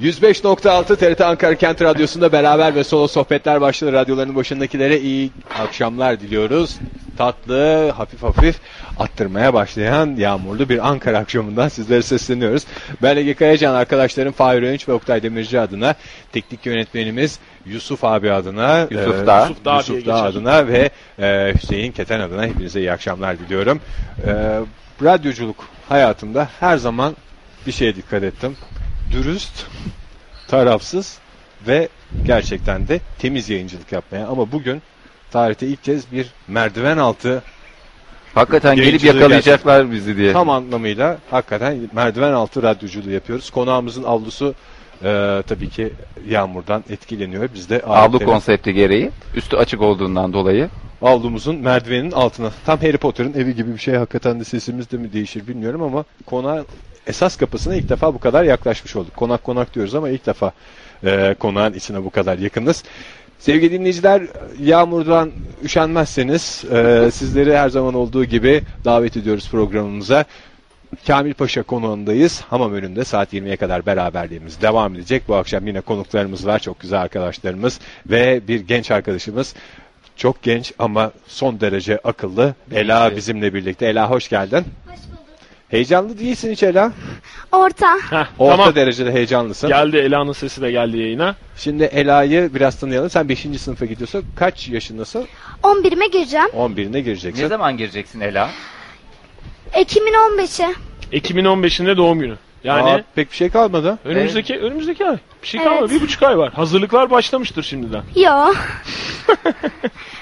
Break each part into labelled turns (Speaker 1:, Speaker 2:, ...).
Speaker 1: 105.6 TRT Ankara Kent Radyosu'nda beraber ve solo sohbetler başladı. Radyoların başındakilere iyi akşamlar diliyoruz. Tatlı, hafif hafif attırmaya başlayan yağmurlu bir Ankara akşamından sizlere sesleniyoruz. Ben Ege Kayacan, arkadaşlarım Fahir Önç ve Oktay Demirci adına, teknik yönetmenimiz Yusuf abi adına,
Speaker 2: Yusuf Dağ.
Speaker 1: Yusuf Dağ,
Speaker 3: Yusuf
Speaker 1: Yusuf
Speaker 3: Dağ
Speaker 1: Dağ
Speaker 3: diye
Speaker 1: adına ve e, Hüseyin Keten adına hepinize iyi akşamlar diliyorum. E, radyoculuk hayatımda her zaman bir şeye dikkat ettim. Dürüst, tarafsız ve gerçekten de temiz yayıncılık yapmaya. Ama bugün tarihte ilk kez bir merdiven altı
Speaker 2: Hakikaten gelip
Speaker 1: Yayıncılığı
Speaker 2: yakalayacaklar bizi diye.
Speaker 1: tam anlamıyla hakikaten merdiven altı radyoculuğu yapıyoruz. Konağımızın avlusu e, tabii ki yağmurdan etkileniyor. Biz de
Speaker 2: Avlu
Speaker 1: aletlerin-
Speaker 2: konsepti gereği. Üstü açık olduğundan dolayı.
Speaker 1: avlumuzun merdivenin altına. Tam Harry Potter'ın evi gibi bir şey hakikaten de sesimiz de mi değişir bilmiyorum ama konağın esas kapısına ilk defa bu kadar yaklaşmış olduk. Konak konak diyoruz ama ilk defa e, konağın içine bu kadar yakınız. Sevgili dinleyiciler yağmurdan üşenmezseniz e, sizleri her zaman olduğu gibi davet ediyoruz programımıza. Kamil Paşa konuğundayız. Hamam önünde saat 20'ye kadar beraberliğimiz devam edecek. Bu akşam yine konuklarımız var. Çok güzel arkadaşlarımız ve bir genç arkadaşımız. Çok genç ama son derece akıllı. Ela bizimle birlikte. Ela hoş geldin.
Speaker 4: Hoş bulduk.
Speaker 1: Heyecanlı değilsin hiç Ela.
Speaker 4: Orta.
Speaker 1: Orta
Speaker 3: tamam.
Speaker 1: derecede heyecanlısın.
Speaker 3: Geldi Ela'nın sesi de geldi yayına.
Speaker 1: Şimdi Ela'yı biraz tanıyalım. Sen 5. sınıfa gidiyorsun. Kaç yaşındasın?
Speaker 4: 11'ime gireceğim.
Speaker 1: 11'ine gireceksin.
Speaker 2: Ne zaman gireceksin Ela?
Speaker 4: Ekim'in 15'i.
Speaker 3: Ekim'in 15'inde doğum günü. Yani
Speaker 1: Aa, pek bir şey kalmadı.
Speaker 3: önümüzdeki önümüzdeki ay. Bir şey
Speaker 4: Evet.
Speaker 3: kalmadı. Bir buçuk ay var. Hazırlıklar başlamıştır şimdiden.
Speaker 4: Yo.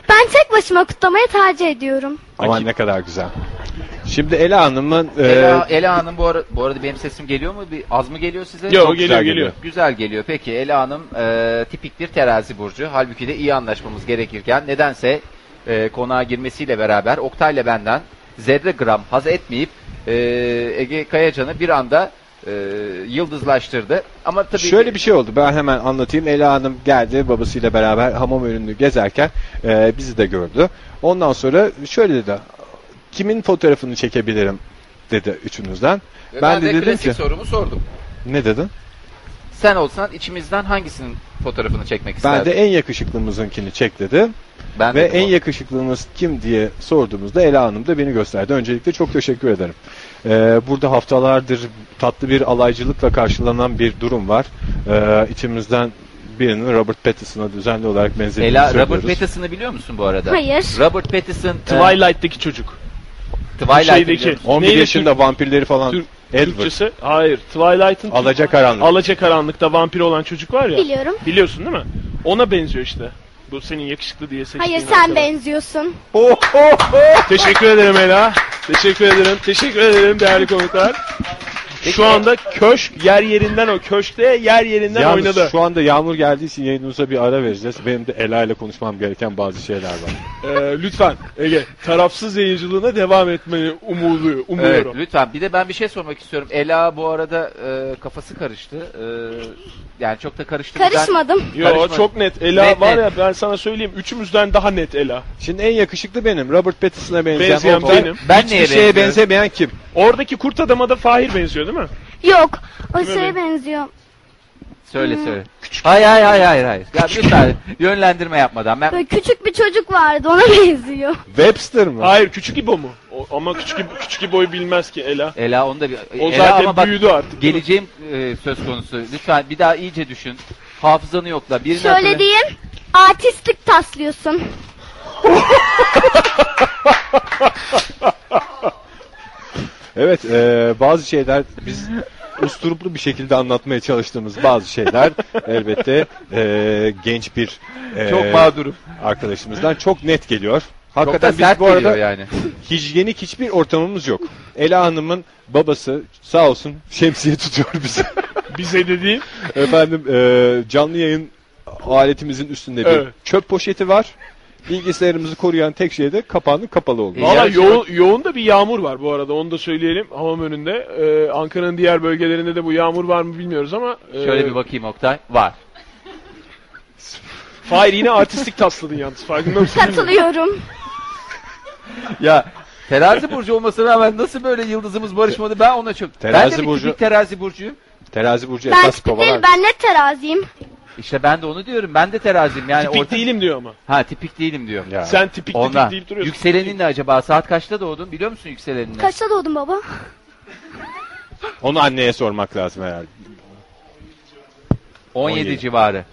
Speaker 4: ben tek başıma kutlamayı tercih ediyorum.
Speaker 1: Ama ne kadar güzel. Şimdi Ela Hanım'ın e,
Speaker 2: Ela, Ela Hanım bu, ara- bu arada benim sesim geliyor mu? Bir, az mı geliyor size?
Speaker 3: Yo,
Speaker 1: çok
Speaker 3: geliyor
Speaker 1: güzel
Speaker 3: geliyor.
Speaker 1: geliyor.
Speaker 2: Güzel geliyor. Peki Ela Hanım e, tipik bir terazi burcu. Halbuki de iyi anlaşmamız gerekirken nedense e, konağa girmesiyle beraber Oktay'la benden zerre gram haz etmeyip e, Ege Kayacan'ı bir anda e, yıldızlaştırdı. Ama tabii
Speaker 1: Şöyle
Speaker 2: ki-
Speaker 1: bir şey oldu. Ben hemen anlatayım. Ela Hanım geldi babasıyla beraber hamam önünü gezerken e, bizi de gördü. Ondan sonra şöyle dedi. Kimin fotoğrafını çekebilirim dedi üçünüzden.
Speaker 2: ben,
Speaker 1: ben de
Speaker 2: de,
Speaker 1: dedim
Speaker 2: klasik
Speaker 1: ki-
Speaker 2: sorumu sordum.
Speaker 1: Ne dedin?
Speaker 2: Sen olsan içimizden hangisinin fotoğrafını çekmek
Speaker 1: Ben de
Speaker 2: isterdin?
Speaker 1: en yakışıklımızınkini çek dedim.
Speaker 2: Ben
Speaker 1: Ve
Speaker 2: dedim
Speaker 1: en
Speaker 2: o.
Speaker 1: yakışıklınız kim diye sorduğumuzda Ela Hanım da beni gösterdi. Öncelikle çok teşekkür ederim. Ee, burada haftalardır tatlı bir alaycılıkla karşılanan bir durum var. Ee, içimizden birinin Robert Pattinson'a düzenli olarak benzediğini
Speaker 2: Ela
Speaker 1: söylüyoruz.
Speaker 2: Robert Pattinson'ı biliyor musun bu arada?
Speaker 4: Hayır.
Speaker 2: Robert Pattinson e,
Speaker 3: Twilight'teki çocuk.
Speaker 2: Twilight'ı
Speaker 3: şeydeki-
Speaker 2: biliyor musun?
Speaker 1: 11
Speaker 3: Neydi
Speaker 1: yaşında vampirleri falan
Speaker 3: Türk-
Speaker 1: Edward
Speaker 3: Türkçesi hayır. Twilight'ın
Speaker 1: Alacakaranlık.
Speaker 3: Alacakaranlık'ta vampir olan çocuk var ya.
Speaker 4: Biliyorum.
Speaker 3: Biliyorsun değil mi? Ona benziyor işte. Bu senin yakışıklı diye seçtiğin.
Speaker 4: Hayır sen
Speaker 3: arkadaş.
Speaker 4: benziyorsun.
Speaker 3: Oh, Teşekkür ederim Ela. Teşekkür ederim. Teşekkür ederim değerli konuklar. Şu anda köşk yer yerinden o köşkte yer yerinden
Speaker 1: Yalnız
Speaker 3: oynadı.
Speaker 1: şu anda yağmur geldiği için yayınımıza bir ara vereceğiz. Benim de Ela ile konuşmam gereken bazı şeyler var.
Speaker 3: Ee, lütfen Ege tarafsız yayıncılığına devam etmeni umudu,
Speaker 2: Evet,
Speaker 3: umuyorum.
Speaker 2: lütfen bir de ben bir şey sormak istiyorum. Ela bu arada e, kafası karıştı. E, yani çok da karıştı.
Speaker 4: Karışmadım.
Speaker 3: Yo
Speaker 2: Karışma.
Speaker 3: çok net Ela
Speaker 2: Net,
Speaker 3: var
Speaker 2: net.
Speaker 3: ya ben sana söyleyeyim üçümüzden daha net Ela.
Speaker 1: Şimdi en yakışıklı benim. Robert Pattinson'a benzeyen.
Speaker 3: Benzeyen
Speaker 1: Ortada
Speaker 3: benim.
Speaker 2: Ben
Speaker 1: Hiçbir
Speaker 2: neye
Speaker 1: şeye
Speaker 2: benziyorum?
Speaker 1: benzemeyen kim?
Speaker 3: Oradaki kurt adama da Fahir benziyor değil mi?
Speaker 4: Yok. O
Speaker 3: Kime
Speaker 4: şeye benziyor.
Speaker 2: Söyle söyle.
Speaker 4: Hmm.
Speaker 2: Hayır hayır hayır hayır. hayır. Ya lütfen yönlendirme yapmadan. Ben
Speaker 4: Böyle küçük bir çocuk vardı ona benziyor.
Speaker 1: Webster mi?
Speaker 3: Hayır küçük İbo mu? O- ama küçük İbo- küçük İbo'yu bilmez ki Ela.
Speaker 2: Ela onu da bir
Speaker 3: O
Speaker 2: Ela ama
Speaker 3: zaten
Speaker 2: bak
Speaker 3: büyüdü artık. değil mi?
Speaker 2: geleceğim e, söz konusu. Lütfen bir daha iyice düşün. Hafızanı yokla. Birini hatırla.
Speaker 4: Şöyle diyeyim. Artistlik taslıyorsun.
Speaker 1: Evet, e, bazı şeyler biz usturuplu bir şekilde anlatmaya çalıştığımız bazı şeyler elbette e, genç bir e,
Speaker 2: Çok mağdurum.
Speaker 1: arkadaşımızdan çok net geliyor.
Speaker 2: Çok da
Speaker 1: Hakikaten biz
Speaker 2: sert
Speaker 1: bu arada
Speaker 2: geliyor yani.
Speaker 1: hijyenik hiçbir ortamımız yok. Ela Hanım'ın babası sağ olsun şemsiye tutuyor bizi.
Speaker 3: Bize dediğin
Speaker 1: Efendim e, canlı yayın aletimizin üstünde bir
Speaker 3: Evet.
Speaker 1: çöp poşeti var. Bilgisayarımızı koruyan tek şey de kapağının kapalı olması.
Speaker 2: Ya-
Speaker 3: Valla
Speaker 2: Yarışı
Speaker 3: yo- yoğun da bir yağmur var bu arada onu da söyleyelim hamam önünde. Ee, Ankara'nın diğer bölgelerinde de bu yağmur var mı bilmiyoruz ama e,
Speaker 2: Şöyle bir bakayım Oktay. Var.
Speaker 3: Fahir yine artistik tasladın yalnız farkında mısın?
Speaker 4: Katılıyorum.
Speaker 2: Ya terazi burcu olmasına rağmen nasıl böyle yıldızımız barışmadı ben ona çok.
Speaker 1: Terazi
Speaker 2: ben de bir
Speaker 1: burcu-
Speaker 2: tipik terazi burcuyum.
Speaker 1: Terazi burcu
Speaker 4: ben
Speaker 1: esas
Speaker 4: tipik değil
Speaker 1: kovalar.
Speaker 4: ben net teraziyim.
Speaker 2: İşte ben de onu diyorum. Ben de teraziyim. Yani
Speaker 3: tipik
Speaker 2: orta-
Speaker 3: değilim diyor ama.
Speaker 2: Ha tipik değilim diyor.
Speaker 1: Ya.
Speaker 3: Sen tipik
Speaker 2: Ondan.
Speaker 3: tipik deyip duruyorsun.
Speaker 2: Yükselenin ne acaba? Saat kaçta doğdun? Biliyor musun yükselenini?
Speaker 4: Kaçta doğdun baba?
Speaker 1: Onu anneye sormak lazım herhalde.
Speaker 2: 17,
Speaker 1: 17.
Speaker 2: civarı.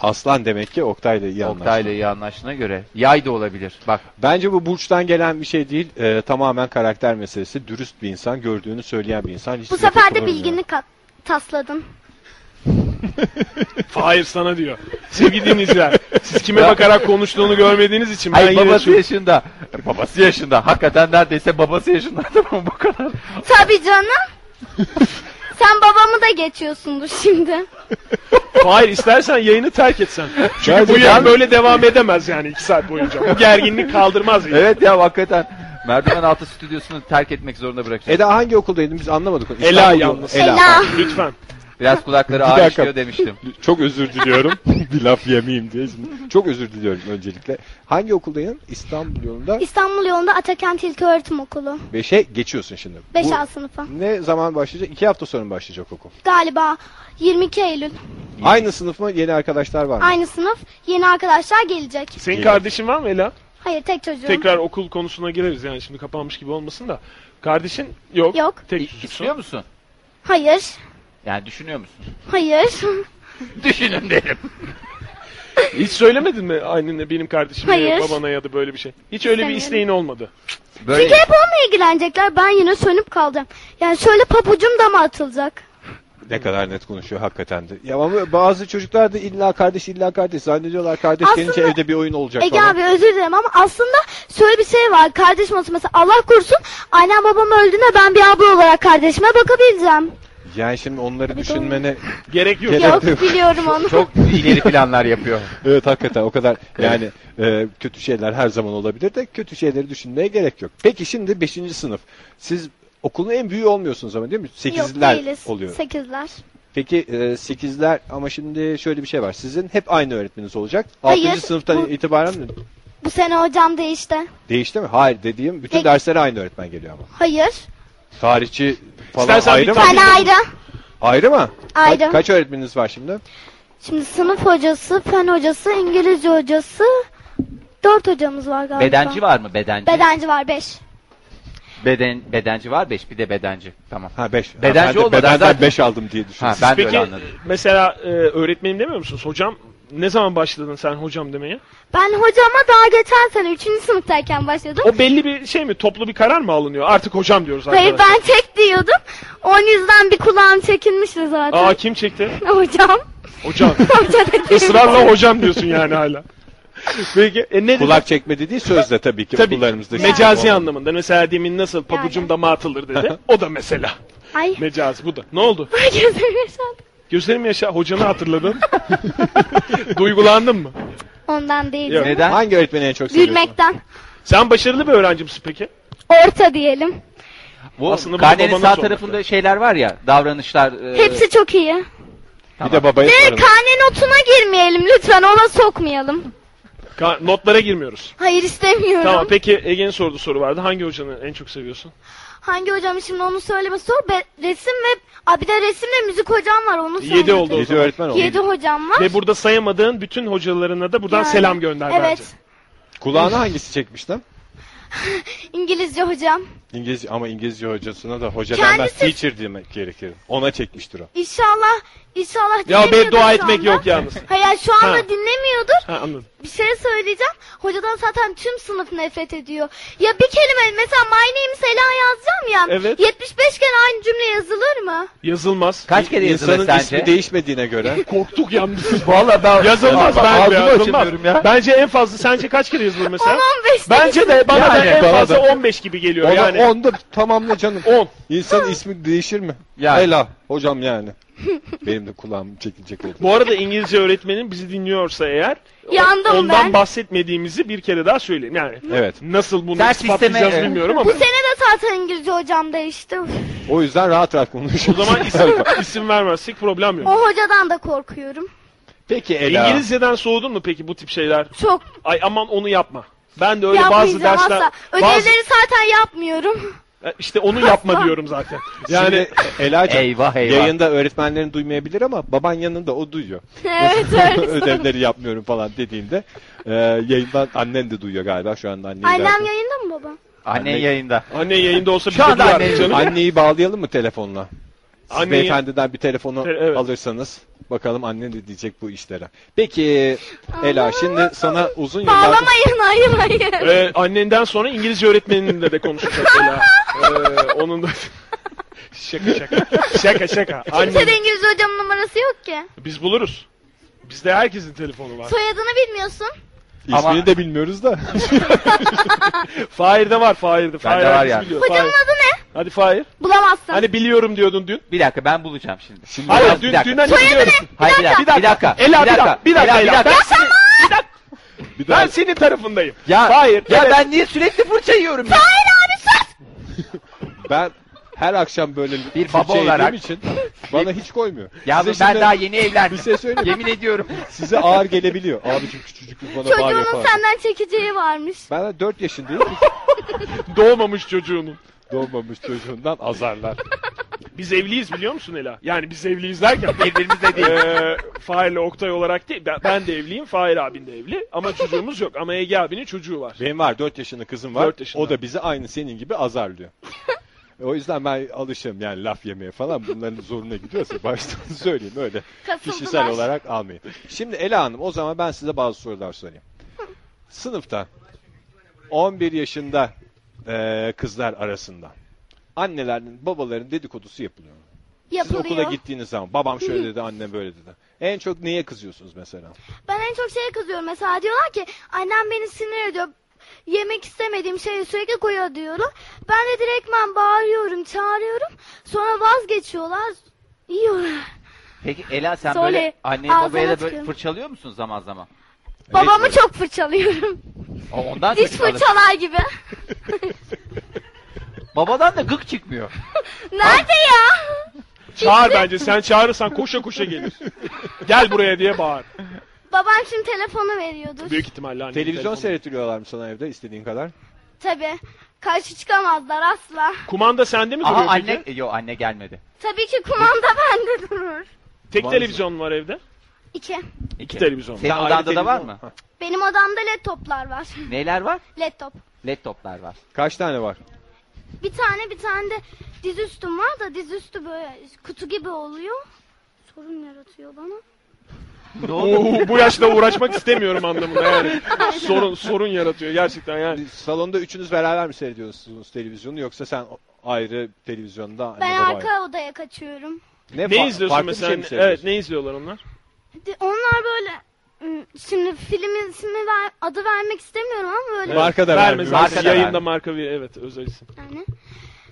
Speaker 1: Aslan demek ki Oktay'la iyi anlaştı.
Speaker 2: Oktay'la iyi anlaştığına göre. Yay da olabilir. Bak
Speaker 1: Bence bu burçtan gelen bir şey değil. Ee, tamamen karakter meselesi. Dürüst bir insan, gördüğünü söyleyen bir insan. şey Hiç
Speaker 4: Bu
Speaker 1: lafa
Speaker 4: sefer de
Speaker 1: kullanmıyor.
Speaker 4: bilgini kat tasladın.
Speaker 3: Hayır sana diyor. Sevgili dinleyiciler. Siz kime bakarak konuştuğunu görmediğiniz için ben
Speaker 2: Hayır
Speaker 3: yine
Speaker 2: babası
Speaker 3: şu-
Speaker 2: yaşında. Babası yaşında. Hakikaten neredeyse babası yaşında ama bu kadar.
Speaker 4: Tabii canım. Sen babamı da geçiyorsundur şimdi.
Speaker 3: Hayır istersen yayını terk etsen. Çünkü
Speaker 1: Bence
Speaker 3: bu yayın
Speaker 1: ben-
Speaker 3: böyle devam edemez yani iki saat boyunca. Bu gerginlik kaldırmaz yani.
Speaker 2: Evet ya hakikaten. Merdiven altı stüdyosunu terk etmek zorunda bırakacağız.
Speaker 1: Eda hangi okuldaydın biz anlamadık. onu.
Speaker 3: E, Ela
Speaker 1: İstanbul-
Speaker 3: yalnız.
Speaker 1: Ela.
Speaker 4: Ela.
Speaker 3: Lütfen.
Speaker 2: Biraz kulakları
Speaker 1: Bir dakika.
Speaker 2: ağrışıyor demiştim.
Speaker 1: Çok özür diliyorum. bir laf yemeyeyim diye. Şimdi. Çok özür diliyorum öncelikle. Hangi okuldaydın? İstanbul yolunda.
Speaker 4: İstanbul yolunda Atakent İlköğretim Okulu.
Speaker 1: 5'e geçiyorsun şimdi.
Speaker 4: 5
Speaker 1: Bu-
Speaker 4: A sınıfı.
Speaker 1: Ne zaman başlayacak? 2 hafta sonra mı başlayacak okul?
Speaker 4: Galiba 22 Eylül.
Speaker 1: Aynı sınıf mı? Yeni arkadaşlar var mı?
Speaker 4: Aynı sınıf yeni arkadaşlar gelecek.
Speaker 3: Senin
Speaker 1: İyi.
Speaker 3: kardeşin var mı Ela?
Speaker 4: Hayır tek çocuğum.
Speaker 3: Tekrar okul konusuna gireriz yani şimdi kapanmış gibi olmasın da. Kardeşin yok.
Speaker 4: Yok.
Speaker 3: Tek
Speaker 2: İ-
Speaker 3: çocuksun.
Speaker 2: İstiyor musun?
Speaker 4: Hayır.
Speaker 2: Yani düşünüyor musun?
Speaker 4: Hayır.
Speaker 2: Düşünün derim.
Speaker 3: Hiç söylemedin mi annene benim kardeşime
Speaker 4: Hayır.
Speaker 3: babana ya da böyle bir şey? Hiç öyle bir
Speaker 4: İstemiyorum.
Speaker 3: isteğin olmadı.
Speaker 2: Böyle
Speaker 4: Çünkü hep onunla ilgilenecekler. Ben yine sönüp kalacağım. Yani şöyle pabucum da mı atılacak?
Speaker 1: Ne kadar net konuşuyor hakikaten de. Ya ama bazı çocuklar da illa kardeş illa kardeş zannediyorlar. Kardeş
Speaker 4: Aslında-
Speaker 1: gelince evde bir oyun olacak
Speaker 4: Ege
Speaker 1: falan.
Speaker 4: abi özür dilerim ama aslında şöyle bir şey var. Kardeşim olsun mesela Allah korusun annem babam öldüğünde ben bir abla olarak kardeşime bakabileceğim.
Speaker 1: Yani şimdi onları düşünmene
Speaker 3: Gerek yok.
Speaker 1: Gerek-
Speaker 4: Yok
Speaker 1: yok.
Speaker 4: biliyorum onu.
Speaker 2: çok ileri planlar yapıyor.
Speaker 1: evet hakikaten o kadar yani e, kötü şeyler her zaman olabilir de kötü şeyleri düşünmeye gerek yok. Peki şimdi 5. sınıf. Siz okulun en büyüğü olmuyorsunuz ama değil mi?
Speaker 4: Yok
Speaker 1: 8'ler
Speaker 4: değiliz.
Speaker 1: oluyor.
Speaker 4: Sekizler.
Speaker 1: Peki 8'ler ama şimdi şöyle bir şey var. Sizin hep aynı öğretmeniniz olacak. 6.
Speaker 4: Hayır,
Speaker 1: sınıftan
Speaker 4: bu-
Speaker 1: itibaren mi?
Speaker 4: Bu sene hocam değişti.
Speaker 1: Değişti mi? Hayır dediğim bütün
Speaker 4: Peki.
Speaker 1: derslere aynı öğretmen geliyor ama.
Speaker 4: Hayır.
Speaker 1: Tarihçi falan
Speaker 3: İstersen bir
Speaker 1: ayrı mı?
Speaker 3: tane-
Speaker 4: Ben ayrı.
Speaker 1: Ayrı mı?
Speaker 4: Ayrı.
Speaker 1: Ka- kaç öğretmeniniz var şimdi?
Speaker 4: Şimdi sınıf hocası, fen hocası, İngilizce hocası. Dört hocamız var galiba.
Speaker 2: Bedenci var mı bedenci?
Speaker 4: Bedenci var beş.
Speaker 2: Beden bedenci var 5 bir de bedenci. Tamam.
Speaker 1: Ha 5.
Speaker 2: Bedenci
Speaker 1: ben de
Speaker 2: olmadan
Speaker 1: bedenden
Speaker 2: zaten-
Speaker 1: 5 aldım diye düşündüm.
Speaker 2: Ha ben de öyle
Speaker 3: Peki
Speaker 2: anladım.
Speaker 3: mesela e, öğretmenim demiyor musunuz? Hocam ne zaman başladın sen hocam demeye?
Speaker 4: Ben hocama daha geçen sene üçüncü sınıftayken başladım.
Speaker 3: O belli bir şey mi? Toplu bir karar mı alınıyor? Artık hocam diyoruz
Speaker 4: Hayır
Speaker 3: arkadaşlar.
Speaker 4: ben tek diyordum. Onun yüzden bir kulağım çekinmişti zaten.
Speaker 3: Aa kim çekti?
Speaker 4: Hocam.
Speaker 3: Hocam.
Speaker 4: Hoca da değil.
Speaker 3: Israrla hocam diyorsun yani hala. Peki e, ne
Speaker 1: Kulak çekme dediği sözle tabii ki
Speaker 3: Tabii.
Speaker 1: okullarımızda.
Speaker 3: dedi? Mecazi anlamında. Mesela demin nasıl pabucum
Speaker 4: Yani.
Speaker 3: dama atılır dedi. O da mesela.
Speaker 4: Ay.
Speaker 3: Mecazi bu da. Ne oldu?
Speaker 4: Gözüm yaşandı.
Speaker 3: Gözlerim yaşa. Hocanı hatırladın. Duygulandın mı?
Speaker 4: Ondan değil.
Speaker 3: Yok.
Speaker 4: canım.
Speaker 2: Neden?
Speaker 1: Hangi öğretmeni en çok seviyorsun?
Speaker 4: Gülmekten.
Speaker 3: Sen başarılı bir öğrenci misin peki?
Speaker 4: Orta diyelim.
Speaker 2: Bu
Speaker 3: Aslında bunu
Speaker 2: karnenin
Speaker 3: babanın
Speaker 2: sağ
Speaker 3: sorması.
Speaker 2: tarafında şeyler var ya davranışlar. e,
Speaker 4: Hepsi çok iyi.
Speaker 1: Bir de babaya
Speaker 4: De
Speaker 1: soralım.
Speaker 4: kane notuna girmeyelim lütfen. Ona sokmayalım.
Speaker 3: Ka- notlara girmiyoruz.
Speaker 4: Hayır istemiyorum.
Speaker 3: Tamam peki Ege'nin sorduğu soru vardı. Hangi hocanı en çok seviyorsun?
Speaker 4: Hangi hocam şimdi onu söyleme sor. Be- resim ve Aa, bir de resimle müzik hocam var onu söyle.
Speaker 3: Yedi oldu o
Speaker 1: Yedi
Speaker 3: zaman.
Speaker 1: öğretmen oldu.
Speaker 4: 7 hocam var.
Speaker 3: Ve burada sayamadığın bütün hocalarına da buradan
Speaker 4: Yani,
Speaker 3: selam gönder bence.
Speaker 4: Evet.
Speaker 1: Kulağına hangisi çekmiş lan?
Speaker 4: İngilizce hocam.
Speaker 1: İngilizce ama İngilizce hocasına da hoca
Speaker 4: Kendisi-
Speaker 1: denmez teacher demek gerekir. Ona çekmiştir o.
Speaker 4: İnşallah inşallah
Speaker 3: Ya be
Speaker 4: dinlemiyordur
Speaker 3: dua
Speaker 4: şu
Speaker 3: etmek
Speaker 4: anda.
Speaker 3: yok yalnız.
Speaker 4: Hayır şu anda
Speaker 3: Ha.
Speaker 4: dinlemiyordur.
Speaker 3: Ha anladım.
Speaker 4: Bir şey söyleyeceğim. Hocadan zaten tüm sınıf nefret ediyor. Ya bir kelime mesela my name is Ela yazacağım ya.
Speaker 3: Evet.
Speaker 4: 75 kere aynı cümle yazılır mı?
Speaker 3: Yazılmaz.
Speaker 2: Kaç kere yazılır
Speaker 1: İnsanın
Speaker 2: sence?
Speaker 1: ismi değişmediğine göre
Speaker 3: Korktuk yalnız.
Speaker 2: Valla ben
Speaker 3: yazılmaz
Speaker 2: Ya,
Speaker 3: bence
Speaker 2: ağzımı
Speaker 3: yazılmaz.
Speaker 2: açamıyorum ya.
Speaker 3: Bence en fazla sence kaç kere yazılır mesela?
Speaker 4: 10-15
Speaker 3: Bence de bana da
Speaker 2: Yani,
Speaker 3: en
Speaker 1: bana
Speaker 3: fazla
Speaker 1: da.
Speaker 3: 15 gibi geliyor
Speaker 1: ona
Speaker 3: yani. 10.
Speaker 1: onda tamamla canım.
Speaker 3: 10.
Speaker 1: İnsanın ismi değişir mi?
Speaker 2: Yani.
Speaker 1: Ela hocam yani. Benim de kulağım çekilecek oldu.
Speaker 3: Bu arada İngilizce öğretmenin bizi dinliyorsa eğer
Speaker 4: Yandım
Speaker 3: ondan
Speaker 4: ben.
Speaker 3: bahsetmediğimizi bir kere daha söyleyeyim. Yani
Speaker 1: Evet.
Speaker 3: nasıl bunu
Speaker 2: Ders
Speaker 3: ispatlayacağız
Speaker 2: isteme-
Speaker 3: bilmiyorum ama
Speaker 4: Bu sene de zaten İngilizce hocam değişti. Uf.
Speaker 1: O yüzden rahat rahat konuşuyoruz.
Speaker 3: o zaman isim, isim vermezsek problem yok.
Speaker 4: O hocadan da korkuyorum.
Speaker 1: Peki Ela.
Speaker 3: İngilizceden soğudun mu peki bu tip şeyler?
Speaker 4: Çok
Speaker 3: Ay aman onu yapma. Ben de öyle bazı
Speaker 4: yapmayacağım
Speaker 3: dersler
Speaker 4: asla.
Speaker 3: bazı,
Speaker 4: Ödevleri zaten yapmıyorum.
Speaker 3: E, İşte onu yapma diyorum zaten. Yani
Speaker 1: Yani Ela'cığım
Speaker 2: Eyvah, eyvah.
Speaker 1: yayında öğretmenlerin duymayabilir ama baban yanında o duyuyor.
Speaker 4: evet öyle.
Speaker 1: Ödevleri yapmıyorum falan dediğinde e, yayından annen de duyuyor galiba şu anda anneyi.
Speaker 4: Annem
Speaker 1: zaten-
Speaker 4: yayında mı baba?
Speaker 2: Annen
Speaker 1: Anne-
Speaker 2: yayında.
Speaker 3: anne yayında olsa bize
Speaker 2: anda
Speaker 3: duyar
Speaker 2: anne-
Speaker 3: canım.
Speaker 1: Anneyi bağlayalım mı telefonla? Siz
Speaker 3: Anneyi-
Speaker 1: beyefendiden bir telefonu
Speaker 3: Te- evet.
Speaker 1: alırsanız bakalım annen ne diyecek bu işlere. Peki Ela şimdi sana uzun yıllar
Speaker 4: Bağlamayın hayır hayır.
Speaker 3: Ee, annenden sonra İngilizce öğretmeninle de konuşacak Ela. Ee, onun da... şaka şaka. Şaka şaka. Anne,
Speaker 4: Kimsede İngilizce hocamın numarası yok ki.
Speaker 3: biz buluruz. Bizde herkesin telefonu var.
Speaker 4: Soyadını bilmiyorsun.
Speaker 1: ismini
Speaker 2: Ama-
Speaker 1: de bilmiyoruz da.
Speaker 3: Fahir'de var Fahir'de. Fahir
Speaker 2: var
Speaker 3: herkes
Speaker 2: ya.
Speaker 3: biliyor. Fahir.
Speaker 4: Hocamın adı ne?
Speaker 3: Hadi Fahir.
Speaker 4: Bulamazsın.
Speaker 3: Hani biliyorum diyordun dün.
Speaker 2: Bir dakika ben bulacağım şimdi.
Speaker 1: Şimdi
Speaker 3: Hayır
Speaker 2: Biraz-
Speaker 3: dün,
Speaker 2: bir dakika.
Speaker 3: dün hani
Speaker 4: Soyadı
Speaker 3: biliyorum.
Speaker 4: ne?
Speaker 2: Hayır bir dakika. Bir dakika.
Speaker 3: Ela bir dakika. Bir dakika.
Speaker 2: Bir
Speaker 3: Ela.
Speaker 2: dakika.
Speaker 3: Ben, senin, bir dakika.
Speaker 1: bir daha
Speaker 3: ben senin tarafındayım.
Speaker 2: Ya,
Speaker 3: Hayır.
Speaker 2: ya
Speaker 3: evet.
Speaker 2: ben niye sürekli fırça yiyorum ya?
Speaker 4: Hayır abi sus.
Speaker 1: ben her akşam böyle
Speaker 2: Bir
Speaker 1: bir
Speaker 2: baba olarak-
Speaker 1: için bana hiç koymuyor.
Speaker 2: Ya
Speaker 1: Size
Speaker 2: ben
Speaker 1: şimdi-
Speaker 2: daha yeni evlendim.
Speaker 1: Bir şey söyleyeyim. mi?
Speaker 2: Yemin ediyorum.
Speaker 1: Size ağır gelebiliyor. Abicim küçücüküz bana bağır
Speaker 4: Çocuğunun
Speaker 1: yapar.
Speaker 4: senden çekeceği varmış.
Speaker 1: Ben 4 yaşındayım.
Speaker 3: Doğmamış çocuğunun.
Speaker 1: Doğmamış çocuğundan azarlar.
Speaker 3: Biz evliyiz biliyor musun Ela? Yani biz evliyiz derken
Speaker 2: Birbirimizle değil.
Speaker 3: Eee Fahir'le Oktay olarak değil. Ben, ben de evliyim. Fahir abin de evli. Ama çocuğumuz yok. Ama Ege abinin çocuğu var.
Speaker 1: Benim var 4 yaşında kızım var.
Speaker 3: Dört yaşında.
Speaker 1: O da bizi aynı senin gibi azarlıyor. E, o yüzden ben alışığım yani laf yemeye falan bunların zoruna gidiyorsa baştan söyleyeyim öyle
Speaker 4: Kasıldılar.
Speaker 1: kişisel olarak almayın. Şimdi Ela Hanım o zaman ben size bazı sorular sorayım. Sınıfta 11 yaşında e, kızlar arasında annelerin babaların dedikodusu yapılıyor. Siz
Speaker 4: Yapılıyor.
Speaker 1: okula gittiğiniz zaman babam şöyle dedi annem böyle dedi. En çok neye kızıyorsunuz mesela?
Speaker 4: Ben en çok şeye kızıyorum. Mesela diyorlar ki annem beni sinir ediyor. Yemek istemediğim şeyi sürekli koyuyor diyorum. Ben de direktmen bağırıyorum, çağırıyorum. Sonra vazgeçiyorlar. Yiyorlar.
Speaker 2: Peki Ela sen
Speaker 4: Söyle.
Speaker 2: böyle anneye
Speaker 4: Ağzına
Speaker 2: babaya da böyle
Speaker 4: tıkıyorum.
Speaker 2: fırçalıyor musun zaman zaman?
Speaker 3: Ee,
Speaker 4: Babamı çok fırçalıyorum.
Speaker 2: O- Ondan
Speaker 4: Diş
Speaker 2: çocuk alır.
Speaker 4: fırçalar gibi.
Speaker 2: Babadan da gık çıkmıyor.
Speaker 4: Nerede ya?
Speaker 3: Çağır bence. Sen çağırırsan koşa koşa gelir. Gel buraya diye bağır.
Speaker 4: Babam şimdi telefonu veriyordur.
Speaker 3: Büyük ihtimalle annenin
Speaker 1: Televizyon
Speaker 3: telefonu.
Speaker 1: seyretiliyorlar mı sana evde istediğin kadar?
Speaker 4: Tabii. Karşı çıkamazlar asla.
Speaker 3: Kumanda sende mi duruyor
Speaker 2: Aha
Speaker 3: peki?
Speaker 2: anne, yo anne gelmedi.
Speaker 4: Tabii ki kumanda bende durur.
Speaker 3: Tek
Speaker 1: Kumanda.
Speaker 3: televizyon var evde.
Speaker 4: İki.
Speaker 3: İki televizyon. var.
Speaker 2: Senin
Speaker 1: Ayrı
Speaker 2: odanda da var
Speaker 1: televizyon
Speaker 2: mı?
Speaker 1: Ha.
Speaker 4: Benim odamda led toplar var.
Speaker 2: Neler var?
Speaker 4: led top.
Speaker 2: Led toplar var.
Speaker 1: Kaç tane var?
Speaker 4: Bir tane bir tane de dizüstüm var da dizüstü böyle kutu gibi oluyor. Sorun yaratıyor bana.
Speaker 2: Ne oldu?
Speaker 3: Oo, bu yaşta uğraşmak istemiyorum anlamında yani. sorun sorun yaratıyor gerçekten yani.
Speaker 1: Salonda üçünüz beraber mi seyrediyorsunuz televizyonu yoksa sen ayrı televizyonda anne
Speaker 4: Ben
Speaker 1: baba
Speaker 4: arka
Speaker 1: ayrı?
Speaker 4: odaya kaçıyorum.
Speaker 1: Ne,
Speaker 3: Ne
Speaker 1: fa-
Speaker 3: izliyorsun
Speaker 1: farklı bir
Speaker 3: mesela?
Speaker 1: şey mi
Speaker 3: evet
Speaker 1: seyrediyorsun?
Speaker 3: ne izliyorlar onlar?
Speaker 4: De- Onlar böyle ım, şimdi filmin ismi ver, adı vermek istemiyorum ama böyle
Speaker 1: Marka da
Speaker 3: vermez.
Speaker 1: vermiyor.
Speaker 2: Marka da
Speaker 3: yayında
Speaker 2: vermiyor.
Speaker 3: marka bir evet özel isim.
Speaker 4: yani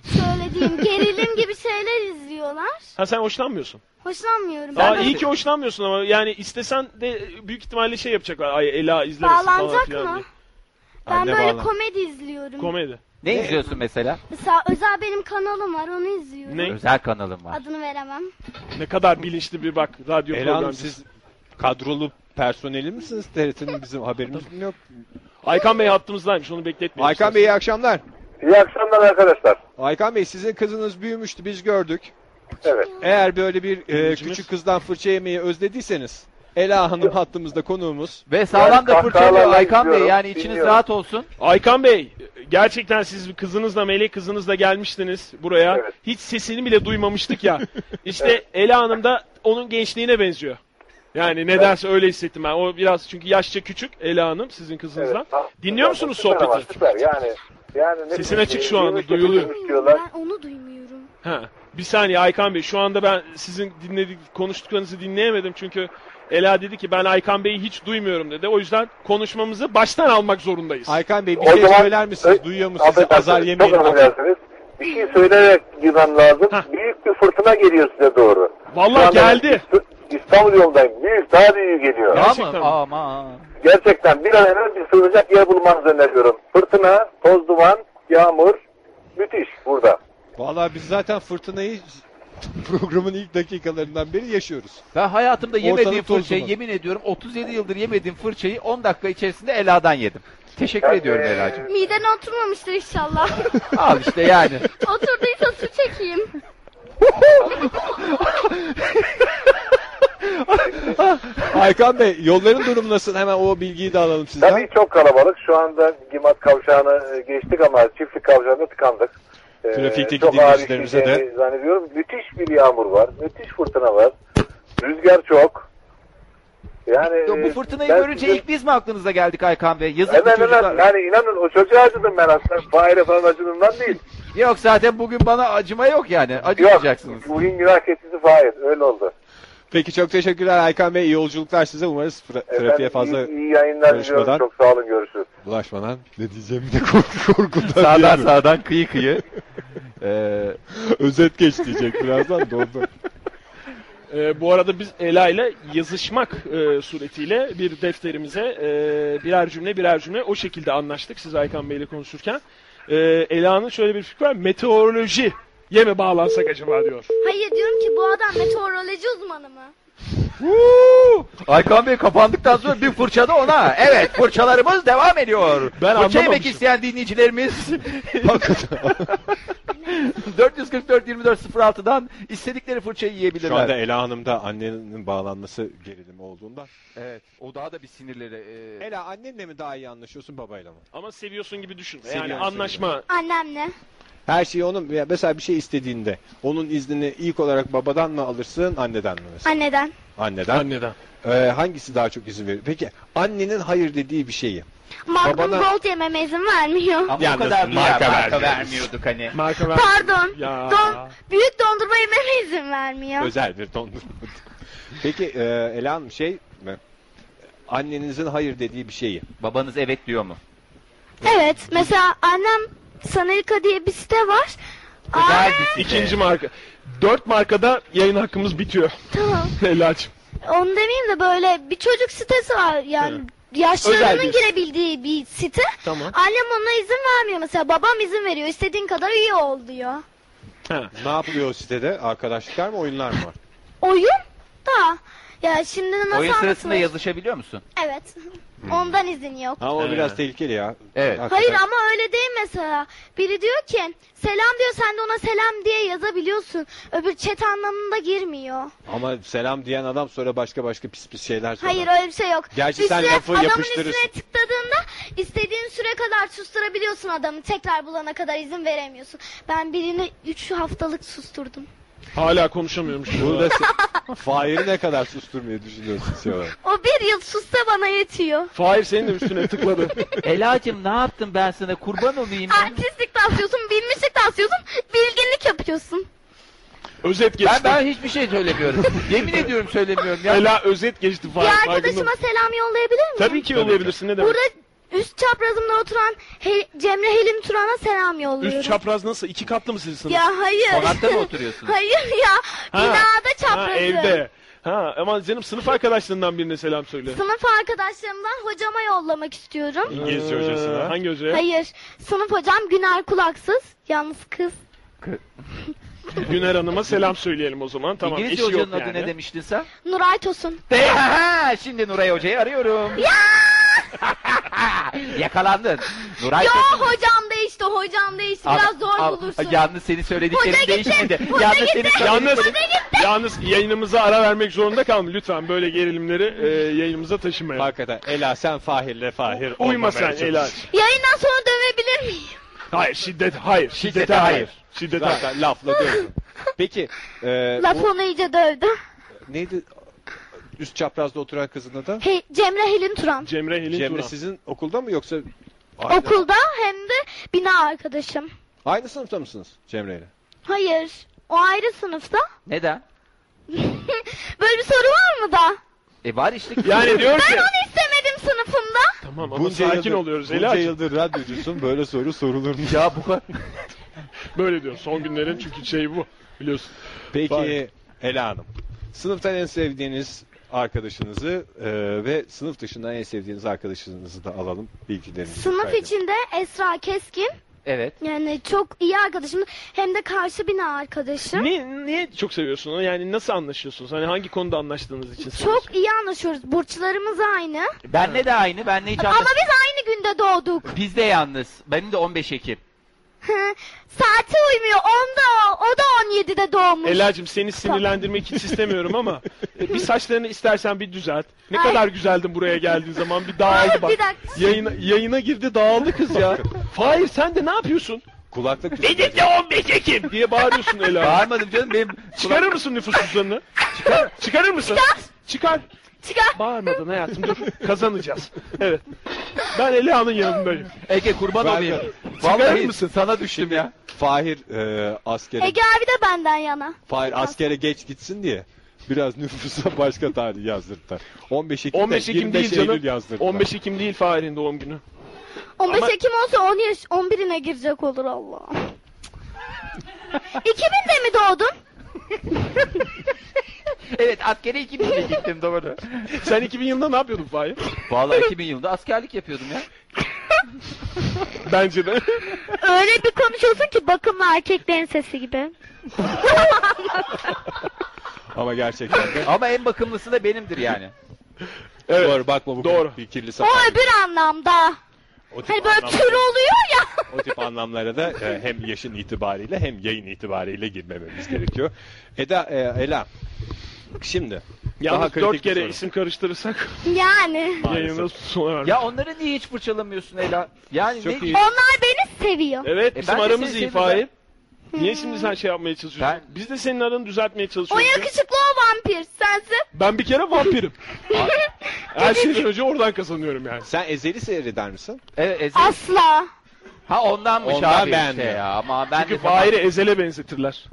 Speaker 4: söylediğim gerilim gibi şeyler izliyorlar.
Speaker 3: Ha sen hoşlanmıyorsun.
Speaker 4: Hoşlanmıyorum.
Speaker 3: Aa
Speaker 4: Ben
Speaker 3: iyi ki hoşlanmıyorsun ama yani istesen de büyük ihtimalle şey yapacaklar. Ay Ela izlemesin falan
Speaker 4: Bağlanacak
Speaker 3: filan
Speaker 4: mı?
Speaker 3: diye.
Speaker 4: Ben
Speaker 1: Anne
Speaker 4: böyle
Speaker 1: bağlan-
Speaker 4: komedi izliyorum.
Speaker 3: Komedi.
Speaker 2: Ne izliyorsun mesela?
Speaker 4: Mesela özel benim kanalım var onu izliyorum.
Speaker 3: Ne?
Speaker 2: Özel kanalım var.
Speaker 4: Adını veremem.
Speaker 3: Ne kadar bilinçli bir bak radyo
Speaker 1: Ela Hanım
Speaker 3: programcısı.
Speaker 1: siz kadrolu personeli misiniz? TRT'nin bizim haberimiz mi yok.
Speaker 3: Aykan Bey hattımızdaymış onu bekletmeyelim.
Speaker 1: Aykan Bey iyi akşamlar.
Speaker 5: İyi akşamlar arkadaşlar.
Speaker 1: Aykan Bey sizin kızınız büyümüştü biz gördük.
Speaker 5: Evet.
Speaker 1: Eğer böyle bir e,
Speaker 3: Dinleyicimiz-
Speaker 1: küçük kızdan fırça yemeyi özlediyseniz Ela Hanım hattımızda konuğumuz.
Speaker 2: Ve sağlam da
Speaker 5: Ben
Speaker 2: fırçalıyor
Speaker 5: kahkahalarla
Speaker 2: Aykan Bey
Speaker 5: izliyorum,
Speaker 2: yani içiniz
Speaker 5: dinliyorum.
Speaker 2: rahat olsun.
Speaker 3: Aykan Bey gerçekten siz kızınızla melek kızınızla gelmiştiniz buraya.
Speaker 5: Evet.
Speaker 3: Hiç sesini bile duymamıştık ya. İşte Ela Hanım da onun gençliğine benziyor. Yani nedense öyle hissettim ben. O biraz çünkü yaşça küçük Ela Hanım sizin kızınızdan.
Speaker 5: Ha,
Speaker 3: Dinliyor
Speaker 5: süper,
Speaker 3: musunuz
Speaker 5: süper ama,
Speaker 3: sohbeti?
Speaker 5: Süper yani. Yani ne
Speaker 3: Sesin
Speaker 5: bileyim,
Speaker 3: açık şu anda,
Speaker 5: yirmi sekiz
Speaker 3: duyuluyor.
Speaker 5: yirmi üç
Speaker 4: Duymuyorum,
Speaker 5: diyorlar.
Speaker 4: Ben onu duymuyorum.
Speaker 3: Ha. Bir saniye Aykan Bey şu anda ben sizin dinledik konuştuklarınızı dinleyemedim çünkü Ela dedi ki ben Aykan Bey'i hiç duymuyorum dedi. O yüzden konuşmamızı baştan almak zorundayız.
Speaker 1: Aykan Bey bir
Speaker 5: O
Speaker 1: şey
Speaker 5: zaman-
Speaker 1: söyler misiniz?
Speaker 5: Ö-
Speaker 1: Duyuyor musunuz? Sizi
Speaker 5: Affedersiniz,
Speaker 1: azar yemeyin.
Speaker 5: Çok affedersiniz. Bir şey söyleyerek girmem lazım.
Speaker 3: Hah.
Speaker 5: Büyük bir fırtına geliyor size doğru.
Speaker 3: Vallahi
Speaker 5: Şu anda
Speaker 3: geldi.
Speaker 5: İst- İstanbul yolundayım. Büyük, daha büyük geliyor.
Speaker 3: Ya.
Speaker 2: Tamam
Speaker 3: Gerçekten
Speaker 2: mı?
Speaker 3: mi?
Speaker 2: Aman.
Speaker 5: Gerçekten bir an evvel bir sığınacak yer bulmanızı öneriyorum. Fırtına, toz duman, yağmur. Müthiş burada.
Speaker 1: Vallahi biz zaten fırtınayı Programın ilk dakikalarından beri yaşıyoruz.
Speaker 2: Ben hayatımda yemediğim
Speaker 1: Ortalık toz
Speaker 2: fırçayı
Speaker 1: duman.
Speaker 2: yemin ediyorum 37 yıldır yemediğim fırçayı 10 dakika içerisinde Ela'dan yedim. Teşekkür ediyorum Ela'cığım.
Speaker 4: Miden oturmamıştır inşallah.
Speaker 2: Al işte yani.
Speaker 4: Oturduysa su çekeyim.
Speaker 1: Aykan Bey yolların durumu nasıl? Hemen o bilgiyi de alalım sizden.
Speaker 5: Tabii çok kalabalık. Şu anda Gimat kavşağını e, geçtik ama çiftlik kavşağında tıkandık. Ee,
Speaker 1: Trafikteki
Speaker 5: çok ağır
Speaker 1: dinleyicilerimize
Speaker 5: işleyeceğini Zannediyorum. Müthiş bir yağmur var. Müthiş fırtına var. Rüzgar çok. Yani
Speaker 2: Yo, bu
Speaker 5: e,
Speaker 2: fırtınayı
Speaker 5: ben
Speaker 2: görünce
Speaker 5: sizin-
Speaker 2: ilk biz mi aklınıza geldik Aykan Bey? Yazık bu
Speaker 5: Hemen hemen
Speaker 2: çocuklar.
Speaker 5: yani inanın o çocuğa acıdım ben aslında. Fahir'e falan acıdığımdan değil.
Speaker 2: Yok zaten bugün bana acıma yok yani.
Speaker 5: Yok.
Speaker 2: Acımayacaksınız.
Speaker 5: Bugün günah keçisi Fahir. Öyle oldu.
Speaker 1: Peki çok teşekkürler Aykan Bey. İyi yolculuklar size. Umarız tra- trafiğe
Speaker 5: Efendim,
Speaker 1: fazla
Speaker 5: iyi, iyi yayınlar
Speaker 1: karışmadan-
Speaker 5: diliyorum. Çok sağ olun. Görüşürüz.
Speaker 1: bulaşmadan ne diyeceğimi de kork- korkudan
Speaker 2: Sağdan
Speaker 1: diyemiyorum.
Speaker 2: sağdan kıyı kıyı. Ee,
Speaker 1: Özet geç diyecek birazdan dondu.
Speaker 3: Ee, bu arada biz Ela ile yazışmak e, suretiyle bir defterimize e, birer cümle birer cümle o şekilde anlaştık siz Aykan Bey ile konuşurken. Ee, Ela'nın şöyle bir fikri var. Meteoroloji mi bağlansak acaba diyor.
Speaker 4: Hayır diyorum ki bu adam meteoroloji uzmanı mı?
Speaker 3: Huu!
Speaker 2: Aykan Bey kapandıktan sonra bir fırça da ona. Evet fırçalarımız devam ediyor.
Speaker 3: Ben
Speaker 2: Fırça yemek
Speaker 3: anlamamışım.
Speaker 2: isteyen dinleyicilerimiz 444-2406'dan istedikleri fırçayı yiyebilirler.
Speaker 1: Şu anda Ela Hanım da annenin bağlanması gerilimi olduğunda.
Speaker 2: Evet o daha da bir sinirleri. e,
Speaker 1: Ela annenle mi daha iyi anlaşıyorsun babayla mı?
Speaker 3: Ama seviyorsun gibi düşün. Yani
Speaker 1: Seviyorum,
Speaker 3: anlaşma.
Speaker 4: Annemle.
Speaker 1: Her şeyi onun ya mesela bir şey istediğinde onun iznini ilk olarak babadan mı alırsın anneden mi mesela?
Speaker 4: Anneden.
Speaker 1: Anneden.
Speaker 3: Anneden.
Speaker 1: Ee, hangisi daha çok izin verir? Peki annenin hayır dediği bir şeyi.
Speaker 4: Malcolm
Speaker 1: Babana-
Speaker 4: Gold yememe izin vermiyor.
Speaker 2: Ama
Speaker 1: Yalnız
Speaker 2: o kadar marka,
Speaker 1: marka
Speaker 2: marka
Speaker 1: vermiyoruz.
Speaker 2: vermiyorduk hani.
Speaker 3: Marka ver.
Speaker 4: Pardon.
Speaker 3: Ya.
Speaker 4: Don, büyük dondurma yememe izin vermiyor.
Speaker 1: Özel bir dondurma. Peki e, Ela Hanım şey mi? Annenizin hayır dediği bir şeyi.
Speaker 2: Babanız evet diyor mu?
Speaker 4: Evet. Mesela annem Sanelika diye bir site var. Aa,
Speaker 1: E,
Speaker 2: Özel bir site.
Speaker 3: İkinci marka. Dört markada yayın hakkımız bitiyor.
Speaker 4: tamam.
Speaker 3: Ela'cığım.
Speaker 4: Onu demeyeyim de böyle bir çocuk sitesi var. Yani
Speaker 3: Özel
Speaker 4: yaşlılarının
Speaker 3: bir-
Speaker 4: girebildiği bir site.
Speaker 3: Tamam.
Speaker 4: Annem ona izin vermiyor. Mesela babam izin veriyor. İstediğin kadar üye ol diyor.
Speaker 3: Ha.
Speaker 1: Ne yapılıyor o sitede? Arkadaşlıklar mı oyunlar mı var?
Speaker 4: Oyun da. Ya şimdi nasıl
Speaker 2: Oyun sırasında
Speaker 4: anlatılır?
Speaker 2: yazışabiliyor musun?
Speaker 4: Evet.
Speaker 3: Hmm.
Speaker 4: Ondan izin yok.
Speaker 1: Ama o
Speaker 3: He.
Speaker 2: Ee.
Speaker 1: biraz tehlikeli ya.
Speaker 2: Evet.
Speaker 1: Hakikaten.
Speaker 4: Hayır ama öyle değil mesela. Biri diyor ki selam diyor sen de ona selam diye yazabiliyorsun. Öbür chat anlamında girmiyor.
Speaker 1: Ama selam diyen adam sonra başka başka pis pis şeyler söyler.
Speaker 4: Hayır öyle bir şey yok.
Speaker 1: Gerçi
Speaker 4: bir
Speaker 1: sen
Speaker 4: süre
Speaker 1: lafı
Speaker 4: adamın
Speaker 1: yapıştırırsın.
Speaker 4: üstüne tıkladığında istediğin süre kadar susturabiliyorsun adamı. Tekrar bulana kadar izin veremiyorsun. Ben birini 3 haftalık susturdum.
Speaker 3: Hala konuşamıyormuş.
Speaker 1: Burada se- Fahir'i ne kadar susturmayı düşünüyorsun şey olarak?
Speaker 4: O bir yıl susta bana yetiyor.
Speaker 3: Fahir senin de üstüne tıkladı.
Speaker 2: Ela'cığım ne yaptım ben sana kurban olayım.
Speaker 4: Artistlik taslıyorsun, bilmişlik taslıyorsun, bilginlik yapıyorsun.
Speaker 3: özet geçti.
Speaker 2: Ben ben hiçbir şey söylemiyorum. Yemin ediyorum söylemiyorum ya.
Speaker 3: Ela özet geçti Fahir.
Speaker 4: Bir
Speaker 3: farkında mısın?
Speaker 4: arkadaşıma selam yollayabilir miyim?
Speaker 3: Tabii ki yollayabilirsin ne demek.
Speaker 4: Burada üst çaprazımda oturan He- Cemre Helim Turan'a selam yolluyorum.
Speaker 3: Üst çapraz nasıl? İki katlı mı sizsiniz?
Speaker 4: Ya hayır.
Speaker 2: Konakta mı oturuyorsunuz?
Speaker 4: hayır ya.
Speaker 3: Ha,
Speaker 4: Binada çaprazı.
Speaker 3: Ha, evde. Ha ama canım sınıf arkadaşlarından birine selam söyle.
Speaker 4: Sınıf arkadaşlarımdan hocama yollamak istiyorum.
Speaker 1: İngilizce
Speaker 3: Ee,
Speaker 1: hocasına.
Speaker 3: Hangi hocaya?
Speaker 4: Hayır. Sınıf hocam Güner Kulaksız. Yalnız kız.
Speaker 3: Güner Hanım'a selam söyleyelim o zaman. Tamam.
Speaker 2: İngilizce
Speaker 3: eşi yok
Speaker 2: hocanın adı
Speaker 3: yani.
Speaker 2: ne demiştin sen?
Speaker 4: Nuray Tosun.
Speaker 2: De- Ha, Şimdi Nuray Hoca'yı arıyorum. Yakalandın. Nuray
Speaker 4: Yo
Speaker 2: Tosun-
Speaker 4: hocam değişti. Hocam değişti.
Speaker 2: Al-
Speaker 4: Biraz zor
Speaker 2: al-
Speaker 4: bulursun.
Speaker 2: Yalnız senin
Speaker 4: Hoca
Speaker 2: söylediklerin
Speaker 4: gitti,
Speaker 2: değişmedi.
Speaker 4: hoca
Speaker 2: Yalnız
Speaker 4: gitti.
Speaker 2: senin
Speaker 3: Yalnız,
Speaker 2: söylediklerin...
Speaker 3: yalnız yayınımıza ara vermek zorunda kaldım. Lütfen böyle gerilimleri e, yayınımıza taşımayın.
Speaker 1: Hakikaten Ela sen Fahir'le Fahir
Speaker 3: Uyma
Speaker 1: olmamaya
Speaker 3: sen
Speaker 1: çalış.
Speaker 3: Ela.
Speaker 4: Yayından sonra dövebilir miyim?
Speaker 3: Hayır şiddet hayır. Şiddete,
Speaker 2: Şiddete
Speaker 3: hayır.
Speaker 2: hayır.
Speaker 3: Şiddete hayır.
Speaker 1: Zaten lafla diyorsun. Peki e,
Speaker 4: Laf
Speaker 1: o,
Speaker 4: onu iyice dövdü.
Speaker 1: neydi üst çaprazda oturan kızın adı?
Speaker 4: He, Cemre Helin Turan.
Speaker 3: Cemre Helin
Speaker 1: Cemre
Speaker 3: Turan.
Speaker 1: sizin okulda mı yoksa aynı,
Speaker 4: Okulda hem de bina arkadaşım.
Speaker 1: aynı sınıfta mısınız Cemre ile?
Speaker 4: Hayır. O ayrı sınıfta.
Speaker 2: Neden?
Speaker 4: Böyle bir soru var mı da?
Speaker 2: E var işte.
Speaker 3: Yani diyor ki.
Speaker 4: Ben onu istemedim sınıfımda.
Speaker 3: Tamam ama sakin oluyoruz
Speaker 1: bunca
Speaker 3: Ela'cığım.
Speaker 1: yıldır radyocusun böyle soru sorulur mu?
Speaker 2: Ya bu kadar.
Speaker 3: Böyle diyor. Son günlerin çünkü şeyi bu. Biliyorsun.
Speaker 1: Peki
Speaker 3: Vay.
Speaker 1: Ela Hanım. Sınıftan en sevdiğiniz arkadaşınızı e, ve sınıf dışından en sevdiğiniz arkadaşınızı da alalım bilgilerinizi.
Speaker 4: Sınıf
Speaker 1: paylaşın.
Speaker 4: içinde Esra Keskin,
Speaker 2: Evet.
Speaker 4: Yani çok iyi arkadaşım hem de karşı bina arkadaşım.
Speaker 3: Ne, niye çok seviyorsun onu? Yani nasıl anlaşıyorsunuz? Hani hangi konuda anlaştığınız için seviyorsun?
Speaker 4: Çok iyi anlaşıyoruz. Burçlarımız aynı.
Speaker 2: Benle de aynı. Benle hiç
Speaker 4: Ama
Speaker 2: anlaş-
Speaker 4: biz aynı günde doğduk.
Speaker 2: Biz de yalnız. Benim de 15 Ekim.
Speaker 4: Saati uymuyor. Onda o. O da 17'de doğmuş.
Speaker 3: Ela'cığım seni sinirlendirmek hiç istemiyorum ama e, bir saçlarını istersen bir düzelt. Ne
Speaker 4: Ay.
Speaker 3: kadar güzeldin buraya geldiğin zaman bir
Speaker 4: Hayır,
Speaker 3: dağıldı
Speaker 4: bir
Speaker 3: bak.
Speaker 4: dakika.
Speaker 3: Yayına, yayına girdi dağıldı kız ya. Fahir sen de ne yapıyorsun?
Speaker 1: Kulaklık
Speaker 3: Benim de 15 Ekim diye bağırıyorsun Ela.
Speaker 2: Bağırmadım canım. Benim
Speaker 3: Çıkarır mısın nüfus cüzdanını? Çıkar. Çıkarır mısın? Çıkar.
Speaker 4: Çıkar.
Speaker 3: Bağırmadın hayatım dur. Kazanacağız. Evet. Ben Ela'nın yanındayım.
Speaker 2: Ege kurban
Speaker 1: Ben-
Speaker 2: olayım.
Speaker 1: Çıkarır
Speaker 2: Vallahi
Speaker 1: mısın?
Speaker 2: Sana düştüm ya.
Speaker 1: Fahir e, askere,
Speaker 4: Ege abi de benden yana.
Speaker 1: Fahir askere geç gitsin diye biraz nüfusa başka tarih yazdırdılar. 15 Ekim,
Speaker 3: 15 Ekim değil
Speaker 1: Eylül
Speaker 3: canım.
Speaker 1: yazdırdılar.
Speaker 3: 15 Ekim değil Fahir'in doğum günü.
Speaker 4: 15
Speaker 3: Ama-
Speaker 4: Ekim olsa 10 yaş 11'ine girecek olur Allah. 2000'de mi doğdun?
Speaker 2: Evet askere 2000'de gittim doğru.
Speaker 3: Sen 2000 yılında ne yapıyordun Fahir?
Speaker 2: Vallahi 2000 yılında askerlik yapıyordum ya.
Speaker 3: Bence de.
Speaker 4: Öyle bir konuşuyorsun ki bakımlı erkeklerin sesi gibi.
Speaker 1: Ama gerçekten de.
Speaker 2: Ama en bakımlısı da benimdir yani.
Speaker 3: Evet.
Speaker 1: Doğru bakma bu
Speaker 3: Doğru.
Speaker 1: bir kirli
Speaker 4: O
Speaker 1: sakal.
Speaker 4: öbür anlamda.
Speaker 1: O tip
Speaker 4: Hani böyle
Speaker 1: anlamlara-
Speaker 4: tür oluyor ya.
Speaker 1: o tip anlamlara da e, hem yaşın itibariyle hem yayın itibariyle girmememiz gerekiyor. Eda, e, Ela, şimdi
Speaker 3: Yalnız
Speaker 1: kritik
Speaker 3: dört
Speaker 1: bir
Speaker 3: kere
Speaker 1: soru.
Speaker 3: isim karıştırırsak
Speaker 4: Yani.
Speaker 1: Maalesef.
Speaker 3: yayını sona vermiş.
Speaker 2: Ya onları niye hiç fırçalamıyorsun Ela? Yani
Speaker 1: Çok
Speaker 2: ne
Speaker 1: iyi.
Speaker 4: Onlar beni seviyor.
Speaker 3: Evet
Speaker 2: E,
Speaker 3: bizim
Speaker 2: ben de
Speaker 3: aramız
Speaker 2: seni
Speaker 3: iyi
Speaker 2: sevdim
Speaker 3: Fahir. Niye şimdi sen şey yapmaya çalışıyorsun?
Speaker 2: Ben-
Speaker 3: Biz de senin aranı düzeltmeye
Speaker 4: O
Speaker 3: çalışıyoruz.
Speaker 4: yakışıklı o vampir. Sensin.
Speaker 3: Ben bir kere vampirim. Her şeyden önce oradan kazanıyorum yani.
Speaker 1: Sen Ezeli seyreder misin?
Speaker 2: E, Eze-
Speaker 4: Asla.
Speaker 2: Ha ondanmış
Speaker 1: Ondan
Speaker 2: abi
Speaker 1: ben
Speaker 2: işte
Speaker 1: de.
Speaker 2: ya. Ama ben
Speaker 3: Çünkü
Speaker 2: de tamam-
Speaker 3: Fahir'i Ezel'e benzetirler.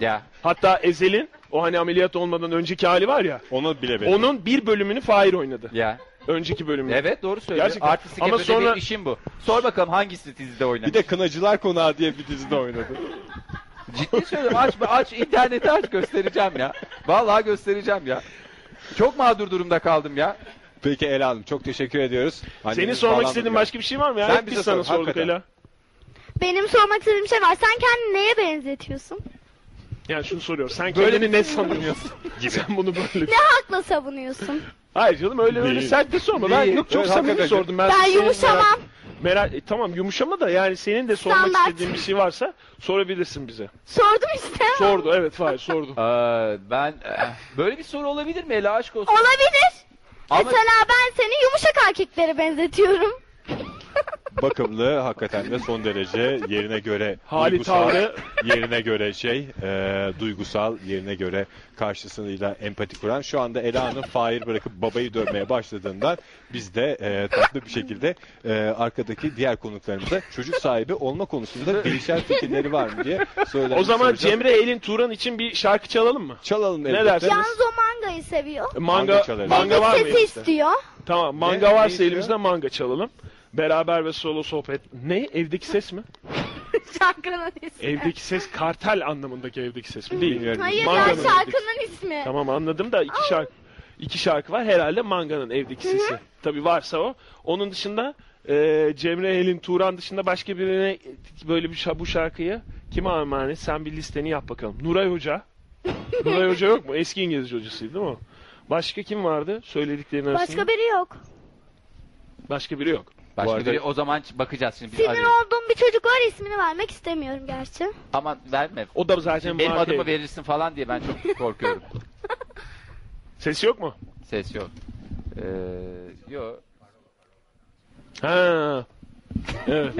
Speaker 2: Ya.
Speaker 3: Hatta Ezel'in o hani ameliyat olmadan önceki hali var ya.
Speaker 1: Onu bile ben.
Speaker 3: Onun bir bölümünü Fahir oynadı.
Speaker 2: Ya.
Speaker 3: Önceki bölümünü.
Speaker 2: Evet doğru söylüyorsun.
Speaker 3: Gerçekten.
Speaker 2: Artistik
Speaker 3: Ama
Speaker 2: Ama
Speaker 3: sonra-
Speaker 2: benim işim bu. Sor bakalım hangisi dizide oynamış.
Speaker 1: Bir de Kınacılar Konağı diye bir dizide oynadı.
Speaker 2: Ciddi söylüyorum aç aç interneti aç göstereceğim ya. Vallahi göstereceğim ya. Çok mağdur durumda kaldım ya.
Speaker 1: Peki Ela Hanım çok teşekkür ediyoruz.
Speaker 3: Senin
Speaker 1: Annemiz
Speaker 3: sormak
Speaker 1: bağlandı
Speaker 3: istediğin
Speaker 1: ya.
Speaker 3: başka bir şey var mı ya?
Speaker 1: Sen
Speaker 3: Hep
Speaker 1: bize
Speaker 3: biz sana
Speaker 1: sor,
Speaker 3: sorduk
Speaker 1: hakikaten.
Speaker 3: Ela.
Speaker 4: Benim sormak istediğim şey var. Sen kendini neye benzetiyorsun?
Speaker 3: Yani şunu soruyor. Sen
Speaker 2: Böyle şey
Speaker 3: kendini ne sanıyorsun? Sen bunu böyle...
Speaker 4: Ne hakla savunuyorsun?
Speaker 3: Hayır canım öyle öyle
Speaker 1: Değil.
Speaker 3: sert de sorma. Ben
Speaker 2: Değil.
Speaker 3: yok çok
Speaker 1: Evet,
Speaker 3: samimi
Speaker 1: hakikaten.
Speaker 3: sordum. Ben,
Speaker 4: Ben
Speaker 3: senin
Speaker 4: yumuşamam.
Speaker 3: Merak, merak- e, tamam yumuşama da yani senin de sormak
Speaker 4: Standart.
Speaker 3: istediğin bir şey varsa sorabilirsin bize.
Speaker 4: Sordum işte.
Speaker 3: Sordu evet Fahir sordu.
Speaker 2: Aa, Ee, ben eh, böyle bir soru olabilir mi Ela aşk olsun?
Speaker 4: Olabilir.
Speaker 2: Ama
Speaker 4: Mesela ben seni yumuşak erkeklere benzetiyorum.
Speaker 1: Bakımlı hakikaten de son derece yerine göre
Speaker 3: Hali tavrı.
Speaker 1: yerine göre şey e, duygusal yerine göre karşısıyla empati kuran şu anda Ela'nın Fahir bırakıp babayı dövmeye başladığından biz de e, tatlı bir şekilde e, arkadaki diğer konuklarımıza çocuk sahibi olma konusunda değişen fikirleri var mı diye söylemek
Speaker 3: o zaman
Speaker 1: soracağım.
Speaker 3: Cemre Elin Turan için bir şarkı çalalım mı?
Speaker 1: çalalım
Speaker 3: Ne
Speaker 1: elbette.
Speaker 3: dersin? E,
Speaker 4: Yalnız o mangayı seviyor.
Speaker 1: Manga
Speaker 3: Manga
Speaker 1: çalarız.
Speaker 3: manga var mı?
Speaker 4: sesi istiyor.
Speaker 3: Tamam manga
Speaker 1: Ne- ne
Speaker 3: varsa
Speaker 1: istiyor?
Speaker 3: elimizde manga çalalım. Beraber ve solo sohbet. Ne? Evdeki ses mi?
Speaker 4: Şarkının ismi.
Speaker 3: Evdeki ses kartel anlamındaki evdeki ses mi? Değil.
Speaker 1: Bilmiyorum.
Speaker 4: Hayır
Speaker 3: Manganın
Speaker 4: ya
Speaker 3: evdeki-
Speaker 4: şarkının ismi.
Speaker 3: Tamam anladım da iki şarkı iki şarkı var herhalde Manga'nın evdeki sesi. Tabii varsa o. Onun dışında e, Cemre Elin Turan dışında başka birine böyle bir şa- bu şarkıyı kime armağan et? Sen bir listeni yap bakalım. Nuray Hoca. Nuray Hoca yok mu? Eski İngilizce hocasıydı değil mi? o? Başka kim vardı söylediklerinin arasında?
Speaker 4: Başka biri yok.
Speaker 3: Başka biri yok.
Speaker 2: başka
Speaker 1: Bu arada-
Speaker 2: biri o zaman ç- bakacağız şimdi biz
Speaker 4: Sinir
Speaker 2: arıyoruz.
Speaker 4: olduğum bir çocuk var ismini vermek istemiyorum gerçi.
Speaker 2: Aman verme.
Speaker 3: O da zaten
Speaker 2: Benim
Speaker 3: marka
Speaker 2: adımı
Speaker 3: evli.
Speaker 2: verirsin falan diye ben çok korkuyorum.
Speaker 3: Ses yok mu?
Speaker 2: Ses yok. Ee, yok.
Speaker 3: Ha. Evet.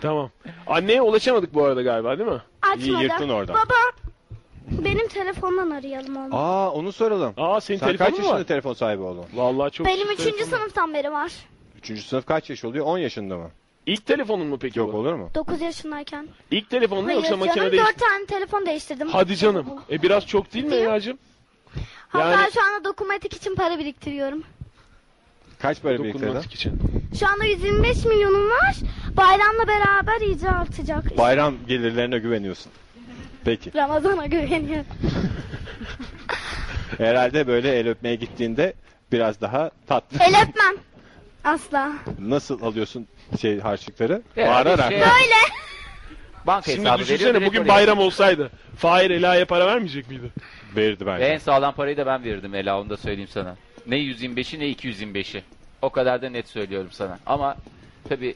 Speaker 3: tamam. Anneye ulaşamadık bu arada galiba değil mi?
Speaker 4: Açmadı.
Speaker 1: İyi, yırttın oradan.
Speaker 4: Baba benim telefondan arayalım onu.
Speaker 1: Aa onu soralım.
Speaker 3: Aa senin
Speaker 1: Sen kaç
Speaker 3: telefonun mu
Speaker 1: yaşında
Speaker 3: var?
Speaker 1: telefon sahibi oldun?
Speaker 3: Vallahi çok
Speaker 4: Benim
Speaker 3: şükür
Speaker 4: üçüncü
Speaker 3: telefonum-
Speaker 4: sınıftan beri var.
Speaker 1: Üçüncü sınıf kaç yaş oluyor? 10 yaşında mı?
Speaker 3: İlk telefonun mu peki
Speaker 1: Yok
Speaker 3: bu?
Speaker 1: olur mu?
Speaker 4: 9 yaşındayken.
Speaker 3: İlk telefonun mu
Speaker 4: Hayır
Speaker 3: yoksa makine
Speaker 4: canım
Speaker 3: değişti?
Speaker 4: 4 tane telefon değiştirdim.
Speaker 3: Hadi canım. E biraz çok değil mi
Speaker 4: Değil.
Speaker 3: Ela'cığım?
Speaker 4: Hatta
Speaker 3: yani-
Speaker 4: şu anda dokunmatik için para biriktiriyorum.
Speaker 1: Kaç para biriktirdin?
Speaker 3: Dokunmatik için.
Speaker 4: Şu anda 125 milyonum var. Bayramla beraber iyice artacak.
Speaker 1: Bayram gelirlerine güveniyorsun. Peki.
Speaker 4: Ramazan'a güveniyorum.
Speaker 1: Herhalde böyle el öpmeye gittiğinde biraz daha tatlı.
Speaker 4: El öpmem. Asla.
Speaker 1: Nasıl alıyorsun şey harçlıkları?
Speaker 2: Herhalde
Speaker 1: Bağırarak.
Speaker 2: şey-
Speaker 4: Böyle.
Speaker 2: Banka
Speaker 3: Şimdi
Speaker 2: hesabı veriyor,
Speaker 3: düşünsene
Speaker 2: direkt
Speaker 3: bugün
Speaker 2: oraya.
Speaker 3: bayram olsaydı. Fahir Ela'ya para vermeyecek miydi?
Speaker 1: Verirdi bence.
Speaker 2: En sağlam parayı da ben verirdim Ela onu da söyleyeyim sana. Ne 125'i ne 225'i. O kadar da net söylüyorum sana. Ama tabii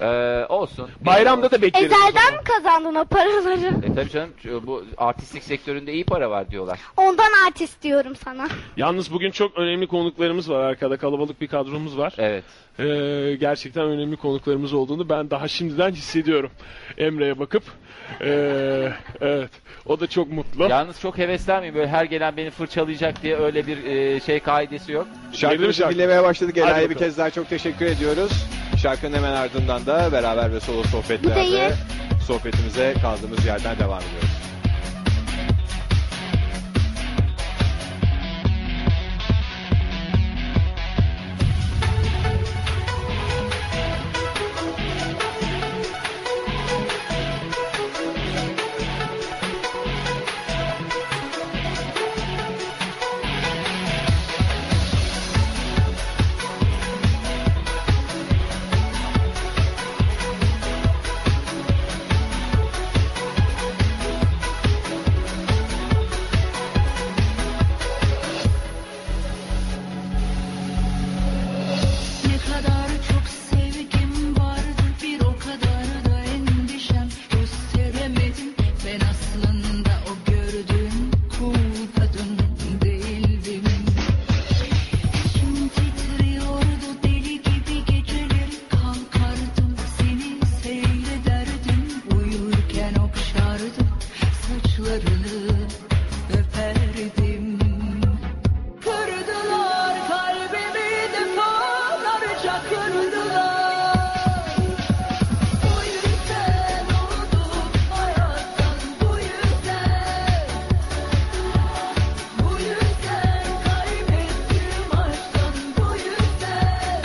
Speaker 2: eee, olsun.
Speaker 3: Bayramda da bekleriz. o
Speaker 4: Ezelden
Speaker 3: zaman.
Speaker 4: mi kazandın o paraları?
Speaker 2: E tabii canım şu- bu artistik sektöründe iyi para var diyorlar.
Speaker 4: Ondan artist diyorum sana.
Speaker 3: Yalnız bugün çok önemli konuklarımız var arkada. Kalabalık bir kadromuz var.
Speaker 2: Evet.
Speaker 3: Ee, gerçekten önemli konuklarımız olduğunu ben daha şimdiden hissediyorum. Emre'ye bakıp. Ee, evet. O da çok mutlu.
Speaker 2: Yalnız çok heveslenmeyin böyle her gelen beni fırçalayacak diye öyle bir eee, şey kaidesi yok.
Speaker 3: Belirli bir
Speaker 1: Şarkımızı
Speaker 3: şarkı.
Speaker 1: dinlemeye başladık.
Speaker 3: Hadi
Speaker 1: Ela'ya bir
Speaker 3: bakalım.
Speaker 1: kez daha çok teşekkür ediyoruz. Şarkının hemen ardından da beraber ve solo
Speaker 4: Bu değil.
Speaker 1: sohbetlerde sohbetimize kaldığımız yerden devam ediyoruz.
Speaker 6: Ne kadar çok sevgim vardı bir o kadar da endişem gösteremedim ben aslında o gördüğün cool kadın değildim. İçim titriyordu deli gibi geceleri kalkardım seni seyrederdim uyurken okşardım saçlarını öperdim. Kırdılar kalbimi defalarca kırdılar Bu yüzden oldum hayattan bu yüzden Bu yüzden kaybettim aşktan bu yüzden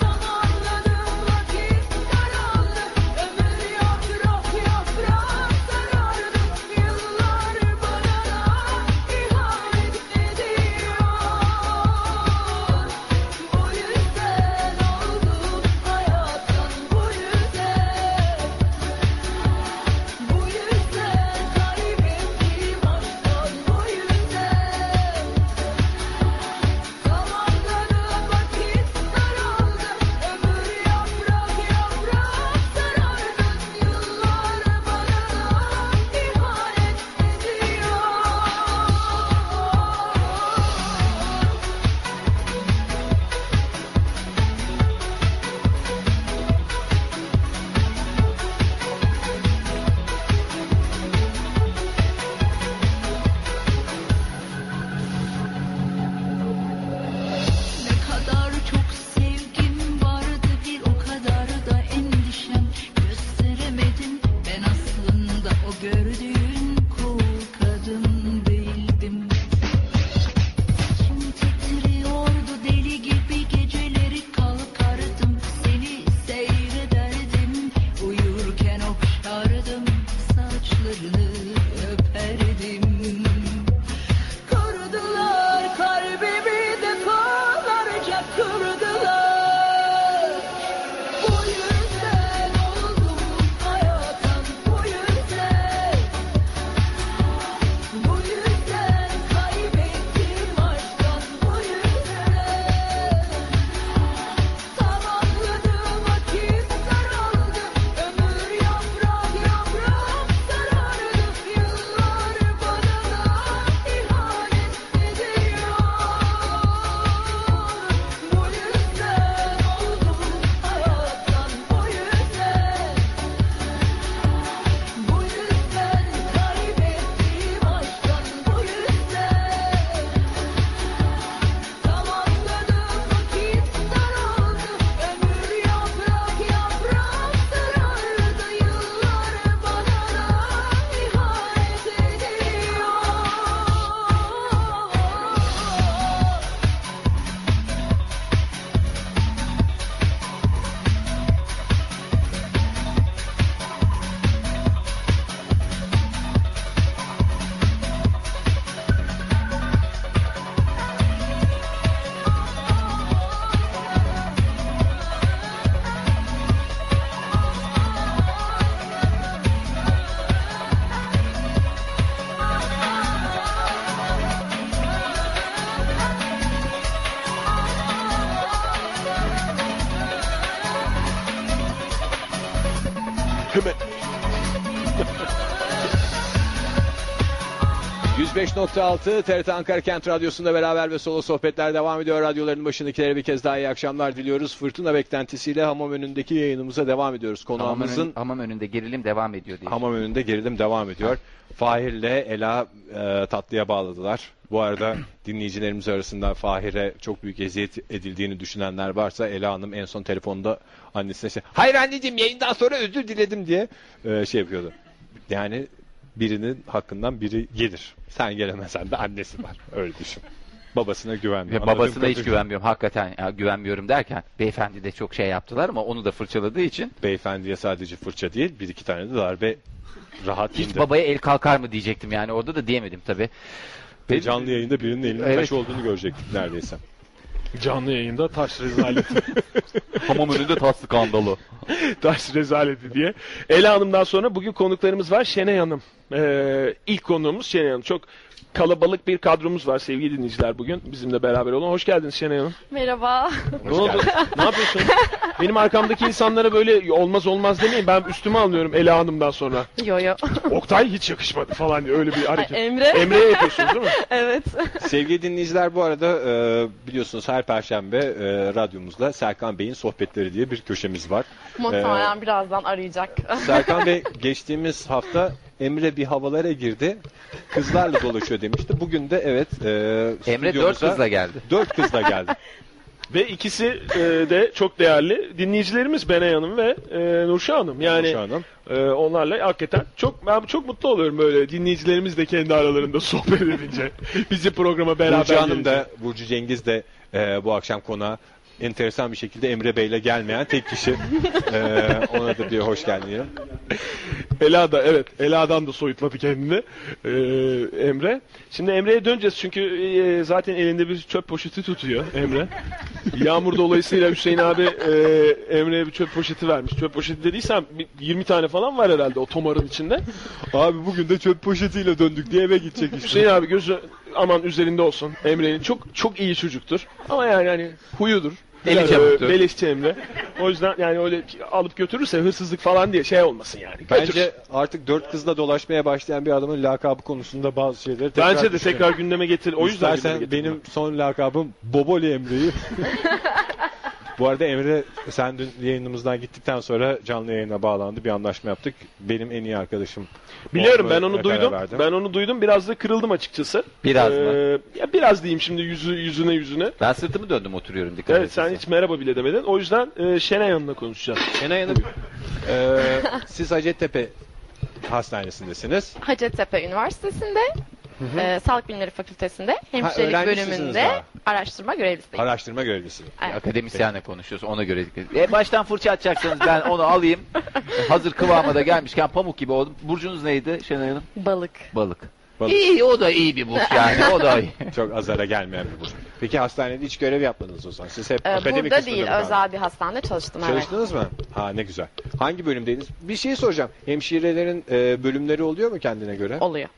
Speaker 6: Zamanladım vakit karanlık ömür yaprak yaprak sarardım yıllar
Speaker 1: 105.6 TRT Ankara Kent Radyosu'nda beraber ve solo sohbetler devam ediyor. Radyoların başındakilere bir kez daha iyi akşamlar diliyoruz. Fırtına beklentisiyle hamam önündeki yayınımıza devam ediyoruz.
Speaker 2: Hamam,
Speaker 1: Konuğumuzun
Speaker 2: önün- hamam önünde gerilim devam ediyor diye.
Speaker 1: hamam önünde gerilim devam ediyor. Fahir'le Ela e, tatlıya bağladılar. Bu arada dinleyicilerimiz arasında Fahir'e çok büyük eziyet edildiğini düşünenler varsa Ela Hanım en son telefonda annesine şey, hayır anneciğim yayından sonra özür diledim diye e, şey yapıyordu. Yani birinin hakkından biri gelir. Sen gelemezsen de annesi var. Öyle düşün. Babasına güvenmiyor.
Speaker 2: Ve
Speaker 1: Anladığım
Speaker 2: babasına hiç
Speaker 1: kadarıyla
Speaker 2: güvenmiyorum. Hakikaten ya, güvenmiyorum derken beyefendi de çok şey yaptılar ama onu da fırçaladığı için
Speaker 1: Beyefendiye sadece fırça değil bir iki tane de darbe rahat
Speaker 2: hiç
Speaker 1: indi.
Speaker 2: babaya el kalkar mı diyecektim yani orada da diyemedim tabii.
Speaker 1: Ve canlı yayında birinin elinin
Speaker 2: Evet.
Speaker 1: taş olduğunu görecektik neredeyse.
Speaker 3: Canlı yayında taş rezaleti.
Speaker 2: Hamam önünde tatlı kandalı.
Speaker 3: taş rezaleti diye. Ela Hanım'dan sonra bugün konuklarımız var. Şenay Hanım. Ee, ilk konuğumuz Şenay Hanım. Çok kalabalık bir kadromuz var sevgili dinleyiciler bugün. Bizimle beraber olun. Hoş geldiniz Şenay Hanım.
Speaker 7: Merhaba.
Speaker 3: Ne oldu? ne yapıyorsun? Benim arkamdaki insanlara böyle olmaz olmaz demeyin. Ben üstüme alınıyorum Ela Hanım'dan sonra.
Speaker 7: Yo yo.
Speaker 3: Oktay hiç yakışmadı falan diye öyle bir hareket.
Speaker 7: Emre.
Speaker 3: Emre'ye yapıyorsunuz değil mi?
Speaker 7: Evet.
Speaker 1: Sevgili dinleyiciler bu arada e, biliyorsunuz her perşembe e, radyomuzda Serkan Bey'in sohbetleri diye bir köşemiz var. E,
Speaker 7: Muhtemelen
Speaker 3: Ee,
Speaker 7: birazdan arayacak.
Speaker 1: Serkan Bey geçtiğimiz hafta Emre bir havalara girdi. Kızlarla dolaşıyor demişti. Bugün de evet e,
Speaker 2: Emre dört
Speaker 1: stüdyomuza
Speaker 2: kızla geldi.
Speaker 1: dört kızla geldi.
Speaker 3: Ve ikisi e, de çok değerli dinleyicilerimiz Benay Hanım ve e, Nurşah Hanım. Yani
Speaker 1: Şu hanım.
Speaker 3: e, onlarla hakikaten çok ben çok mutlu oluyorum böyle dinleyicilerimiz de kendi aralarında sohbet edince. Bizi programa beraber
Speaker 1: Burcu Hanım
Speaker 3: gelince.
Speaker 1: da Burcu Cengiz de e, bu akşam konağa enteresan bir şekilde Emre Bey'le gelmeyen tek kişi. E, ona da bir hoş geldin diyelim.
Speaker 3: Ela da evet Ela'dan da soyutladı kendini e, Emre. Şimdi Emre'ye döneceğiz çünkü e, zaten elinde bir çöp poşeti tutuyor Emre. Yağmur dolayısıyla Hüseyin abi e, Emre'ye bir çöp poşeti vermiş. Çöp poşeti dediysem bir- 20 tane falan var herhalde o tomarın içinde.
Speaker 1: Abi bugün de çöp poşetiyle döndük diye eve gidecek işte.
Speaker 3: Hüseyin abi gözü aman üzerinde olsun. Emre'nin çok çok iyi çocuktur. Ama yani hani huyudur.
Speaker 2: Eli
Speaker 3: Yani,
Speaker 2: çabuktur.
Speaker 3: e, Beleşçi Emre. O yüzden yani öyle alıp götürürse hırsızlık falan diye şey olmasın yani. Götürsün.
Speaker 1: Bence artık dört kızla dolaşmaya başlayan bir adamın lakabı konusunda bazı şeyleri tekrar
Speaker 3: Bence de
Speaker 1: düşünüyorum.
Speaker 3: tekrar gündeme getir. O yüzden gündeme
Speaker 1: İstersen
Speaker 3: getirdim
Speaker 1: benim son lakabım Boboli Emre'yi. Bu arada Emre sen dün yayınımızdan gittikten sonra canlı yayına bağlandı. Bir anlaşma yaptık. Benim en iyi arkadaşım.
Speaker 3: Biliyorum
Speaker 1: olmaya
Speaker 3: ben onu
Speaker 1: karar
Speaker 3: duydum.
Speaker 1: verdim.
Speaker 3: Ben onu duydum. Biraz da kırıldım açıkçası.
Speaker 2: Biraz
Speaker 3: Ee,
Speaker 2: mı?
Speaker 3: Ya biraz diyeyim şimdi yüzü yüzüne yüzüne.
Speaker 2: Ben sırtımı döndüm oturuyorum dikkat
Speaker 3: Evet sen hiç merhaba bile demedin. O yüzden e, Şenay Hanım'la konuşacağız. Ee,
Speaker 1: Şenay Hanım, eee, Ee, siz Hacettepe hastanesindesiniz.
Speaker 7: Hacettepe Üniversitesi'nde e, Sağlık Bilimleri Fakültesinde hemşirelik
Speaker 1: öğrencisiniz
Speaker 7: bölümünde
Speaker 1: daha.
Speaker 7: araştırma görevlisiyim.
Speaker 1: Araştırma görevlisiniz.
Speaker 2: Akademisyenle konuşuyoruz ona göre. dikkat- E, baştan fırça atacaksınız ben onu alayım. E, hazır kıvama da gelmişken pamuk gibi oldum. Burcunuz neydi Şenay Hanım?
Speaker 7: Balık.
Speaker 2: Balık.
Speaker 1: Balık.
Speaker 2: İyi o da iyi bir burç yani o da iyi.
Speaker 1: Çok azara gelmeyen bir burç. Peki hastanede hiç görev yapmadınız o zaman. Siz hep
Speaker 7: E,
Speaker 1: akademik
Speaker 7: burada
Speaker 1: kısmında
Speaker 7: değil
Speaker 1: mı kaldınız?
Speaker 7: özel bir hastanede çalıştım. evet.
Speaker 1: Çalıştınız mı? Ha ne güzel. Hangi bölümdeydiniz? Bir şey soracağım. Hemşirelerin e, bölümleri oluyor mu kendine göre?
Speaker 7: Oluyor.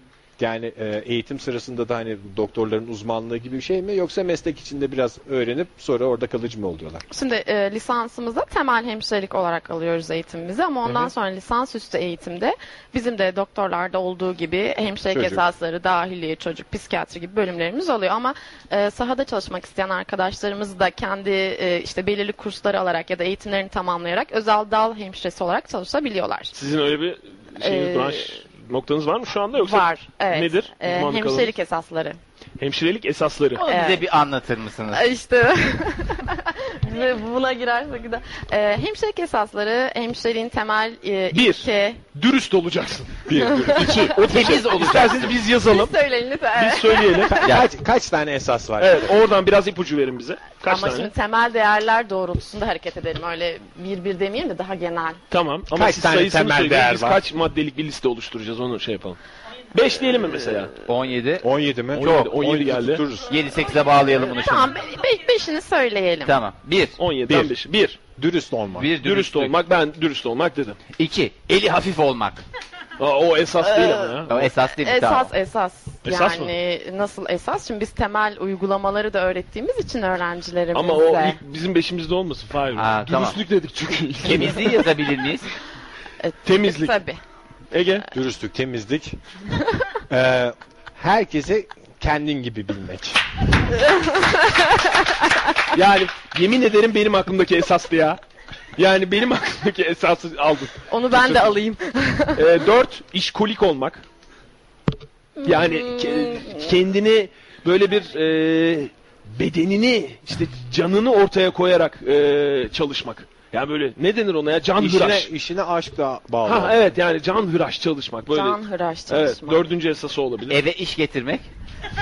Speaker 1: Yani e, eğitim sırasında da hani doktorların uzmanlığı gibi bir şey mi yoksa meslek içinde biraz öğrenip sonra orada kalıcı mı oluyorlar?
Speaker 7: Şimdi e, lisansımızda temel hemşirelik olarak alıyoruz eğitimimizi ama ondan sonra lisans üstü eğitimde bizim de doktorlarda olduğu gibi hemşirelik
Speaker 1: Çocuk.
Speaker 7: esasları, dahiliye, çocuk, psikiyatri gibi bölümlerimiz oluyor ama e, sahada çalışmak isteyen arkadaşlarımız da kendi e, işte belirli kursları alarak ya da eğitimlerini tamamlayarak özel dal hemşiresi olarak çalışabiliyorlar.
Speaker 3: Sizin öyle bir şeyiniz,
Speaker 7: Ee,
Speaker 3: branş noktanız var mı şu anda yoksa
Speaker 7: Var. Evet.
Speaker 3: nedir?
Speaker 7: E,
Speaker 3: Uzmanlık
Speaker 7: hemşirelik esasları.
Speaker 3: alanı. Hemşirelik esasları.
Speaker 2: Onu bize
Speaker 7: Evet.
Speaker 2: bir anlatır mısınız?
Speaker 7: Ay İşte E, Ve buna girersek de e, hemşirelik esasları hemşireliğin temel e,
Speaker 3: Bir.
Speaker 7: ilke
Speaker 3: Dürüst olacaksın.
Speaker 1: Bir, bir-
Speaker 3: İki. O
Speaker 2: Temiz olacaksın.
Speaker 3: İsterseniz biz yazalım.
Speaker 7: söyleyin lütfen.
Speaker 3: biz söyleyelim.
Speaker 1: kaç, kaç tane esas var?
Speaker 3: Evet oradan biraz ipucu verin bize. Kaç
Speaker 7: ama
Speaker 3: tane?
Speaker 7: şimdi temel değerler doğrultusunda hareket edelim. Öyle bir bir demeyeyim de daha genel.
Speaker 3: Tamam ama
Speaker 1: Kaç
Speaker 3: siz
Speaker 1: tane
Speaker 3: sayısını
Speaker 1: temel
Speaker 3: söyleyin.
Speaker 1: değer
Speaker 3: Biz
Speaker 1: var?
Speaker 3: kaç maddelik bir liste oluşturacağız onu şey yapalım.
Speaker 7: Ee,
Speaker 3: 5 diyelim mi mesela?
Speaker 2: Ee, 17.
Speaker 1: 17 mi?
Speaker 3: 17, 17 geldi.
Speaker 1: tuttururuz.
Speaker 2: 7-8'e bağlayalım bunu şimdi.
Speaker 7: Tamam be- be- beşini söyleyelim.
Speaker 2: Tamam. 1.
Speaker 3: 17'den
Speaker 1: Bir.
Speaker 3: 5. 1.
Speaker 1: Dürüst olmak.
Speaker 2: 1
Speaker 3: Dürüst olmak. Ben dürüst olmak dedim.
Speaker 2: 2. Eli hafif olmak.
Speaker 3: Aa, o esas değil ama ya.
Speaker 2: O esas değil mi? Tamam.
Speaker 7: Esas esas.
Speaker 3: Esas mı?
Speaker 7: yani nasıl esas? Şimdi biz temel uygulamaları da öğrettiğimiz için öğrencilerimize.
Speaker 3: Ama o ilk bizim beşimizde olmasın. Hayır.
Speaker 2: Ha, tamam.
Speaker 3: Dürüstlük dedik çünkü. ilk.
Speaker 2: Temizliği yazabilir miyiz?
Speaker 7: E,
Speaker 3: temizlik.
Speaker 7: Tabii.
Speaker 3: Ege.
Speaker 1: Dürüstlük, temizlik. Ee,
Speaker 8: herkese kendin gibi bilmek.
Speaker 3: Yani yemin ederim benim aklımdaki esastı ya. Yani benim aklımdaki esası aldın.
Speaker 7: Onu ben de alayım.
Speaker 3: Ee, dört, işkolik olmak. Yani
Speaker 7: Hmm.
Speaker 3: ke- kendini böyle bir e, bedenini, işte canını ortaya koyarak e, çalışmak. Yani böyle ne denir ona ya? Can
Speaker 8: İşine,
Speaker 3: hıraş.
Speaker 8: işine aşkla bağlı.
Speaker 3: Ha evet yani can hıraş çalışmak. Böyle,
Speaker 7: Can hıraş
Speaker 3: evet,
Speaker 7: çalışmak.
Speaker 3: dördüncü esası olabilir.
Speaker 2: Eve iş getirmek.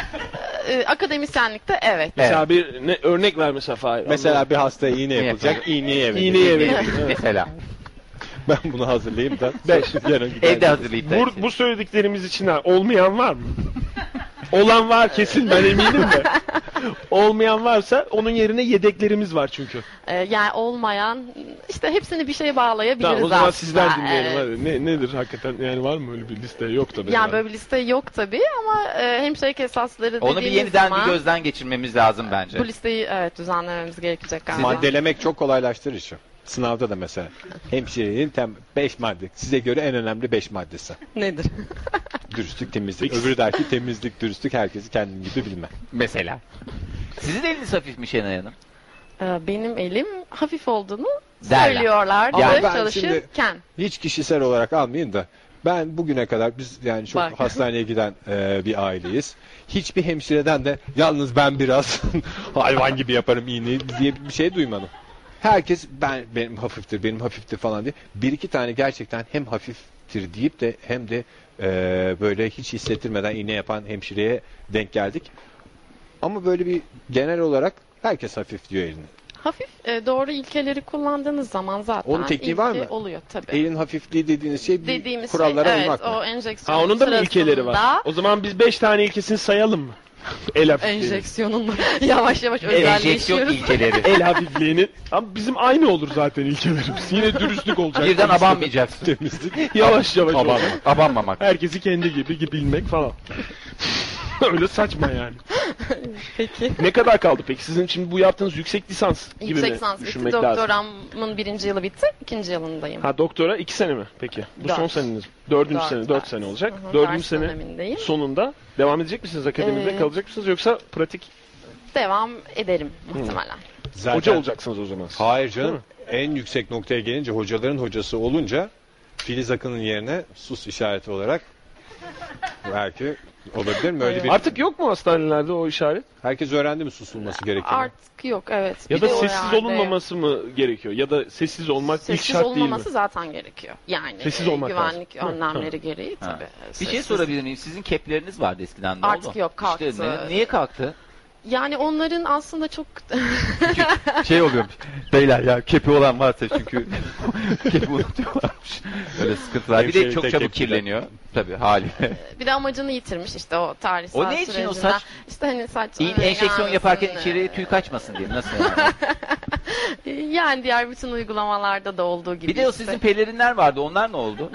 Speaker 7: Ee, akademisyenlikte evet.
Speaker 3: Mesela bir ne, örnek ver mesela Fahir.
Speaker 8: Mesela bir hasta iğne
Speaker 2: Ne
Speaker 8: yapılacak. İğneye eve
Speaker 3: İğne
Speaker 8: gidiyor.
Speaker 3: yemeği.
Speaker 2: Mesela.
Speaker 1: Ben bunu hazırlayayım da. Beş. Yarın gider.
Speaker 2: Evde hazırlayıp da.
Speaker 3: Bu, bu söylediklerimiz içinden olmayan var mı? Olan var kesin ben eminim de. Olmayan varsa onun yerine yedeklerimiz var çünkü.
Speaker 7: Ee, yani olmayan işte hepsini bir şeye bağlayabiliriz
Speaker 3: Tamam o zaman
Speaker 7: aslında.
Speaker 3: sizden
Speaker 7: Evet.
Speaker 3: dinleyelim hadi. Ne, nedir hakikaten yani var mı öyle bir liste? Yok tabii.
Speaker 7: Yani böyle bir liste yok tabii ama e, hemşirelik esasları
Speaker 2: Onu bir
Speaker 7: dediğimiz
Speaker 2: yeniden
Speaker 7: zaman
Speaker 2: bir gözden geçirmemiz lazım bence.
Speaker 7: bu listeyi evet düzenlememiz gerekecek galiba.
Speaker 1: Maddelemek çok kolaylaştırıcı. Sınavda da mesela. Hemşirenin tem 5 madde. Size göre en önemli 5 maddesi.
Speaker 7: Nedir?
Speaker 1: Dürüstlük, temizlik. Öbürü der ki temizlik, dürüstlük herkesi kendin gibi bilme.
Speaker 2: Mesela. Sizin eliniz hafif mi Şenay Hanım?
Speaker 7: Ee, Benim elim hafif olduğunu
Speaker 2: Derler.
Speaker 7: söylüyorlardı
Speaker 1: Yani ben
Speaker 7: çalışırken.
Speaker 1: Hiç kişisel olarak almayın da ben bugüne kadar biz yani çok
Speaker 7: Bak.
Speaker 1: hastaneye giden e, bir aileyiz. Hiçbir hemşireden de yalnız ben biraz hayvan gibi yaparım iğneyi diye bir şey duymadım. Herkes ben benim hafiftir, benim hafiftir falan diye bir iki tane gerçekten hem hafiftir deyip de hem de e, böyle hiç hissettirmeden iğne yapan hemşireye denk geldik. Ama böyle bir genel olarak herkes hafif diyor elini.
Speaker 7: Hafif e, doğru ilkeleri kullandığınız zaman zaten
Speaker 1: Onun tekniği var
Speaker 7: ilki
Speaker 1: mı?
Speaker 7: oluyor tabii.
Speaker 1: Elin hafifliği dediğiniz şey bir
Speaker 7: Dediğimiz
Speaker 1: kurallara
Speaker 7: şey,
Speaker 1: uymak
Speaker 7: evet,
Speaker 1: mı?
Speaker 7: o enjeksiyon
Speaker 3: Ha onun da mı ilkeleri var?
Speaker 7: sırasında
Speaker 3: O zaman biz 5 tane ilkesini sayalım mı? El hafifliğinin.
Speaker 7: Enjeksiyonun yavaş yavaş
Speaker 2: Enjeksiyon
Speaker 7: özelleşiyoruz.
Speaker 2: ilkeleri.
Speaker 3: El hafifliğinin. Ama bizim aynı olur zaten ilkelerimiz. Yine dürüstlük olacak.
Speaker 2: Birden abanmayacaksın.
Speaker 3: Yavaş yavaş
Speaker 1: Aman.
Speaker 3: olacak.
Speaker 2: Abanmamak.
Speaker 3: Herkesi kendi gibi gibi bilmek falan. Öyle saçma yani.
Speaker 7: Peki.
Speaker 3: Ne kadar kaldı peki? Sizin şimdi bu yaptığınız yüksek lisans gibi
Speaker 7: Yüksek
Speaker 3: mi
Speaker 7: lisans bitti.
Speaker 3: düşünmek lazım?
Speaker 7: Doktoramın birinci yılı bitti. ikinci yılındayım.
Speaker 3: Ha doktora iki sene mi peki? Bu
Speaker 7: Dört.
Speaker 3: son seneniz. Dördüncü
Speaker 7: Dört,
Speaker 3: sene, dört,
Speaker 7: dört.
Speaker 3: sene olacak.
Speaker 7: Hı hı,
Speaker 3: Dördüncü
Speaker 7: ders
Speaker 3: sene
Speaker 7: dönemindeyim.
Speaker 3: sonunda devam edecek misiniz? Akademide
Speaker 7: Ee,
Speaker 3: kalacak mısınız yoksa pratik
Speaker 7: Devam ederim muhtemelen.
Speaker 1: Zaten-
Speaker 3: hoca olacaksınız o zaman?
Speaker 1: Hayır canım. En yüksek noktaya gelince hocaların hocası olunca Filiz Akın'ın yerine sus işareti olarak belki olabilir mi? Öyle bir
Speaker 3: Artık yok mu hastanelerde o işaret?
Speaker 1: herkes öğrendi mi susulması gerektiğini?
Speaker 7: Artık yok evet.
Speaker 3: Ya
Speaker 7: Bir
Speaker 3: da
Speaker 7: de o
Speaker 3: sessiz
Speaker 7: herhalde
Speaker 3: olunmaması mı gerekiyor? Ya da sessiz olmak ilk
Speaker 7: Sessiz
Speaker 3: şart
Speaker 7: olmaması
Speaker 3: değil mi?
Speaker 7: zaten gerekiyor. Yani
Speaker 3: Sessiz
Speaker 7: e,
Speaker 3: olmak
Speaker 7: güvenlik
Speaker 3: lazım.
Speaker 7: önlemleri gereği
Speaker 2: Ha.
Speaker 7: tabii.
Speaker 2: Bir şey
Speaker 7: Sessiz.
Speaker 2: sorabilir miyim? Sizin kepleriniz vardı eskiden ne oldu?
Speaker 7: Artık yok, kalktı.
Speaker 2: İşte ne- niye kalktı?
Speaker 7: Yani onların aslında çok
Speaker 2: şey oluyormuş. Beyler ya kepi olan varsa çünkü kepi unutuyorlarmış. Öyle sıkıntılar. Bir de
Speaker 1: Hemşirelikte
Speaker 2: çok çabuk
Speaker 1: kepçiler.
Speaker 2: kirleniyor. Tabii haliyle.
Speaker 7: bir de amacını yitirmiş işte o tarihsel
Speaker 2: O ne için o
Speaker 7: sürecinden.
Speaker 2: saç?
Speaker 7: İşte hani saç
Speaker 2: İyi, enjeksiyon
Speaker 7: gelmesin,
Speaker 2: yaparken
Speaker 7: e,
Speaker 2: içeriye tüy kaçmasın diye. Nasıl yani?
Speaker 7: Yani diğer bütün uygulamalarda da olduğu gibi.
Speaker 2: Bir de o
Speaker 7: işte,
Speaker 2: sizin pelerinler vardı. Onlar ne oldu?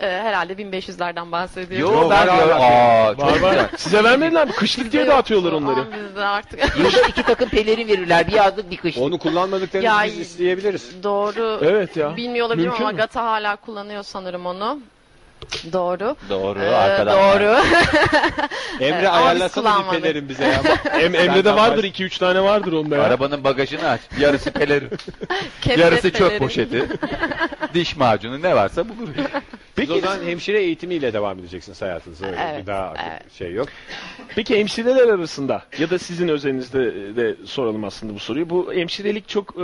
Speaker 7: e, herhalde 1500'lerden bahsediyorum.
Speaker 2: Yo ben
Speaker 1: hala
Speaker 2: diyorum. Aa çok
Speaker 3: Var
Speaker 2: güzel.
Speaker 3: var. Size vermediler mi? Kışlık diye
Speaker 7: Yoktu,
Speaker 3: dağıtıyorlar onları.
Speaker 7: ama Biz de artık
Speaker 2: Yılda iki takım pelerin verirler. Bir yazlık bir kışlık.
Speaker 1: Onu kullanmadıklarını
Speaker 7: Ya-
Speaker 1: biz isteyebiliriz.
Speaker 7: doğru
Speaker 3: Evet ya.
Speaker 7: bilmiyor olabilirim
Speaker 3: Mümkün
Speaker 7: ama
Speaker 3: mü?
Speaker 7: Gata hala kullanıyor sanırım onu. Doğru.
Speaker 2: Doğru
Speaker 7: Ee,
Speaker 2: arkadan.
Speaker 7: doğru.
Speaker 1: Emre
Speaker 7: Evet,
Speaker 1: ayarlasana
Speaker 7: kullanmadık.
Speaker 1: ipelerin bize ya.
Speaker 3: Em, Emre'de vardır 2-3 tane vardır onda ya.
Speaker 2: Arabanın bagajını aç. Yarısı pelerin.
Speaker 7: Kefret
Speaker 2: yarısı çöp
Speaker 7: pelerin.
Speaker 2: poşeti. Diş macunu ne varsa bulur.
Speaker 1: Peki o zaman hemşire eğitimiyle devam edeceksiniz hayatınıza. Öyle bir
Speaker 7: Evet,
Speaker 1: daha şey yok.
Speaker 3: Peki hemşireler arasında ya da sizin özelinizde de soralım aslında bu soruyu. Bu hemşirelik çok e,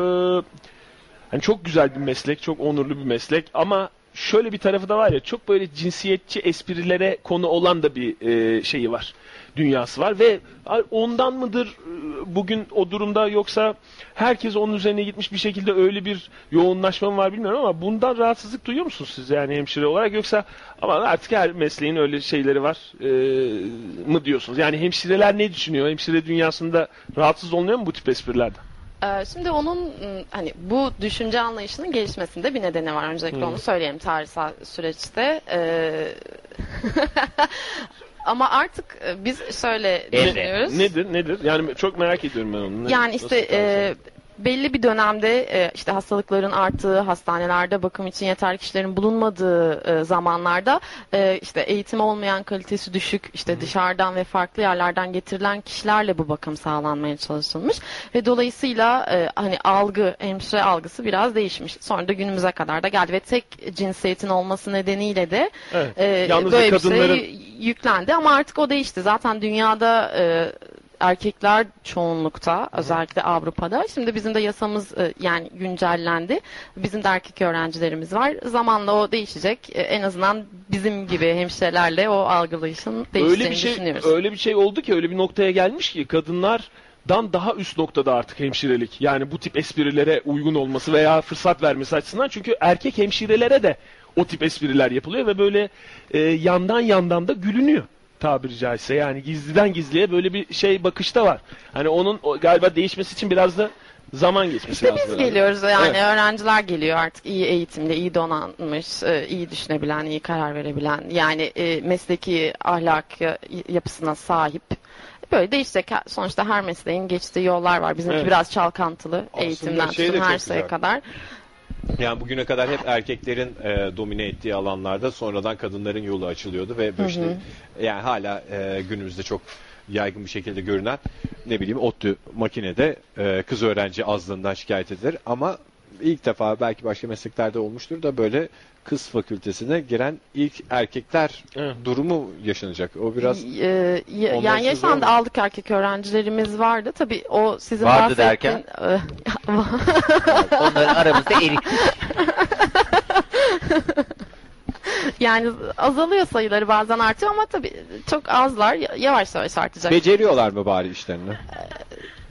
Speaker 3: hani çok güzel bir meslek, çok onurlu bir meslek ama şöyle bir tarafı da var ya çok böyle cinsiyetçi esprilere konu olan da bir e, şeyi var. Dünyası var ve ondan mıdır e, bugün o durumda yoksa herkes onun üzerine gitmiş bir şekilde öyle bir yoğunlaşma mı var bilmiyorum ama bundan rahatsızlık duyuyor musunuz siz yani hemşire olarak yoksa ama artık her mesleğin öyle şeyleri var e, mı diyorsunuz? Yani hemşireler ne düşünüyor? Hemşire dünyasında rahatsız olunuyor mu bu tip esprilerden?
Speaker 7: Ee, Şimdi onun m, hani bu düşünce anlayışının gelişmesinde bir nedeni var. Öncelikle onu söyleyelim tarihsel süreçte. Ee, Ama artık e, biz şöyle
Speaker 2: Emre,
Speaker 7: düşünüyoruz.
Speaker 3: Nedir nedir? Yani çok merak ediyorum ben onu. Ne-
Speaker 7: Yani işte
Speaker 3: nasıl tarzı?
Speaker 7: e, belli bir dönemde e, işte hastalıkların arttığı, hastanelerde bakım için yeterli kişilerin bulunmadığı e, zamanlarda e, işte eğitim olmayan kalitesi düşük, işte dışarıdan ve farklı yerlerden getirilen kişilerle bu bakım sağlanmaya çalışılmış ve dolayısıyla e, hani algı, hemşire algısı biraz değişmiş. Sonra da günümüze kadar da geldi ve tek cinsiyetin olması nedeniyle de
Speaker 3: Evet.
Speaker 7: e,
Speaker 3: Yalnızca
Speaker 7: böyle
Speaker 3: kadınların-
Speaker 7: bir şey yüklendi ama artık o değişti. Zaten dünyada e, erkekler çoğunlukta özellikle Avrupa'da. Şimdi bizim de yasamız e, yani güncellendi. Bizim de erkek öğrencilerimiz var. Zamanla o değişecek. E, en azından bizim gibi hemşirelerle o algılayışın değişeceğini
Speaker 3: öyle bir şey
Speaker 7: düşünüyoruz.
Speaker 3: öyle bir şey oldu ki öyle bir noktaya gelmiş ki kadınlardan daha üst noktada artık hemşirelik. Yani bu tip esprilere uygun olması veya fırsat vermesi açısından çünkü erkek hemşirelere de o tip espriler yapılıyor ve böyle e, yandan yandan da gülünüyor tabiri caizse. Yani gizliden gizliye böyle bir şey bakışta var. Hani onun o, galiba değişmesi için biraz da zaman geçmesi
Speaker 7: İşte
Speaker 3: lazım.
Speaker 7: biz
Speaker 3: herhalde.
Speaker 7: geliyoruz yani
Speaker 3: Evet.
Speaker 7: öğrenciler geliyor artık iyi eğitimli, iyi donanmış, e, iyi düşünebilen, iyi karar verebilen yani e, mesleki ahlak e, yapısına sahip. Böyle değişecek Ha- sonuçta her mesleğin geçtiği yollar var. Bizimki
Speaker 3: Evet.
Speaker 7: biraz çalkantılı
Speaker 1: Aslında
Speaker 7: eğitimden
Speaker 1: şey de
Speaker 7: tutun
Speaker 1: çok
Speaker 7: her şeye
Speaker 1: güzel.
Speaker 7: kadar.
Speaker 1: Yani bugüne kadar hep erkeklerin e, domine ettiği alanlarda sonradan kadınların yolu açılıyordu ve böyle işte yani hala e, günümüzde çok yaygın bir şekilde görünen ne bileyim ODTÜ makinede e, kız öğrenci azlığından şikayet edilir ama ilk defa belki başka mesleklerde olmuştur da böyle kız fakültesine giren ilk erkekler
Speaker 3: Evet.
Speaker 1: durumu yaşanacak. O biraz
Speaker 7: Y- e, y-
Speaker 1: ondan
Speaker 7: yani
Speaker 1: söz
Speaker 7: yaşandı
Speaker 1: var mı?
Speaker 7: aldık erkek öğrencilerimiz vardı. Tabii o sizin
Speaker 2: Vardı
Speaker 7: bahsettiğin-
Speaker 2: Onların aramızda erikti.
Speaker 7: yani azalıyor sayıları bazen artıyor ama tabii çok azlar y- yavaş yavaş artacak.
Speaker 1: beceriyorlar mı bari işlerini?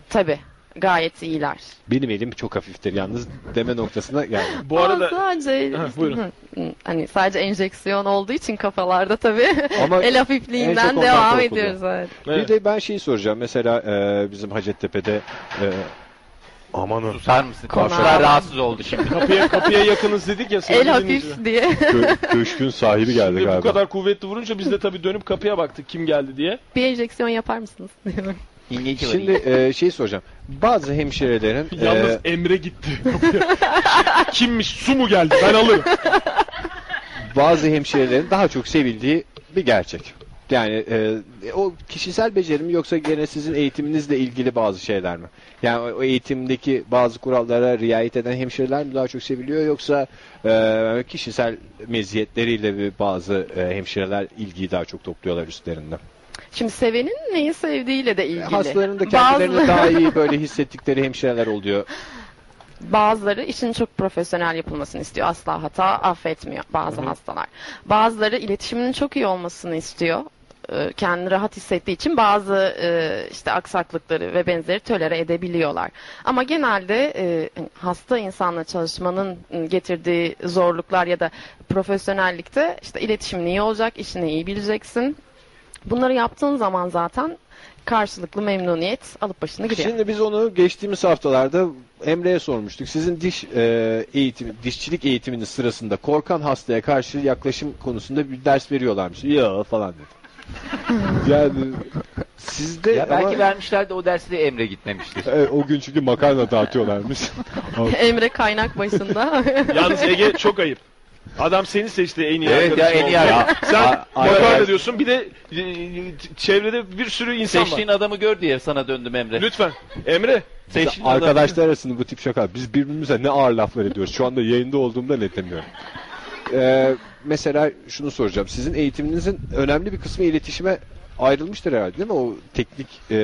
Speaker 7: Tabii gayet iyiler.
Speaker 1: Benim elim çok hafiftir yalnız deme noktasına yani
Speaker 3: Bu arada
Speaker 7: Aa, sadece
Speaker 3: Ha, buyurun.
Speaker 7: Hı, hı. hani sadece enjeksiyon olduğu için kafalarda tabii el
Speaker 1: Ama en çok
Speaker 7: hafifliğinden
Speaker 1: ondan
Speaker 7: devam
Speaker 1: korkuldu.
Speaker 7: ediyoruz. Evet.
Speaker 3: Evet.
Speaker 1: Bir de ben şeyi soracağım. Mesela e, bizim Hacettepe'de e, amanın
Speaker 2: Susar mısın?
Speaker 7: Konağı.
Speaker 2: Komşular rahatsız oldu şimdi.
Speaker 3: kapıya, kapıya yakınız dedik ya. sevgili
Speaker 7: El
Speaker 3: dinleyiciler.
Speaker 7: hafif diye.
Speaker 9: Kö- köşkün sahibi geldi
Speaker 3: Ve bu
Speaker 9: galiba.
Speaker 3: kadar kuvvetli vurunca biz de tabii dönüp kapıya baktık kim geldi diye.
Speaker 7: bir enjeksiyon yapar mısınız? diyorum.
Speaker 2: İngilizce var.
Speaker 1: Şimdi e, şeyi soracağım. Bazı hemşirelerin e,
Speaker 3: Yalnız Emre gitti. Kimmiş? Su mu geldi? Ben alırım.
Speaker 1: bazı hemşirelerin daha çok sevildiği bir gerçek. Yani e, o kişisel beceri mi yoksa gene sizin eğitiminizle ilgili bazı şeyler mi? Yani o- o eğitimdeki bazı kurallara riayet eden hemşireler mi daha çok seviliyor yoksa e, kişisel meziyetleriyle bir bazı e, hemşireler ilgiyi daha çok topluyorlar üstlerinde?
Speaker 7: Şimdi sevenin neyi sevdiğiyle de ilgili.
Speaker 1: Hastaların da kendilerini
Speaker 7: Bazı-
Speaker 1: daha iyi böyle hissettikleri hemşireler oluyor.
Speaker 7: Bazıları işin çok profesyonel yapılmasını istiyor. Asla hata affetmiyor bazı hastalar. Bazıları iletişiminin çok iyi olmasını istiyor. Ee, kendini rahat hissettiği için bazı e, işte aksaklıkları ve benzeri tölere edebiliyorlar. Ama genelde e, hasta insanla çalışmanın getirdiği zorluklar ya da profesyonellikte işte iletişimin iyi olacak, işini iyi bileceksin. Bunları yaptığın zaman zaten karşılıklı memnuniyet alıp başını gidiyor.
Speaker 1: Şimdi biz onu geçtiğimiz haftalarda Emre'ye sormuştuk. Sizin diş e, eğitimi, dişçilik eğitiminin sırasında korkan hastaya karşı yaklaşım konusunda bir ders veriyorlarmış. Ya falan dedi. yani sizde
Speaker 2: Ya belki
Speaker 1: ama-
Speaker 2: vermişler de o dersi de Emre gitmemiştir.
Speaker 9: E, o gün çünkü makarna dağıtıyorlarmış.
Speaker 7: Emre kaynak başında.
Speaker 3: Yalnız Ege çok ayıp. Adam seni seçti en iyi
Speaker 2: evet ya
Speaker 3: arkadaşın
Speaker 2: en iyi
Speaker 3: olarak.
Speaker 2: ya.
Speaker 3: Sen
Speaker 1: arkadaş-
Speaker 3: makarna diyorsun bir de e, e, çevrede bir sürü insan
Speaker 2: Seçtiğin
Speaker 3: var.
Speaker 2: adamı gör diye sana döndüm Emre.
Speaker 3: Lütfen. Emre.
Speaker 2: Seçtiğin adamı-
Speaker 9: Arkadaşlar arasında bu tip şaka. Biz birbirimize ne ağır laflar ediyoruz. Şu anda yayında olduğumda netlemiyorum.
Speaker 1: e, mesela şunu soracağım. Sizin eğitiminizin önemli bir kısmı iletişime ayrılmıştır herhalde değil mi? O teknik e,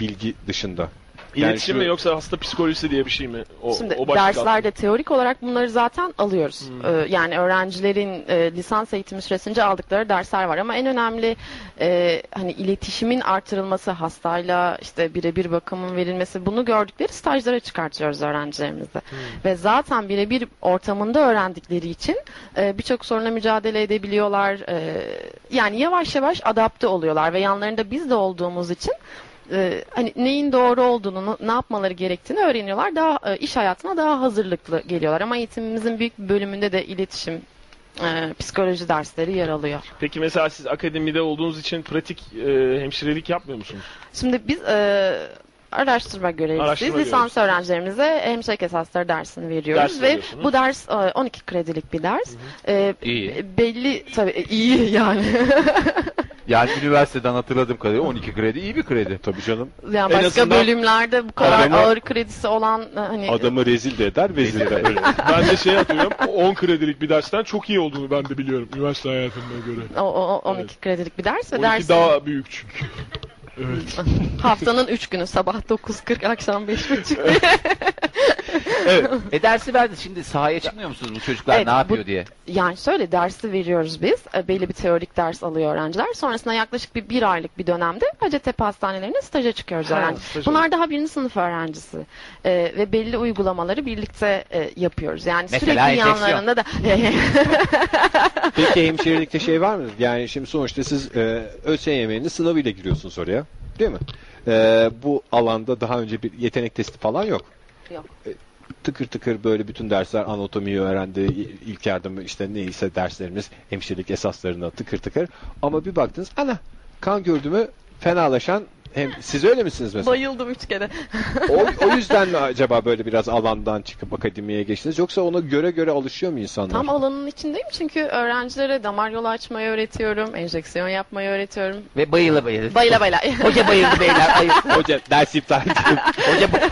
Speaker 1: bilgi dışında. Yani
Speaker 3: İletişim
Speaker 1: şu-
Speaker 3: mi yoksa hasta psikolojisi diye bir şey mi? O,
Speaker 7: Şimdi
Speaker 3: o başlık Hmm. altında.
Speaker 7: derslerde teorik olarak bunları zaten alıyoruz. Ee, yani öğrencilerin e, lisans eğitimi süresince aldıkları dersler var ama en önemli e, hani iletişimin artırılması, hastayla işte birebir bakımın verilmesi bunu gördükleri stajlara çıkartıyoruz öğrencilerimizi.
Speaker 3: Hmm.
Speaker 7: Ve zaten birebir ortamında öğrendikleri için e, birçok sorunla mücadele edebiliyorlar. E, yani yavaş yavaş adapte oluyorlar ve yanlarında biz de olduğumuz için e, hani neyin doğru olduğunu, ne yapmaları gerektiğini öğreniyorlar. Daha e, iş hayatına daha hazırlıklı geliyorlar. Ama eğitimimizin büyük bir bölümünde de iletişim, e, psikoloji dersleri yer alıyor.
Speaker 3: Peki mesela siz akademide olduğunuz için pratik e, hemşirelik yapmıyor musunuz?
Speaker 7: Şimdi biz e, araştırma görevlisiyiz.
Speaker 3: Araştırma
Speaker 7: Lisans öğrencilerimize hemşirelik esasları dersini veriyoruz
Speaker 3: Ders
Speaker 7: ve
Speaker 3: veriyorsunuz.
Speaker 7: bu ders e, 12 kredilik bir ders. E,
Speaker 2: İyi.
Speaker 7: belli tabii e, iyi yani.
Speaker 2: Yani üniversiteden hatırladığım kadarıyla 12 kredi iyi bir kredi.
Speaker 1: Tabii canım.
Speaker 7: yani
Speaker 3: En
Speaker 7: başka
Speaker 3: azından
Speaker 7: bölümlerde bu kadar
Speaker 1: adamı-
Speaker 7: ağır kredisi olan e, hani
Speaker 1: Adamı rezil de eder, vezir de eder.
Speaker 3: Ben de şey hatırlıyorum. 10 kredilik bir dersten çok iyi olduğunu ben de biliyorum üniversite hayatımda göre.
Speaker 7: o, o- o 12 kredilik bir ders ve
Speaker 3: 12
Speaker 7: ders
Speaker 3: daha büyük çünkü. Evet.
Speaker 7: haftanın 3 günü sabah 9.40 akşam 5.30
Speaker 2: E dersi verdi. Şimdi sahaya çıkmıyor musunuz bu çocuklar
Speaker 7: Evet,
Speaker 2: ne yapıyor
Speaker 7: bu-
Speaker 2: diye?
Speaker 7: Yani şöyle dersi veriyoruz biz. E, Belli bir teorik ders alıyor öğrenciler. Sonrasında yaklaşık bir, bir aylık bir dönemde Hacettepe Hastanelerine staja çıkıyoruz
Speaker 3: Ha,
Speaker 7: öğrenci.
Speaker 3: staj
Speaker 7: Bunlar daha birinci sınıf öğrencisi. E, ve belli uygulamaları birlikte e, yapıyoruz. Yani
Speaker 2: Mesela
Speaker 7: sürekli
Speaker 2: enfeksiyon.
Speaker 7: yanlarında da
Speaker 1: Peki hemşirelikte şey var mı? Yani şimdi sonuçta siz e, ÖSYM'nin sınavıyla giriyorsunuz oraya. Değil mi? E, bu alanda daha önce bir yetenek testi falan yok.
Speaker 7: Yok.
Speaker 1: E, tıkır tıkır böyle bütün dersler anatomiyi öğrendi, il- ilk yardım işte neyse derslerimiz hemşirelik esaslarına tıkır tıkır. Ama bir baktınız ana kan gördüğümü fenalaşan hem siz öyle misiniz mesela?
Speaker 7: bayıldım üç kere.
Speaker 1: O, o yüzden mi acaba böyle biraz alandan çıkıp akademiye geçtiniz yoksa ona göre göre alışıyor mu insanlar?
Speaker 7: Tam alanın içindeyim çünkü öğrencilere damar yolu açmayı öğretiyorum, enjeksiyon yapmayı öğretiyorum.
Speaker 2: Ve bayıla bayıla.
Speaker 7: Bayıla bayıla.
Speaker 2: Hoca bayıldı beyler. bayıldı.
Speaker 1: Hoca ders iptal.
Speaker 2: Hoca ba-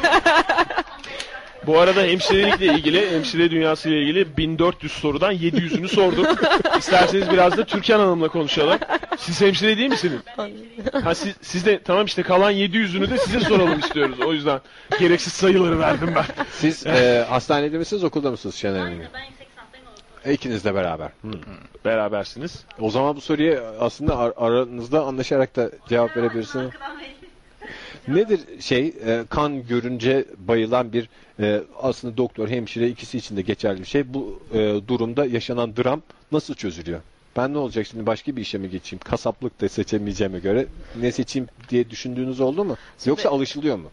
Speaker 3: Bu arada hemşirelikle ilgili, hemşire dünyasıyla ilgili 1400 sorudan 700'ünü sorduk. İsterseniz biraz da Türkan Hanım'la konuşalım. Siz hemşire değil misiniz? Ha, siz, siz de tamam işte kalan 700'ünü de size soralım istiyoruz. O yüzden gereksiz sayıları verdim ben.
Speaker 1: Siz e, hastanede misiniz okulda mısınız Şener Hanım?
Speaker 10: Ben yüksek sanatlarım oldu.
Speaker 1: E, İkiniz de beraber. Hı.
Speaker 3: Berabersiniz.
Speaker 1: O zaman bu soruya aslında ar- aranızda anlaşarak da cevap verebilirsiniz.
Speaker 10: Arkadan beni-
Speaker 1: Nedir şey e, kan görünce bayılan bir e, aslında doktor hemşire ikisi için de geçerli bir şey. Bu e, durumda yaşanan dram nasıl çözülüyor? Ben ne olacak şimdi başka bir işe mi geçeyim? Kasaplık da seçemeyeceğime göre ne seçeyim diye düşündüğünüz oldu mu? Yoksa alışılıyor mu?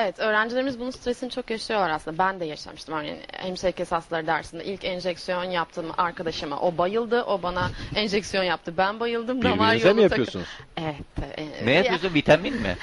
Speaker 7: Evet, öğrencilerimiz bunun stresini çok yaşıyorlar aslında. Ben de yaşamıştım. Örneğin hemşirelik esasları dersinde ilk enjeksiyon yaptığım arkadaşıma o bayıldı, o bana enjeksiyon yaptı. Ben bayıldım. damar
Speaker 1: Birbirinize mi
Speaker 7: yolunu takı-
Speaker 1: yapıyorsunuz?
Speaker 7: Evet. e,
Speaker 2: ne
Speaker 7: ya-
Speaker 2: yapıyorsun vitamin mi?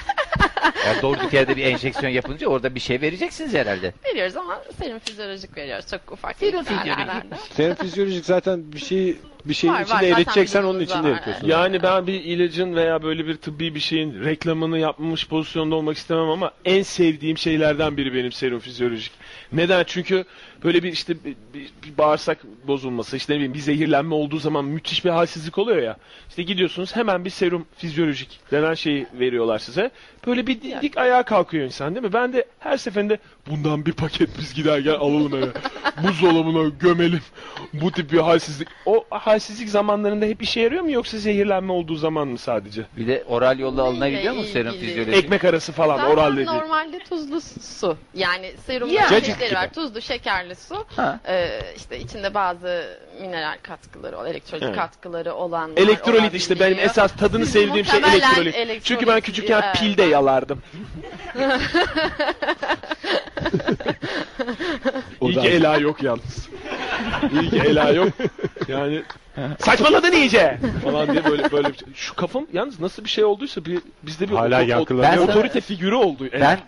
Speaker 2: Yani doğru yerde bir enjeksiyon yapınca orada bir şey vereceksiniz herhalde.
Speaker 7: Veriyoruz ama serum fizyolojik veriyoruz. Çok ufak
Speaker 2: Serum
Speaker 7: miktarlarda.
Speaker 2: fizyolojik.
Speaker 1: Senin fizyolojik zaten bir şey bir şeyin
Speaker 7: Var, var.
Speaker 1: içinde
Speaker 7: Zaten
Speaker 1: eriteceksen onun
Speaker 7: vücudumuzda
Speaker 1: içinde
Speaker 7: var.
Speaker 1: eritiyorsun.
Speaker 3: Yani ben bir ilacın veya böyle bir tıbbi bir şeyin reklamını yapmış pozisyonda olmak istemem ama en sevdiğim şeylerden biri benim serum fizyolojik. Neden? Çünkü böyle bir işte bir, bir- bir bağırsak bozulması, işte ne bileyim bir zehirlenme olduğu zaman müthiş bir halsizlik oluyor ya. İşte gidiyorsunuz hemen bir serum fizyolojik denen şeyi veriyorlar size. Böyle bir di- dik ayağa kalkıyor insan değil mi? Ben de her seferinde bundan bir paket biz giderken alalım eve. Buzdolabına gömelim. Bu tip bir halsizlik. O halsizlik zamanlarında hep işe yarıyor mu yoksa zehirlenme olduğu zaman mı sadece?
Speaker 2: Bir de oral yolla
Speaker 7: Neyle
Speaker 2: alınabiliyor mu serum
Speaker 7: ilgili?
Speaker 2: fizyolojik?
Speaker 3: Ekmek arası falan
Speaker 7: Zaten
Speaker 3: oral dediği.
Speaker 7: normalde tuzlu su. Yani serumda
Speaker 2: Yani.
Speaker 7: çeşitleri var. Tuzlu, şekerli su.
Speaker 2: Ha.
Speaker 7: Ee, işte içinde bazı mineral katkıları, elektrolit
Speaker 3: Evet.
Speaker 7: katkıları olan
Speaker 3: Elektrolit işte benim esas tadını sevdiğim şey
Speaker 7: Muhtemelen
Speaker 3: elektrolit.
Speaker 7: elektrolit
Speaker 3: Çünkü ben küçükken
Speaker 7: diyor,
Speaker 3: pilde
Speaker 7: evet.
Speaker 3: yalardım.
Speaker 1: O
Speaker 3: İyi
Speaker 1: da-
Speaker 3: ki Ela yok yalnız. İyi ki Ela yok. Yani saçmaladın iyice falan diye böyle böyle bir- şey. şu kafam yalnız nasıl bir şey olduysa bir, bizde bir
Speaker 1: Hala
Speaker 3: o- o-
Speaker 1: yankılanıyor.
Speaker 2: Ben-
Speaker 3: otorite figürü oldu. Ela.
Speaker 2: Ben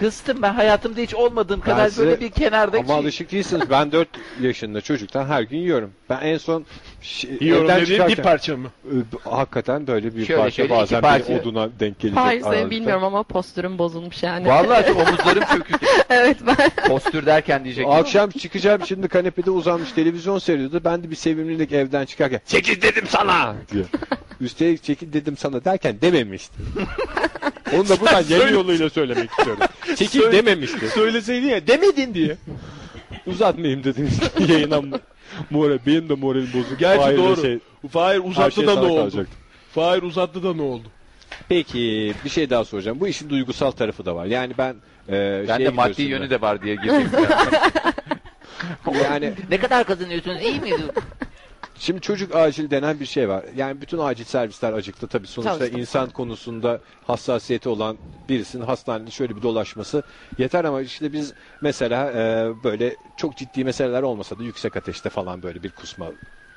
Speaker 2: kıstım ben hayatımda hiç olmadığım kadar
Speaker 1: size-
Speaker 2: böyle bir kenarda
Speaker 1: Ama alışık değilsiniz. Ben 4 yaşında çocuktan her gün yiyorum. Ben en son şey,
Speaker 3: yiyorum
Speaker 1: evden
Speaker 3: dediğim bir
Speaker 1: çıkarken-
Speaker 3: parça mı?
Speaker 1: Ö, Hakikaten böyle bir
Speaker 2: Şöyle
Speaker 1: parça
Speaker 2: şöyle iki
Speaker 1: bazen bir
Speaker 2: parça.
Speaker 1: oduna denk gelecek.
Speaker 7: Hayır seni
Speaker 1: aralıkta.
Speaker 7: bilmiyorum ama postürüm bozulmuş yani.
Speaker 2: Vallahi şu omuzlarım çöküldü.
Speaker 7: evet ben.
Speaker 2: Postür derken diyecek.
Speaker 1: Akşam çıkacağım şimdi kanepede uzanmış televizyon seyrediyordu. Ben de bir sevimlilik evden çıkarken çekil dedim sana diyor. Üstelik çekil dedim sana derken dememişti. Onu da buradan yeni yoluyla söylemek istiyorum. Çekil
Speaker 3: Söyle-
Speaker 1: dememişti.
Speaker 3: Söyleseydin ya demedin diye.
Speaker 1: Uzatmayayım dedim işte yayına moral. Benim de moralim bozuldu.
Speaker 3: Gerçi
Speaker 1: Fahir'le
Speaker 3: doğru.
Speaker 1: şey-
Speaker 3: Fahir
Speaker 1: her
Speaker 3: uzattı
Speaker 1: şey
Speaker 3: da
Speaker 1: sana
Speaker 3: ne oldu?
Speaker 1: kalacak.
Speaker 3: Fahir uzattı da ne oldu?
Speaker 1: Peki bir şey daha soracağım. Bu işin duygusal tarafı da var. Yani ben e,
Speaker 2: Ben
Speaker 1: şeye
Speaker 2: de maddi
Speaker 1: gidiyorsun
Speaker 2: yönü de var diye gireyim. ya.
Speaker 1: Yani
Speaker 2: ne kadar kazanıyorsunuz iyi miydi?
Speaker 1: şimdi çocuk acil denen bir şey var. Yani bütün acil servisler acıktı tabii. Sonuçta
Speaker 7: Tabii, tabii.
Speaker 1: insan konusunda hassasiyeti olan birisinin hastanede şöyle bir dolaşması yeter ama işte biz mesela e, böyle çok ciddi meseleler olmasa da yüksek ateşte falan böyle bir kusma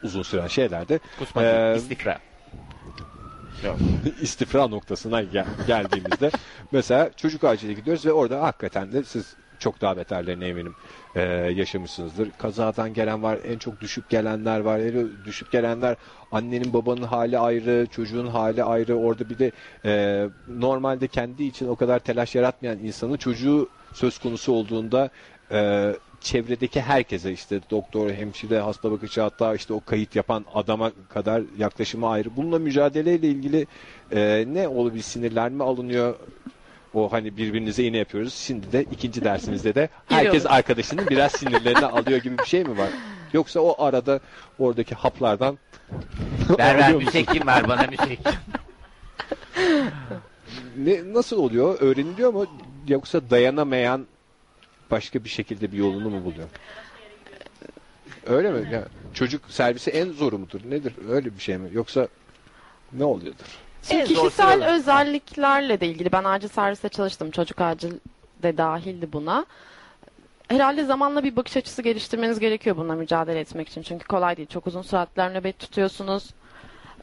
Speaker 1: uzun süren şeylerde
Speaker 2: Kusma
Speaker 1: e,
Speaker 2: değil, istikrar.
Speaker 1: istifra noktasına gel- geldiğimizde mesela çocuk acile gidiyoruz ve orada hakikaten de siz çok daha beterlerine eminim e, yaşamışsınızdır. Kazadan gelen var, en çok düşüp gelenler var. Yani düşüp gelenler annenin babanın hali ayrı, çocuğun hali ayrı. Orada bir de e, normalde kendi için o kadar telaş yaratmayan insanın çocuğu söz konusu olduğunda e, çevredeki herkese işte doktor, hemşire, hasta bakıcı hatta işte o kayıt yapan adama kadar yaklaşımı ayrı. Bununla mücadeleyle ilgili e, ne olabilir? Sinirlenme alınıyor. O hani birbirinize iğne yapıyoruz. Şimdi de ikinci dersimizde de herkes
Speaker 7: Giriyoruz.
Speaker 1: arkadaşının biraz sinirlerini alıyor gibi bir şey mi var? Yoksa o arada oradaki haplardan
Speaker 2: Ver ver
Speaker 1: alıyor musun?
Speaker 2: müstekkim ver bana müstekkim.
Speaker 1: Ne, nasıl oluyor? Öğreniliyor mu? Yoksa dayanamayan başka bir şekilde bir yolunu mu buluyor? Öyle mi? Ya, çocuk servisi en zoru mudur? Nedir? Öyle bir şey mi? Yoksa ne oluyordur?
Speaker 7: Şimdi
Speaker 2: En zor
Speaker 7: kişisel
Speaker 2: sıralar.
Speaker 7: özelliklerle de ilgili ben acil serviste çalıştım. Çocuk acil de dahildi buna. Herhalde zamanla bir bakış açısı geliştirmeniz gerekiyor bununla mücadele etmek için. Çünkü kolay değil. Çok uzun saatler nöbet tutuyorsunuz.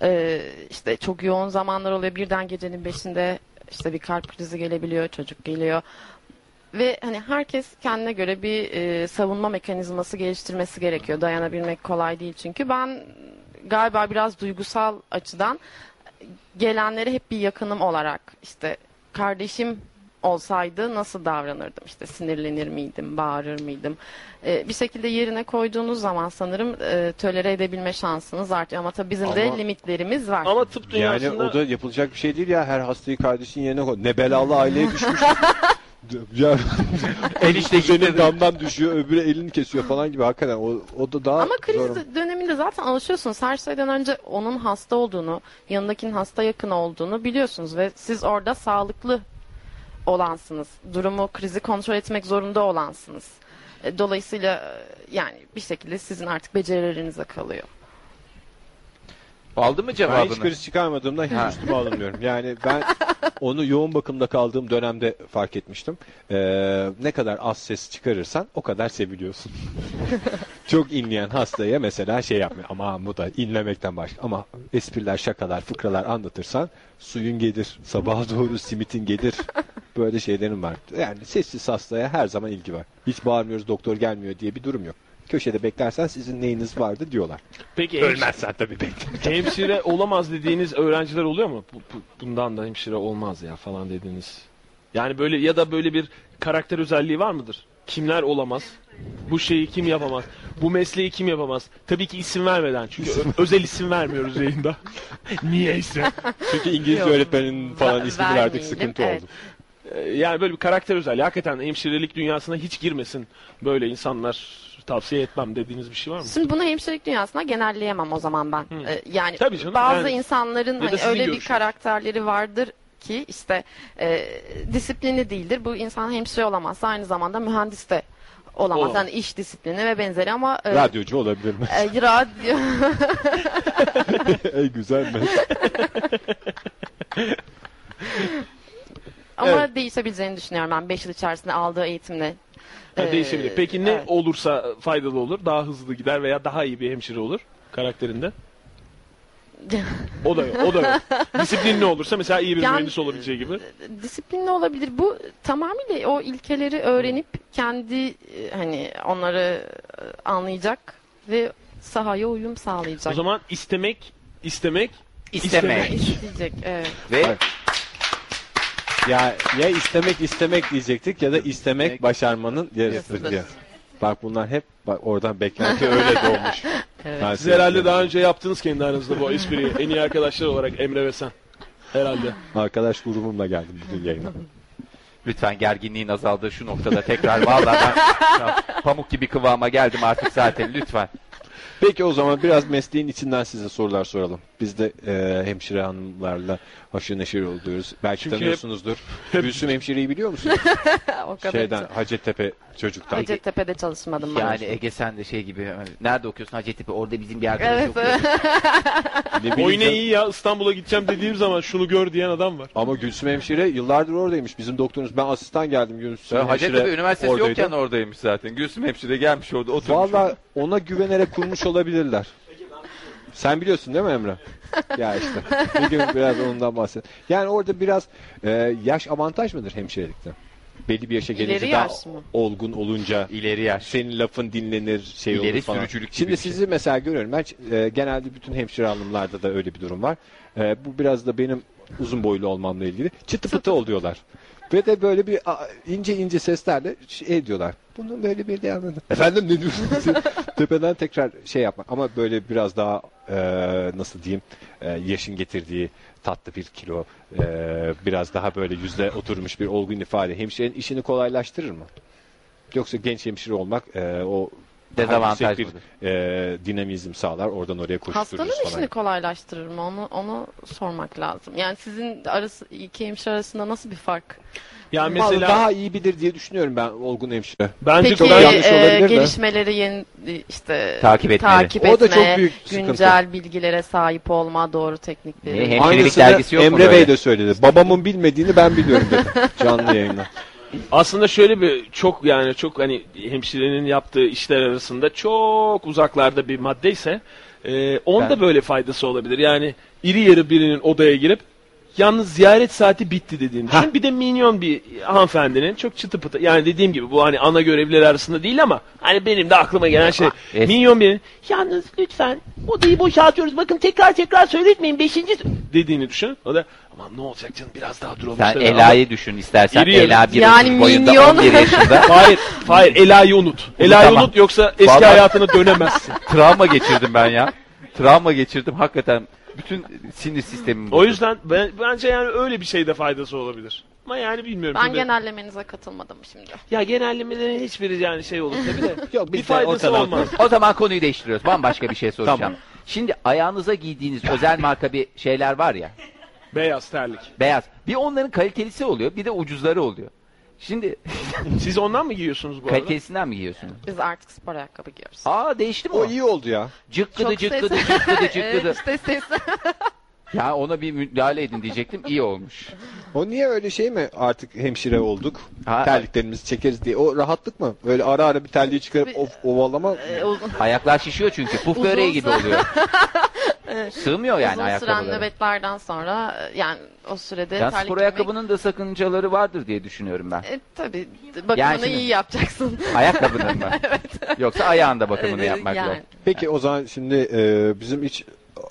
Speaker 7: Ee, işte çok yoğun zamanlar oluyor. Birden gecenin beşinde işte bir kalp krizi gelebiliyor, çocuk geliyor. Ve hani herkes kendine göre bir e, savunma mekanizması geliştirmesi gerekiyor. Dayanabilmek kolay değil çünkü. Ben galiba biraz duygusal açıdan gelenleri hep bir yakınım olarak işte kardeşim olsaydı nasıl davranırdım işte sinirlenir miydim bağırır mıydım Ee, bir şekilde yerine koyduğunuz zaman sanırım e, tölere edebilme şansınız artıyor ama tabii bizim de
Speaker 1: Ama-
Speaker 7: limitlerimiz var.
Speaker 3: Ama tıp dünyasında...
Speaker 1: Yani o da yapılacak bir şey değil ya. Her hastayı kardeşin yerine koy. Ne belalı aileye düşmüş. ya,
Speaker 2: Enişte
Speaker 1: kuzenin
Speaker 2: gitti.
Speaker 1: damdan düşüyor, öbürü elini kesiyor falan gibi. Hakikaten o, o da daha
Speaker 7: Ama kriz
Speaker 1: zor.
Speaker 7: döneminde zaten alışıyorsunuz. Her şeyden önce onun hasta olduğunu, yanındakinin hasta yakın olduğunu biliyorsunuz ve siz orada sağlıklı olansınız. Durumu, krizi kontrol etmek zorunda olansınız. E, Dolayısıyla e, yani bir şekilde sizin artık becerilerinize kalıyor.
Speaker 2: Aldı mı
Speaker 1: Ben hiç
Speaker 2: cevabını?
Speaker 1: kriz çıkarmadığımda
Speaker 2: Ha.
Speaker 1: hiç üstüme alınmıyorum. Yani ben onu yoğun bakımda kaldığım dönemde fark etmiştim. Ee, ne kadar az ses çıkarırsan o kadar seviliyorsun. Çok inleyen hastaya mesela şey yapmıyor. Ama bu da inlemekten başka. Ama espriler, şakalar, fıkralar anlatırsan suyun gelir. Sabaha doğru simitin gelir. Böyle şeylerim var. Yani sessiz hastaya her zaman ilgi var. Hiç bağırmıyoruz doktor gelmiyor diye bir durum yok. Köşede beklersen sizin neyiniz vardı diyorlar.
Speaker 3: Peki
Speaker 1: Ölmezsen tabii bekle.
Speaker 3: hemşire olamaz dediğiniz öğrenciler oluyor mu? Bu- bu- bundan da hemşire olmaz ya falan dediğiniz. Yani böyle ya da böyle bir karakter özelliği var mıdır? Kimler olamaz? Bu şeyi kim yapamaz? Bu mesleği kim yapamaz? Tabii ki isim vermeden. Çünkü ö- özel isim vermiyoruz yayında. Niyeyse.
Speaker 1: Çünkü İngilizce
Speaker 7: Yok.
Speaker 1: öğretmenin falan
Speaker 7: Ver-
Speaker 1: ismini verdik
Speaker 7: vermeyelim,
Speaker 1: sıkıntı
Speaker 7: evet.
Speaker 1: oldu.
Speaker 3: Ee, Yani böyle bir karakter özelliği. Hakikaten hemşirelik dünyasına hiç girmesin böyle insanlar tavsiye etmem dediğiniz bir şey var mı?
Speaker 7: Şimdi bunu hemşirelik dünyasına genelleyemem o zaman ben. E, Yani
Speaker 3: Tabii canım,
Speaker 7: bazı
Speaker 3: yani.
Speaker 7: insanların
Speaker 3: da
Speaker 7: hani
Speaker 3: sizin
Speaker 7: öyle bir
Speaker 3: görüşünüz.
Speaker 7: karakterleri vardır ki işte e, disiplini değildir. Bu insan hemşire olamazsa aynı zamanda mühendis de olamaz.
Speaker 3: Olamaz.
Speaker 7: Yani iş disiplini ve benzeri ama e,
Speaker 1: Radyocu olabilir mi?
Speaker 7: e, radyo
Speaker 1: Ey güzel mi?
Speaker 7: ama değişebileceğini düşünüyorum ben 5 yıl içerisinde aldığı eğitimle.
Speaker 3: Ha,
Speaker 7: e,
Speaker 3: değişebilir. Peki ne
Speaker 7: evet.
Speaker 3: olursa faydalı olur? Daha hızlı gider veya daha iyi bir hemşire olur karakterinde. O da yok, o da yok. Disiplinli olursa mesela iyi bir
Speaker 7: Yani- e,
Speaker 3: mühendis olabileceği gibi.
Speaker 7: disiplinli olabilir. Bu tamamıyla o ilkeleri öğrenip kendi e, hani onları e, anlayacak ve sahaya uyum sağlayacak.
Speaker 3: O zaman istemek, istemek,
Speaker 2: İsteme.
Speaker 7: isteyecek. Evet.
Speaker 2: Ve
Speaker 1: ya ya istemek istemek diyecektik ya da istemek başarmanın yarısıdır
Speaker 7: Yarısıdır.
Speaker 1: diye. Bak bunlar hep bak oradan beklenti öyle doğmuş. Ben
Speaker 3: Siz herhalde daha önce yaptınız kendi aranızda bu espriyi. En iyi arkadaşlar olarak Emre ve sen. Herhalde.
Speaker 1: arkadaş grubumla geldim bugün yayına.
Speaker 2: lütfen gerginliğin azaldığı şu noktada tekrar vallahi ben pamuk gibi kıvama geldim artık zaten lütfen.
Speaker 1: Peki o zaman biraz mesleğin içinden size sorular soralım. Biz de e, hemşire hanımlarla haşır neşir oluyoruz. Belki
Speaker 3: Çünkü hep-
Speaker 1: tanıyorsunuzdur. Gülsüm hemşireyi biliyor musun?
Speaker 7: O kadar.
Speaker 1: Şeyden Hacettepe çocuktan.
Speaker 7: Hacettepe'de çalışmadım ben.
Speaker 2: Yani Ege sen de şey gibi hani, nerede okuyorsun Hacettepe orada bizim bir arkadaş
Speaker 7: Evet.
Speaker 2: okuyor.
Speaker 1: Ne bileyim
Speaker 3: O yine
Speaker 1: canım.
Speaker 3: iyi ya İstanbul'a gideceğim dediğim zaman şunu gör diyen adam var.
Speaker 1: Ama Gülsüm Hemşire yıllardır oradaymış. Bizim doktorumuz. Ben asistan geldim Gülsüm
Speaker 2: Ya,
Speaker 1: Hemşire.
Speaker 2: Hacettepe Üniversitesi
Speaker 1: oradaydı.
Speaker 2: yokken oradaymış zaten. Gülsüm hemşire gelmiş orada oturmuş.
Speaker 1: Valla ona güvenerek kurmuş olabilirler. Sen biliyorsun değil mi Emre? ya işte. Bir gün biraz ondan bahset. Yani orada biraz e, yaş avantaj mıdır hemşirelikte? Belli bir yaşa gelince
Speaker 7: İleri
Speaker 1: daha
Speaker 7: yaş mı?
Speaker 1: olgun olunca
Speaker 2: İleri yaş.
Speaker 1: senin lafın dinlenir şey
Speaker 2: İleri
Speaker 1: olur falan.
Speaker 2: sürücülük gibi
Speaker 1: Şimdi
Speaker 2: bir şey.
Speaker 1: sizi mesela görüyorum. Ben e, genelde bütün hemşire hanımlarda da öyle bir durum var. E, bu biraz da benim uzun boylu olmamla ilgili. Çıtı pıtı oluyorlar. Ve de böyle bir a, ince ince seslerle şey diyorlar. Bunun böyle bir de anladım. Efendim ne diyorsunuz? Tepeden tekrar şey yapmak. Ama böyle biraz daha e, nasıl diyeyim e, yaşın getirdiği tatlı bir kilo e, biraz daha böyle yüzde oturmuş bir olgun ifade hemşirenin işini kolaylaştırır mı? Yoksa genç hemşire olmak e, o daha
Speaker 2: Dezavantaj
Speaker 1: yüksek
Speaker 2: mıdır?
Speaker 1: bir e, dinamizm sağlar. Oradan oraya koştururuz
Speaker 7: Hastanın
Speaker 1: falan.
Speaker 7: işini kolaylaştırır mı? Onu, onu sormak lazım. Yani sizin arası, iki hemşire arasında nasıl bir fark?
Speaker 3: Yani
Speaker 1: Vallahi
Speaker 3: mesela
Speaker 1: daha iyi bilir diye düşünüyorum ben olgun hemşire.
Speaker 3: bence
Speaker 7: Peki
Speaker 3: kolay-
Speaker 1: yanlış
Speaker 7: e,
Speaker 1: olabilir de.
Speaker 7: gelişmeleri yeni işte
Speaker 2: Takip etmeli.
Speaker 7: takip
Speaker 1: O da
Speaker 7: etme,
Speaker 1: çok büyük sıkıntı.
Speaker 7: güncel bilgilere sahip olma, doğru teknikleri.
Speaker 2: Niye? E, Hemşirelik
Speaker 1: Aynısını
Speaker 2: dergisi yok mu
Speaker 1: Emre
Speaker 2: böyle?
Speaker 1: Bey de söyledi. Babamın bilmediğini ben biliyorum dedi. Canlı yayında.
Speaker 3: Aslında şöyle bir çok yani çok hani hemşirenin yaptığı işler arasında çok uzaklarda bir madde ise e, onda
Speaker 2: Ben-
Speaker 3: böyle faydası olabilir. Yani iri yarı birinin odaya girip yalnız ziyaret saati bitti dediğini düşün. Bir de minyon bir hanımefendinin çok çıtı pıtı yani dediğim gibi bu hani ana görevliler arasında değil ama hani benim de aklıma gelen şey
Speaker 2: Ah, es-
Speaker 3: minyon birinin yalnız lütfen odayı boşaltıyoruz bakın tekrar tekrar söyletmeyin beşinci dediğini düşün. O da aman ne olacak canım biraz daha duralım.
Speaker 2: Sen
Speaker 3: şöyle."
Speaker 2: Ela'yı düşün istersen.
Speaker 3: İri yarı.
Speaker 2: Ela bir
Speaker 7: Yani
Speaker 2: otuz boyunda
Speaker 7: minyon.
Speaker 2: 11 yaşında.
Speaker 3: Hayır, hayır Ela'yı unut. Ela'yı
Speaker 2: Unutamam.
Speaker 3: unut yoksa eski
Speaker 2: Vallahi-
Speaker 3: hayatına dönemezsin.
Speaker 2: Travma geçirdim ben ya. Travma geçirdim hakikaten. Bütün sinir sistemim
Speaker 3: O
Speaker 2: bozuldu.
Speaker 3: yüzden ben, bence yani öyle bir şeyde faydası olabilir. Ama yani bilmiyorum.
Speaker 7: Ben
Speaker 3: tabii.
Speaker 7: genellemenize katılmadım şimdi.
Speaker 3: Ya genellemelerin hiçbiri yani şey olur tabii de.
Speaker 1: Yok,
Speaker 3: bir
Speaker 1: biz de ortadan
Speaker 3: faydası olmaz.
Speaker 2: O zaman konuyu değiştiriyoruz. Bambaşka bir şey soracağım. Şimdi ayağınıza giydiğiniz özel marka bir şeyler var ya.
Speaker 3: Beyaz terlik.
Speaker 2: Beyaz. Bir onların kalitelisi oluyor bir de ucuzları oluyor. Şimdi
Speaker 3: Siz ondan mı giyiyorsunuz bu arada?
Speaker 2: kalitesinden mi giyiyorsunuz?
Speaker 7: Biz artık spor ayakkabı giyiyoruz.
Speaker 2: Aa değişti mi o?
Speaker 1: O iyi oldu ya.
Speaker 2: Cıkkıdı cıkkıdı
Speaker 7: sesli-
Speaker 2: cıkkıdı cıkkıdı.
Speaker 7: Evet, işte sesli.
Speaker 2: Ya ona bir müdahale edin diyecektim. iyi olmuş.
Speaker 1: O niye öyle şey mi artık hemşire olduk?
Speaker 2: Ha.
Speaker 1: Terliklerimizi çekeriz diye. O rahatlık mı? Böyle ara ara bir terliği çıkarıp
Speaker 7: Bir-
Speaker 1: of, ovalama.
Speaker 7: E, uzun,
Speaker 2: Ayaklar şişiyor çünkü. Puf
Speaker 7: Uzun
Speaker 2: böreği gibi
Speaker 7: süre-
Speaker 2: oluyor. Sığmıyor yani
Speaker 7: uzun süren
Speaker 2: ayakkabılara.
Speaker 7: nöbetlerden sonra e, yani o sürede
Speaker 2: Ya
Speaker 7: terlik
Speaker 2: spor
Speaker 7: giymek-
Speaker 2: ayakkabının da sakıncaları vardır diye düşünüyorum ben.
Speaker 7: E, tabii bakımını
Speaker 2: şimdi-
Speaker 7: iyi yapacaksın.
Speaker 2: Ayakkabının mı? Yoksa ayağında bakımını
Speaker 7: E,
Speaker 2: yapmak
Speaker 7: yani.
Speaker 2: lazım.
Speaker 1: Peki o zaman şimdi e, bizim hiç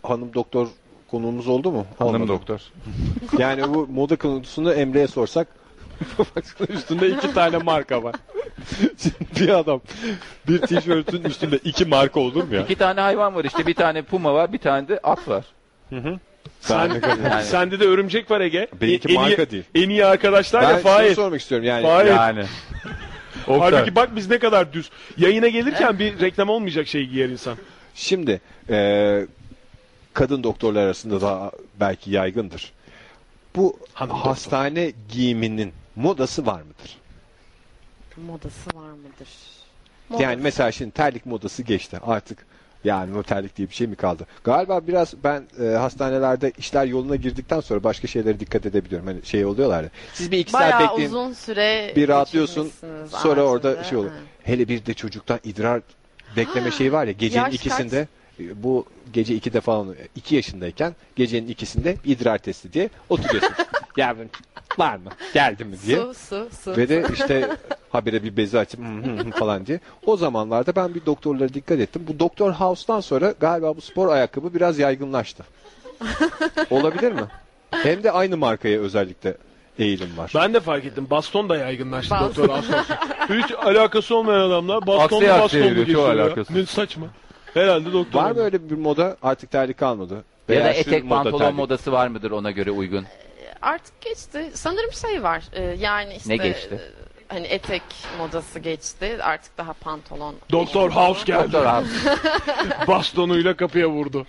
Speaker 1: hanım doktor konuğumuz oldu mu? Olmadı.
Speaker 2: doktor.
Speaker 1: Yani bu moda konusunu Emre'ye sorsak baksana üstünde iki tane marka var. Şimdi bir adam bir tişörtün üstünde iki marka olur mu ya?
Speaker 2: İki tane hayvan var işte. Bir tane puma var, bir tane de at var.
Speaker 3: Sen,
Speaker 2: Yani.
Speaker 3: Sende de örümcek var Ege. E,
Speaker 1: Benimki
Speaker 3: En- en
Speaker 1: marka
Speaker 3: iyi-
Speaker 1: değil.
Speaker 3: En iyi arkadaşlar
Speaker 1: Ben
Speaker 3: ya
Speaker 1: şunu
Speaker 3: Fahir.
Speaker 1: sormak istiyorum yani.
Speaker 3: Fahir.
Speaker 2: Yani.
Speaker 3: Halbuki bak biz ne kadar düz. Yayına gelirken bir reklam olmayacak şey giyer insan.
Speaker 1: Şimdi e, kadın doktorlar arasında daha belki yaygındır. Bu
Speaker 3: Hanım doktor.
Speaker 1: hastane giyiminin modası var mıdır?
Speaker 7: Modası var mıdır?
Speaker 1: Yani mesela şimdi terlik modası geçti artık. Yani o terlik diye bir şey mi kaldı? Galiba biraz ben e, hastanelerde işler yoluna girdikten sonra başka şeylere dikkat edebiliyorum. Hani şey oluyorlar ya. Siz bir iki saat
Speaker 7: Bayağı
Speaker 1: bekleyin.
Speaker 7: uzun süre
Speaker 1: Bir rahatlıyorsun.
Speaker 7: Ee, geçirmişsiniz
Speaker 1: Sonra orada
Speaker 7: aslında.
Speaker 1: şey oluyor.
Speaker 7: Ha.
Speaker 1: Hele bir de çocuktan idrar bekleme şeyi var ya. Gecenin
Speaker 7: Yaş
Speaker 1: ikisinde e, bu gece 2'de falan 2 yaşındayken gecenin ikisinde idrar testi diye oturuyorsun. Yavrum var mı? Geldi mi diye.
Speaker 7: Su, su, su.
Speaker 1: Ve de işte habire bir bezi açıp "Hı hı hı" falan diye. O zamanlarda ben bir doktorlara dikkat ettim. Bu Doktor House'tan sonra galiba bu spor ayakkabı biraz yaygınlaştı. Olabilir mi? Hem de aynı markaya özellikle eğilim var.
Speaker 3: Ben de fark ettim. Baston da yaygınlaştı
Speaker 7: Baston.
Speaker 3: doktor Ağustos. Hiç alakası olmayan adamla bastonlu
Speaker 2: Aksaya aksaya
Speaker 3: bastonlu
Speaker 2: yürüyor, çok
Speaker 3: geçiyor ya.
Speaker 2: alakası.
Speaker 3: Ne saçma. Herhalde doktor.
Speaker 1: Var mı öyle bir moda? Artık terlik kalmadı.
Speaker 2: Ya da
Speaker 1: Veya şu
Speaker 2: etek
Speaker 1: moda
Speaker 2: pantolon
Speaker 1: terlik.
Speaker 2: modası var mıdır ona göre uygun?
Speaker 7: Artık geçti. Sanırım şey var. e, yani işte
Speaker 2: Ne geçti?
Speaker 7: e, Hani etek modası geçti. Artık daha pantolon.
Speaker 3: Doktor House geldi.
Speaker 2: Doktor abi.
Speaker 3: Bastonuyla kapıya vurdu.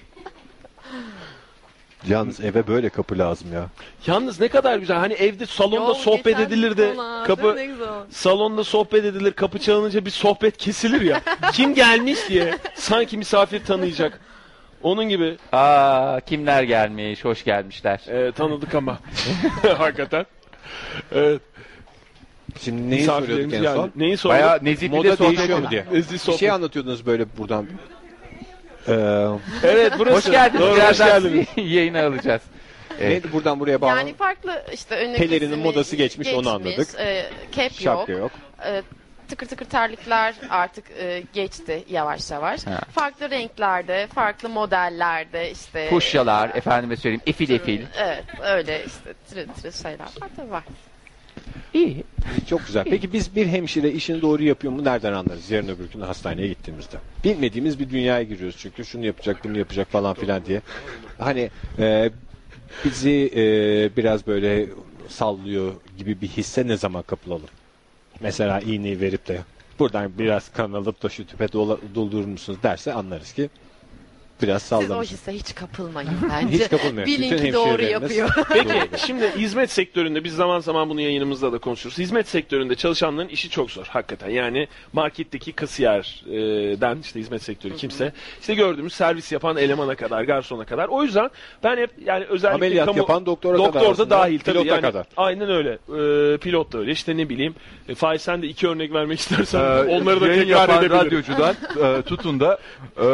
Speaker 1: Yalnız eve böyle kapı lazım ya.
Speaker 3: Yalnız ne kadar güzel. Hani evde salonda
Speaker 7: Yol
Speaker 3: sohbet
Speaker 7: geçen
Speaker 3: edilir de
Speaker 7: konağı.
Speaker 3: kapı
Speaker 7: Ne güzel olmuş.
Speaker 3: salonda sohbet edilir kapı çalınınca bir sohbet kesilir ya. Kim gelmiş diye sanki misafir tanıyacak. Onun gibi
Speaker 2: Aa kimler gelmiş, hoş gelmişler.
Speaker 3: e, tanıdık ama hakikaten. Evet.
Speaker 1: Şimdi neyi soruyorduk
Speaker 3: misafirlerimiz
Speaker 1: en
Speaker 3: geldi.
Speaker 1: son?
Speaker 3: Neyi sorduk?
Speaker 2: Bayağı nezih bir de
Speaker 1: Moda
Speaker 2: sohbet
Speaker 1: değişiyor mu diye.
Speaker 3: Nezih
Speaker 1: Bir
Speaker 3: sohbet.
Speaker 1: şey anlatıyordunuz böyle buradan.
Speaker 11: Ee,
Speaker 2: Evet burası. Hoş geldiniz.
Speaker 3: Doğru, hoş
Speaker 2: Birazdan
Speaker 3: geldiniz.
Speaker 2: sizi yayına alacağız. Ee, Evet.
Speaker 1: Ne- buradan buraya bağlan.
Speaker 7: Yani farklı işte önlük
Speaker 1: Pelerinin
Speaker 7: kesimi
Speaker 1: modası geçmiş, onu anladık.
Speaker 7: E, cap yok.
Speaker 1: Şapka yok.
Speaker 7: E, tıkır tıkır terlikler artık e, geçti yavaş yavaş.
Speaker 2: Ha.
Speaker 7: Farklı renklerde, farklı modellerde işte.
Speaker 2: Kuşyalar, efendime söyleyeyim efil efil.
Speaker 7: Evet öyle işte tırı tırı şeyler var tabii var.
Speaker 2: İyi.
Speaker 1: Çok güzel. Peki biz bir hemşire işini doğru yapıyor mu nereden anlarız? Yarın öbür gün hastaneye gittiğimizde. Bilmediğimiz bir dünyaya giriyoruz çünkü. Şunu yapacak, bunu yapacak falan filan diye. Hani e, bizi e, biraz böyle sallıyor gibi bir hisse ne zaman kapılalım? Mesela iğneyi verip de buradan biraz kan alıp da şu tüpe dola- doldurur musunuz derse anlarız ki biraz
Speaker 7: Siz o
Speaker 1: sallamış.
Speaker 7: hisse hiç kapılmayın bence.
Speaker 1: Hiç kapılmıyor.
Speaker 7: Bilin
Speaker 1: Bütün
Speaker 7: ki doğru
Speaker 1: hemşirelerimiz-
Speaker 7: yapıyor.
Speaker 3: Peki şimdi hizmet sektöründe biz zaman zaman bunu yayınımızda da konuşuruz. Hizmet sektöründe çalışanların işi çok zor hakikaten. Yani marketteki kasiyerden işte hizmet sektörü kimse işte gördüğümüz servis yapan elemana kadar, garsona kadar. O yüzden ben hep yani özellikle
Speaker 1: Ameliyat
Speaker 3: kamu-
Speaker 1: yapan doktora kadar
Speaker 3: doktor da
Speaker 1: aslında,
Speaker 3: dahil tabii
Speaker 1: pilota
Speaker 3: yani.
Speaker 1: kadar.
Speaker 3: Aynen öyle. Ee, pilot da öyle. İşte ne bileyim. E, Fahir sen de iki örnek vermek istersen
Speaker 12: Ee,
Speaker 3: onları da
Speaker 12: yayın
Speaker 3: tekrar
Speaker 12: yapan
Speaker 3: edebilirim.
Speaker 12: radyocudan e, tutun da e,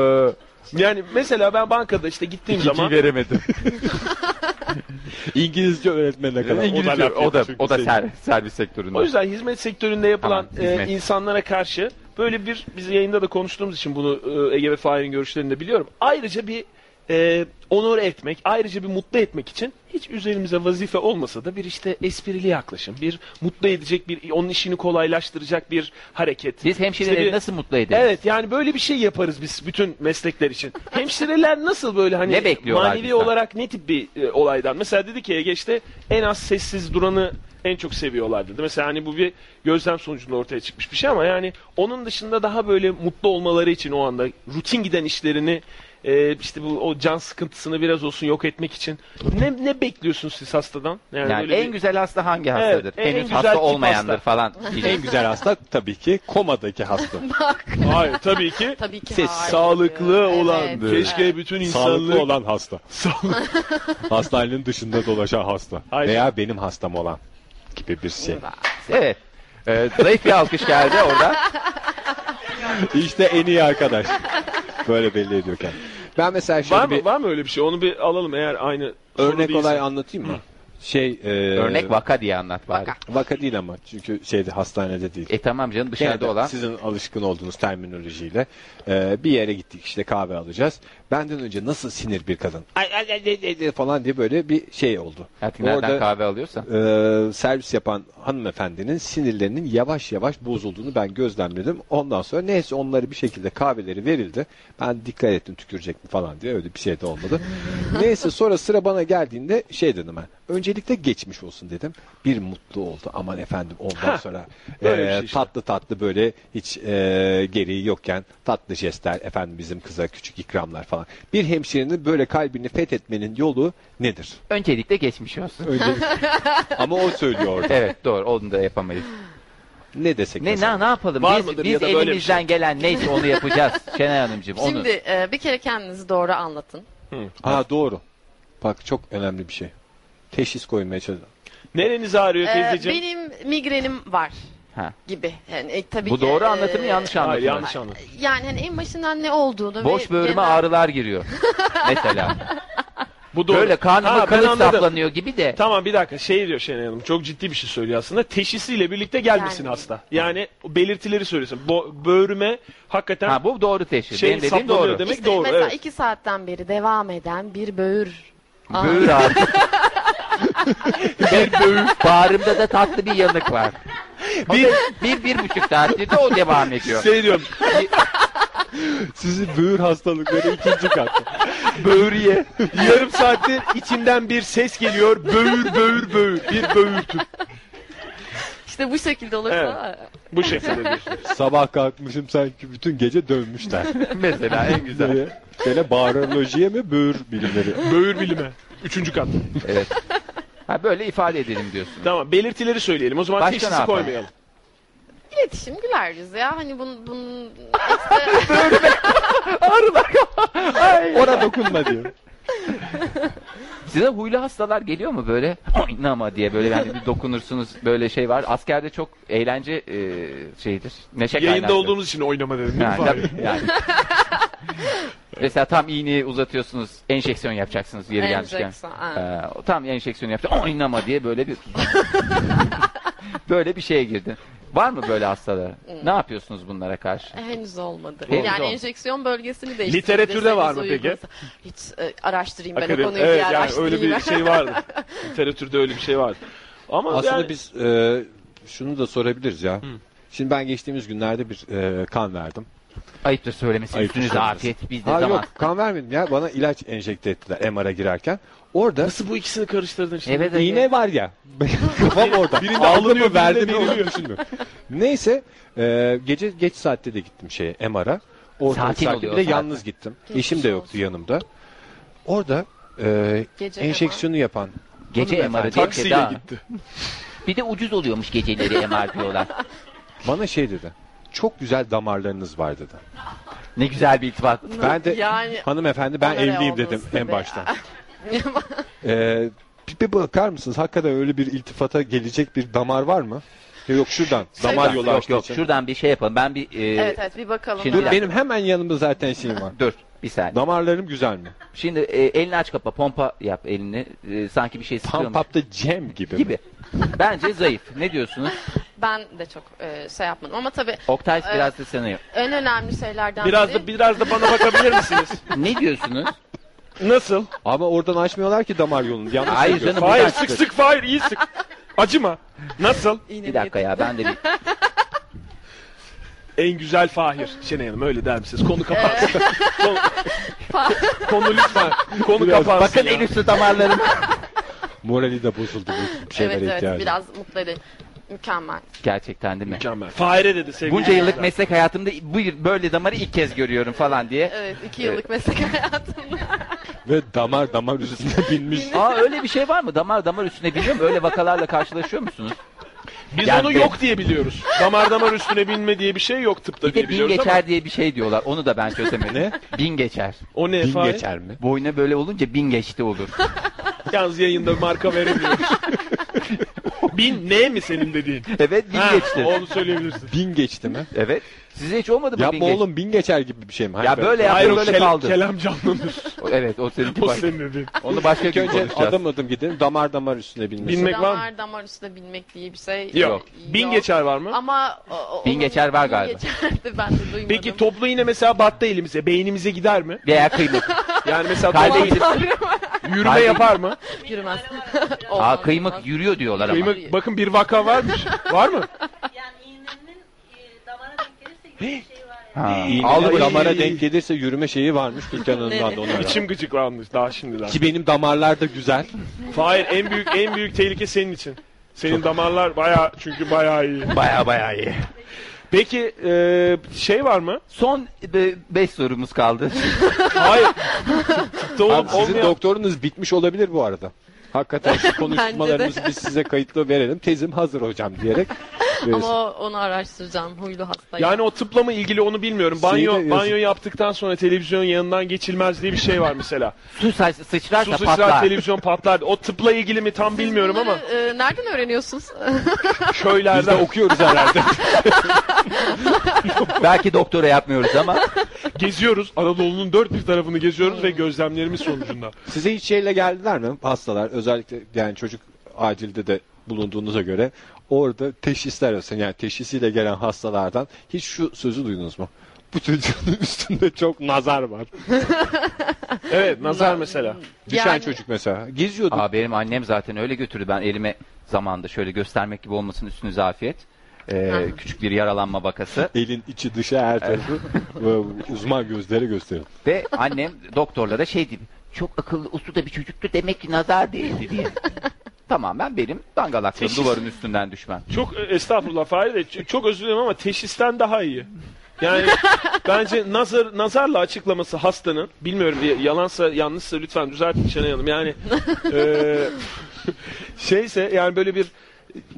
Speaker 3: Yani mesela ben bankada işte gittiğim
Speaker 12: ikinciyi
Speaker 3: zaman
Speaker 12: veremedim.
Speaker 1: İngilizce öğretmenine kadar.
Speaker 12: İngilizce o da,
Speaker 1: laf
Speaker 12: o da,
Speaker 1: yapıyor çünkü şey.
Speaker 12: ser-
Speaker 1: sevgili.
Speaker 12: servis, sektöründe.
Speaker 3: O yüzden hizmet sektöründe yapılan
Speaker 2: Tamam,
Speaker 3: e,
Speaker 2: hizmet.
Speaker 3: insanlara karşı böyle bir biz yayında da konuştuğumuz için bunu e, Ege ve Fahir'in görüşlerini de biliyorum. Ayrıca bir e, onur etmek, ayrıca bir mutlu etmek için hiç üzerimize vazife olmasa da bir işte esprili yaklaşım, bir mutlu edecek, bir onun işini kolaylaştıracak bir hareket.
Speaker 2: Biz hemşireleri
Speaker 3: İşte bir-
Speaker 2: nasıl mutlu ederiz?
Speaker 3: Evet yani böyle bir şey yaparız biz bütün meslekler için. Hemşireler nasıl böyle hani
Speaker 2: Ne bekliyorlar
Speaker 3: manevi
Speaker 2: bizden?
Speaker 3: olarak ne tip bir e, olaydan? Mesela dedi ki Ege işte en az sessiz duranı en çok seviyorlar dedi. Mesela hani bu bir gözlem sonucunda ortaya çıkmış bir şey ama yani onun dışında daha böyle mutlu olmaları için o anda rutin giden işlerini e, işte bu o can sıkıntısını biraz olsun yok etmek için ne ne bekliyorsunuz siz hastadan?
Speaker 2: Yani,
Speaker 3: böyle
Speaker 2: en
Speaker 3: bir-
Speaker 2: güzel hasta hangi hastadır?
Speaker 3: en
Speaker 2: Henüz
Speaker 3: güzel
Speaker 2: hasta
Speaker 3: tip
Speaker 2: olmayandır
Speaker 3: hasta.
Speaker 2: falan.
Speaker 1: En güzel hasta tabii ki komadaki hasta.
Speaker 7: Bak
Speaker 3: Hayır tabii ki
Speaker 7: tabii ki
Speaker 1: Ses-
Speaker 7: hayır.
Speaker 3: sağlıklı
Speaker 7: Evet,
Speaker 3: olan. Keşke
Speaker 7: evet.
Speaker 3: bütün
Speaker 1: Sağlıklı
Speaker 3: insanlık
Speaker 1: olan hasta. Hastanenin dışında dolaşan hasta.
Speaker 3: Aynen.
Speaker 1: Veya benim hastam olan gibi bir şey.
Speaker 2: Evet. Ee, zayıf bir alkış geldi orada.
Speaker 1: işte en iyi arkadaş. Böyle belli ediyor kendini. Ben mesela şöyle
Speaker 3: Var mı,
Speaker 1: bir
Speaker 3: var mı öyle bir şey? Onu bir alalım eğer aynı soru
Speaker 1: örnek
Speaker 3: değilse.
Speaker 1: olay anlatayım mı? Şey e,
Speaker 2: Örnek vaka diye anlat bari.
Speaker 7: Vaka.
Speaker 1: vaka değil ama çünkü şeyde hastanede değil.
Speaker 2: E tamam canım dışarıda
Speaker 1: Gene de
Speaker 2: olan.
Speaker 1: Sizin alışkın olduğunuz terminolojiyle e, bir yere gittik işte kahve alacağız. Benden önce nasıl sinir bir kadın ay, ay, ay, ay, ay falan diye böyle bir şey oldu.
Speaker 2: Artık nereden
Speaker 1: Orada-
Speaker 2: kahve alıyorsan.
Speaker 1: Ee, servis yapan hanımefendinin sinirlerinin yavaş yavaş bozulduğunu ben gözlemledim. Ondan sonra neyse onları bir şekilde kahveleri verildi. Ben dikkat ettim tükürecek mi falan diye öyle bir şey de olmadı. neyse sonra sıra bana geldiğinde şey dedim ben. Öncelikle geçmiş olsun dedim. Bir mutlu oldu aman efendim ondan
Speaker 3: Ha,
Speaker 1: sonra
Speaker 3: böyle bir
Speaker 1: e,
Speaker 3: şey işte.
Speaker 1: tatlı tatlı böyle hiç e, gereği yokken tatlı jestler efendim bizim kıza küçük ikramlar falan. Bir hemşirenin böyle kalbini fethetmenin yolu nedir? şey.
Speaker 2: Öncelikle geçmiş olsun.
Speaker 1: Ama o söylüyor orada.
Speaker 2: evet doğru onu da yapamayız.
Speaker 1: Ne desek
Speaker 2: Ne
Speaker 1: mesela?
Speaker 2: ne, ne yapalım?
Speaker 3: Var
Speaker 2: biz
Speaker 3: mıdır
Speaker 2: biz
Speaker 3: ya da böyle bir
Speaker 2: elimizden
Speaker 3: şey?
Speaker 2: gelen neyse onu yapacağız Şenay Hanımcığım. Onu.
Speaker 7: Şimdi e, bir kere kendinizi doğru anlatın.
Speaker 1: Ha doğru. Bak çok önemli bir şey. Teşhis koymaya çalışıyorum.
Speaker 3: Nereniz ağrıyor
Speaker 7: Ee,
Speaker 3: teyzeciğim?
Speaker 7: benim migrenim var
Speaker 2: Ha.
Speaker 7: gibi. Yani, e, tabii
Speaker 2: Bu
Speaker 7: ki,
Speaker 2: doğru
Speaker 7: e,
Speaker 2: anlatımı yanlış
Speaker 3: Hayır
Speaker 2: anlatımı.
Speaker 3: yanlış anladım.
Speaker 7: Yani hani en başından ne olduğunu
Speaker 2: Boş
Speaker 7: ve
Speaker 2: böğrüme
Speaker 7: genel-
Speaker 2: ağrılar giriyor. Mesela.
Speaker 3: Bu doğru.
Speaker 2: Böyle
Speaker 3: Ha,
Speaker 2: karnıma
Speaker 3: ben
Speaker 2: kılıç
Speaker 3: anladım.
Speaker 2: saplanıyor gibi de.
Speaker 3: Tamam bir dakika şey diyor Şenay Hanım çok ciddi bir şey söylüyor aslında. Teşhisiyle birlikte gelmesin
Speaker 7: Gelmeyin.
Speaker 3: hasta. Yani o belirtileri söylüyorsun. Bo- böğrüme hakikaten
Speaker 2: Ha bu doğru teşhis.
Speaker 3: Şey,
Speaker 2: Benim dediğim
Speaker 3: saplanıyor
Speaker 2: doğru.
Speaker 3: demek.
Speaker 7: İşte
Speaker 3: doğru,
Speaker 7: Mesela
Speaker 3: evet.
Speaker 7: iki saatten beri devam eden bir böğür. ağrı.
Speaker 2: Böğür ağrı. bir böğür. Bağrımda da tatlı bir yanık var. Bir, bir, bir buçuk saattir de o devam ediyor.
Speaker 3: şey diyorum.
Speaker 1: Sizi böğür hastalıkları ikinci kat.
Speaker 3: Böğrüye. Yarım saattir içimden bir ses geliyor. Böğür böğür böğür. Bir böğürtü.
Speaker 7: İşte bu şekilde olursa
Speaker 3: Bu şekilde şey. diyorsun.
Speaker 1: Sabah kalkmışım sanki bütün gece dövmüşler.
Speaker 2: Mesela en güzel.
Speaker 1: Böyle- Böyle bağırolojiye mi böğür bilimleri?
Speaker 3: Böğür bilime. Üçüncü kat.
Speaker 2: Evet. Ha böyle ifade edelim diyorsun.
Speaker 3: Tamam belirtileri söyleyelim. O zaman
Speaker 2: Başka ne
Speaker 3: teşhisi
Speaker 2: yapalım?
Speaker 3: koymayalım.
Speaker 7: iletişim güler yüz ya. Hani bunun bunun
Speaker 1: Ona dokunma diyor.
Speaker 2: Size huylu hastalar geliyor mu böyle? Oynama diye böyle yani bir dokunursunuz böyle şey var. Askerde çok eğlence e, şeyidir. Neşe
Speaker 3: Yayında
Speaker 2: kaynaktır.
Speaker 3: olduğumuz için oynama dedim. değil mi
Speaker 2: Yani,
Speaker 3: Fahri?
Speaker 2: tabii, yani. Mesela tam iğneyi uzatıyorsunuz, enjeksiyon yapacaksınız yeri gelmişken.
Speaker 7: Enjeksiyon, aynen.
Speaker 2: Ee, o tam enjeksiyonu yaptı. Oynama diye böyle bir böyle bir şeye girdin. Var mı böyle hastalığı?
Speaker 7: Hmm.
Speaker 2: Ne yapıyorsunuz bunlara karşı?
Speaker 7: Henüz olmadı.
Speaker 2: Henüz
Speaker 7: yani
Speaker 2: olmadı.
Speaker 7: enjeksiyon bölgesini değiştirdi.
Speaker 3: Literatürde var mı
Speaker 7: deseniz
Speaker 3: peki?
Speaker 7: uygunsa. Hiç e, araştırayım ben
Speaker 3: Akademi-
Speaker 7: o konuyu
Speaker 3: evet,
Speaker 7: bir
Speaker 3: yani
Speaker 7: araştırayım.
Speaker 3: öyle bir şey vardı. Literatürde öyle bir şey vardı. Ama
Speaker 1: Aslında
Speaker 3: yani-
Speaker 1: biz e, şunu da sorabiliriz ya. Şimdi ben geçtiğimiz günlerde bir e, kan verdim.
Speaker 2: Ayıptır söylemesi.
Speaker 1: Ayıptır
Speaker 2: Üstünüze
Speaker 1: söylemesi.
Speaker 2: afiyet. Biz de
Speaker 1: Ha
Speaker 2: zaman.
Speaker 1: yok kan vermedim ya. Bana ilaç enjekte ettiler MR'a girerken. Orada
Speaker 3: Nasıl bu ikisini karıştırdın şimdi?
Speaker 2: Evet, evet.
Speaker 1: İğne var ya. Kafam orada. Birinde alınıyor, verdi mi onu düşünmüyorum. Neyse, e, gece geç saatte de gittim şeye MR'a. Ortalık
Speaker 2: Sakin
Speaker 1: saatte
Speaker 2: oluyor
Speaker 1: bir de
Speaker 2: o saatte.
Speaker 1: yalnız gittim.
Speaker 7: Geçmiş
Speaker 1: Eşim de yoktu
Speaker 7: olsun.
Speaker 1: yanımda. Orada e,
Speaker 7: Gece
Speaker 1: enjeksiyonu yapan
Speaker 2: Gece MR'ı diye bir şey
Speaker 3: Taksiyle
Speaker 2: daha.
Speaker 3: gitti.
Speaker 2: Bir de ucuz oluyormuş geceleri MR diyorlar.
Speaker 1: bana şey dedi. Çok güzel damarlarınız var dedi.
Speaker 2: Ne güzel bir iltifat.
Speaker 1: Ben de
Speaker 7: Yani-
Speaker 1: hanımefendi ben
Speaker 7: Onlara
Speaker 1: evliyim
Speaker 7: olması
Speaker 1: dedim en
Speaker 7: be.
Speaker 1: başta. E, bir- bir bakar mısınız? Hakikaten öyle bir iltifata gelecek bir damar var mı? Yok şuradan. Damar yolu
Speaker 2: yok
Speaker 1: açtığı
Speaker 2: yok.
Speaker 1: için.
Speaker 2: Şuradan bir şey yapalım. Ben bir e,
Speaker 7: Şey evet evet bir bakalım.
Speaker 2: Şimdi
Speaker 1: Dur,
Speaker 2: Bir dakika.
Speaker 1: benim hemen yanımda zaten şeyim var.
Speaker 2: dur bir saniye.
Speaker 1: Damarlarım güzel mi?
Speaker 2: Şimdi e, elini aç kapa. Pompa yap elini. E, sanki bir şey
Speaker 1: Pump
Speaker 2: sıkıyormuş
Speaker 1: up'ta Cem gibi.
Speaker 2: gibi.
Speaker 1: Mi?
Speaker 2: Bence zayıf. Ne diyorsunuz?
Speaker 7: Ben de çok e, şey yapmadım ama tabii
Speaker 2: Oktay
Speaker 7: Evet.
Speaker 2: biraz da sana.
Speaker 7: en önemli şeylerden
Speaker 3: Biraz
Speaker 7: biri
Speaker 3: da biraz da bana bakabilir misiniz?
Speaker 2: Ne diyorsunuz?
Speaker 3: Nasıl?
Speaker 1: Ama oradan açmıyorlar ki damar yolunu. Yanlış
Speaker 2: Hayır
Speaker 1: yapıyor.
Speaker 2: canım,
Speaker 3: Hayır
Speaker 2: Biraz
Speaker 3: sık
Speaker 2: sık.
Speaker 3: sık Fahir iyi sık. Acıma. Nasıl?
Speaker 7: iğne
Speaker 2: Bir dakika ya ben de bir
Speaker 3: En güzel Fahir. Şenay Hanım öyle der misiniz? Konu kapansın. konu, konu lütfen. Konu kapansın
Speaker 2: Bakın
Speaker 3: ya.
Speaker 2: en üstü damarlarım.
Speaker 1: Morali de bozuldu bu şeylere
Speaker 7: Evet evet
Speaker 1: ihtiyacı.
Speaker 7: biraz mutlu edin. Mükemmel.
Speaker 2: Gerçekten değil mi?
Speaker 3: Mükemmel. Fahir'e dedi sevgili.
Speaker 2: Bunca yıllık
Speaker 3: dinleyiciler.
Speaker 2: meslek hayatımda bu böyle damarı ilk kez görüyorum falan diye.
Speaker 7: Evet iki
Speaker 2: e,
Speaker 7: yıllık meslek hayatımda.
Speaker 1: Ve damar damar üstüne binmiş.
Speaker 2: Aa öyle bir şey var mı? Damar damar üstüne biniyor mu? Öyle vakalarla karşılaşıyor musunuz?
Speaker 3: Biz
Speaker 2: Yani
Speaker 3: onu
Speaker 2: ben-
Speaker 3: yok diye biliyoruz. Damar damar üstüne binme diye bir şey yok tıpta
Speaker 2: Bir
Speaker 3: diye
Speaker 2: de bin
Speaker 3: biliyoruz
Speaker 2: geçer
Speaker 3: ama.
Speaker 2: diye bir şey diyorlar. Onu da ben çözemedim.
Speaker 1: Ne?
Speaker 2: Bin geçer.
Speaker 3: O ne
Speaker 1: Bin
Speaker 3: Fahir?
Speaker 1: geçer mi?
Speaker 2: Boyuna böyle olunca bin geçti olur.
Speaker 3: Yalnız yayında marka veremiyoruz. Bin ne mi senin dediğin?
Speaker 2: evet bin
Speaker 3: Ha,
Speaker 2: geçti.
Speaker 3: Onu söyleyebilirsin.
Speaker 1: Bin geçti mi?
Speaker 2: Evet. Size hiç olmadı mı bin
Speaker 1: Yapma
Speaker 2: geç-
Speaker 1: oğlum bin geçer gibi bir şey mi?
Speaker 2: Ya
Speaker 1: Hayır,
Speaker 2: böyle
Speaker 3: Hayır
Speaker 2: yaptı
Speaker 3: o
Speaker 2: böyle
Speaker 3: kel-
Speaker 2: kaldı.
Speaker 3: kelam canlanır.
Speaker 2: Evet o seninki
Speaker 3: O
Speaker 2: bak.
Speaker 3: senin dediğin.
Speaker 2: Onu başka
Speaker 1: İlk
Speaker 2: gün
Speaker 1: önce
Speaker 2: konuşacağız.
Speaker 1: adım adım gidelim. Damar damar üstüne binmesi.
Speaker 3: Binmek var mı?
Speaker 7: damar damar üstüne binmek diye bir şey
Speaker 3: Yok. Bin geçer var mı?
Speaker 7: Ama o- o-
Speaker 2: Bin
Speaker 7: onun-
Speaker 2: geçer var
Speaker 7: bin
Speaker 2: galiba.
Speaker 7: geçerdi, ben de duymadım.
Speaker 3: Peki toplu iğne mesela battı elimize. Beynimize gider mi?
Speaker 2: Veya kıymık.
Speaker 3: Yani mesela
Speaker 2: Kalbe
Speaker 3: toplu
Speaker 2: gidip.
Speaker 3: yürüme yapar mı?
Speaker 7: yürümez.
Speaker 2: Aa
Speaker 7: Olmaz, olmaz.
Speaker 2: kıymık yürüyor diyorlar ama.
Speaker 3: Kıyma- bakın bir vaka varmış. Var mı?
Speaker 13: Yani iğnenin e, damara denk gelirse gibi bir şey var yani.
Speaker 2: Ha.
Speaker 1: İğnenin
Speaker 2: Al-
Speaker 1: damara denk gelirse yürüme şeyi varmış Türkan Hanım'dan da ona.
Speaker 3: İçim gıcıklanmış daha şimdiden.
Speaker 1: Ki benim damarlar da güzel.
Speaker 3: Hayır en büyük en büyük tehlike senin için. Senin damarlar baya çünkü baya iyi.
Speaker 2: Baya baya iyi.
Speaker 3: Peki e, şey var mı?
Speaker 2: Son 5 sorumuz kaldı.
Speaker 3: Hayır. Tıpta ol-
Speaker 1: Abi sizin
Speaker 3: olmayan-
Speaker 1: doktorunuz bitmiş olabilir bu arada. Hakikaten şu konuşmalarınızı
Speaker 7: Bence
Speaker 1: biz size kayıtlı verelim. Tezim hazır hocam diyerek.
Speaker 7: Ama o- onu araştıracağım. Huylu hastayım.
Speaker 3: Yani o tıpla mı ilgili onu bilmiyorum. Banyo
Speaker 1: Şeyi de-
Speaker 3: banyo yaptıktan sonra televizyon yanından geçilmez diye bir şey var mesela.
Speaker 2: Su saç- sıçrarsa
Speaker 3: Su sıçrar
Speaker 2: patlar.
Speaker 3: televizyon patlar. O tıpla ilgili mi tam bilmiyorum ama
Speaker 7: Bunları, e, nereden öğreniyorsunuz?
Speaker 1: Biz de
Speaker 3: köylerden
Speaker 1: okuyoruz herhalde.
Speaker 2: Belki doktora yapmıyoruz ama.
Speaker 3: geziyoruz. Anadolu'nun dört bir tarafını geziyoruz ve gözlemlerimiz sonucunda.
Speaker 1: Size hiç şeyle geldiler mi hastalar? Özellikle yani çocuk acilde de bulunduğunuza göre orada teşhisler arasında yani teşhisiyle gelen hastalardan hiç şu sözü duydunuz mu? Bu çocuğun üstünde çok nazar var.
Speaker 3: Evet nazar mesela.
Speaker 1: Düşen
Speaker 7: Yani-
Speaker 1: çocuk mesela. Geziyordu.
Speaker 2: Aa, benim annem zaten öyle götürdü. Ben elime zamanda şöyle göstermek gibi olmasın üstünüze afiyet. Ee, küçük bir yaralanma vakası.
Speaker 1: Elin içi dışı her tarafı e, uzman gözleri gösterin.
Speaker 2: Ve annem doktorlara şey dedi. Çok akıllı uslu da bir çocuktu demek ki nazar değildi diye. Tamamen benim dangalaklığım duvarın üstünden düşmem.
Speaker 3: Çok e, estağfurullah Fahri de ç- çok özür dilerim ama teşhisten daha iyi. Yani bence nazar nazarla açıklaması hastanın bilmiyorum y- yalansa yanlışsa lütfen düzeltin Şenay Hanım. Yani e, şeyse yani böyle bir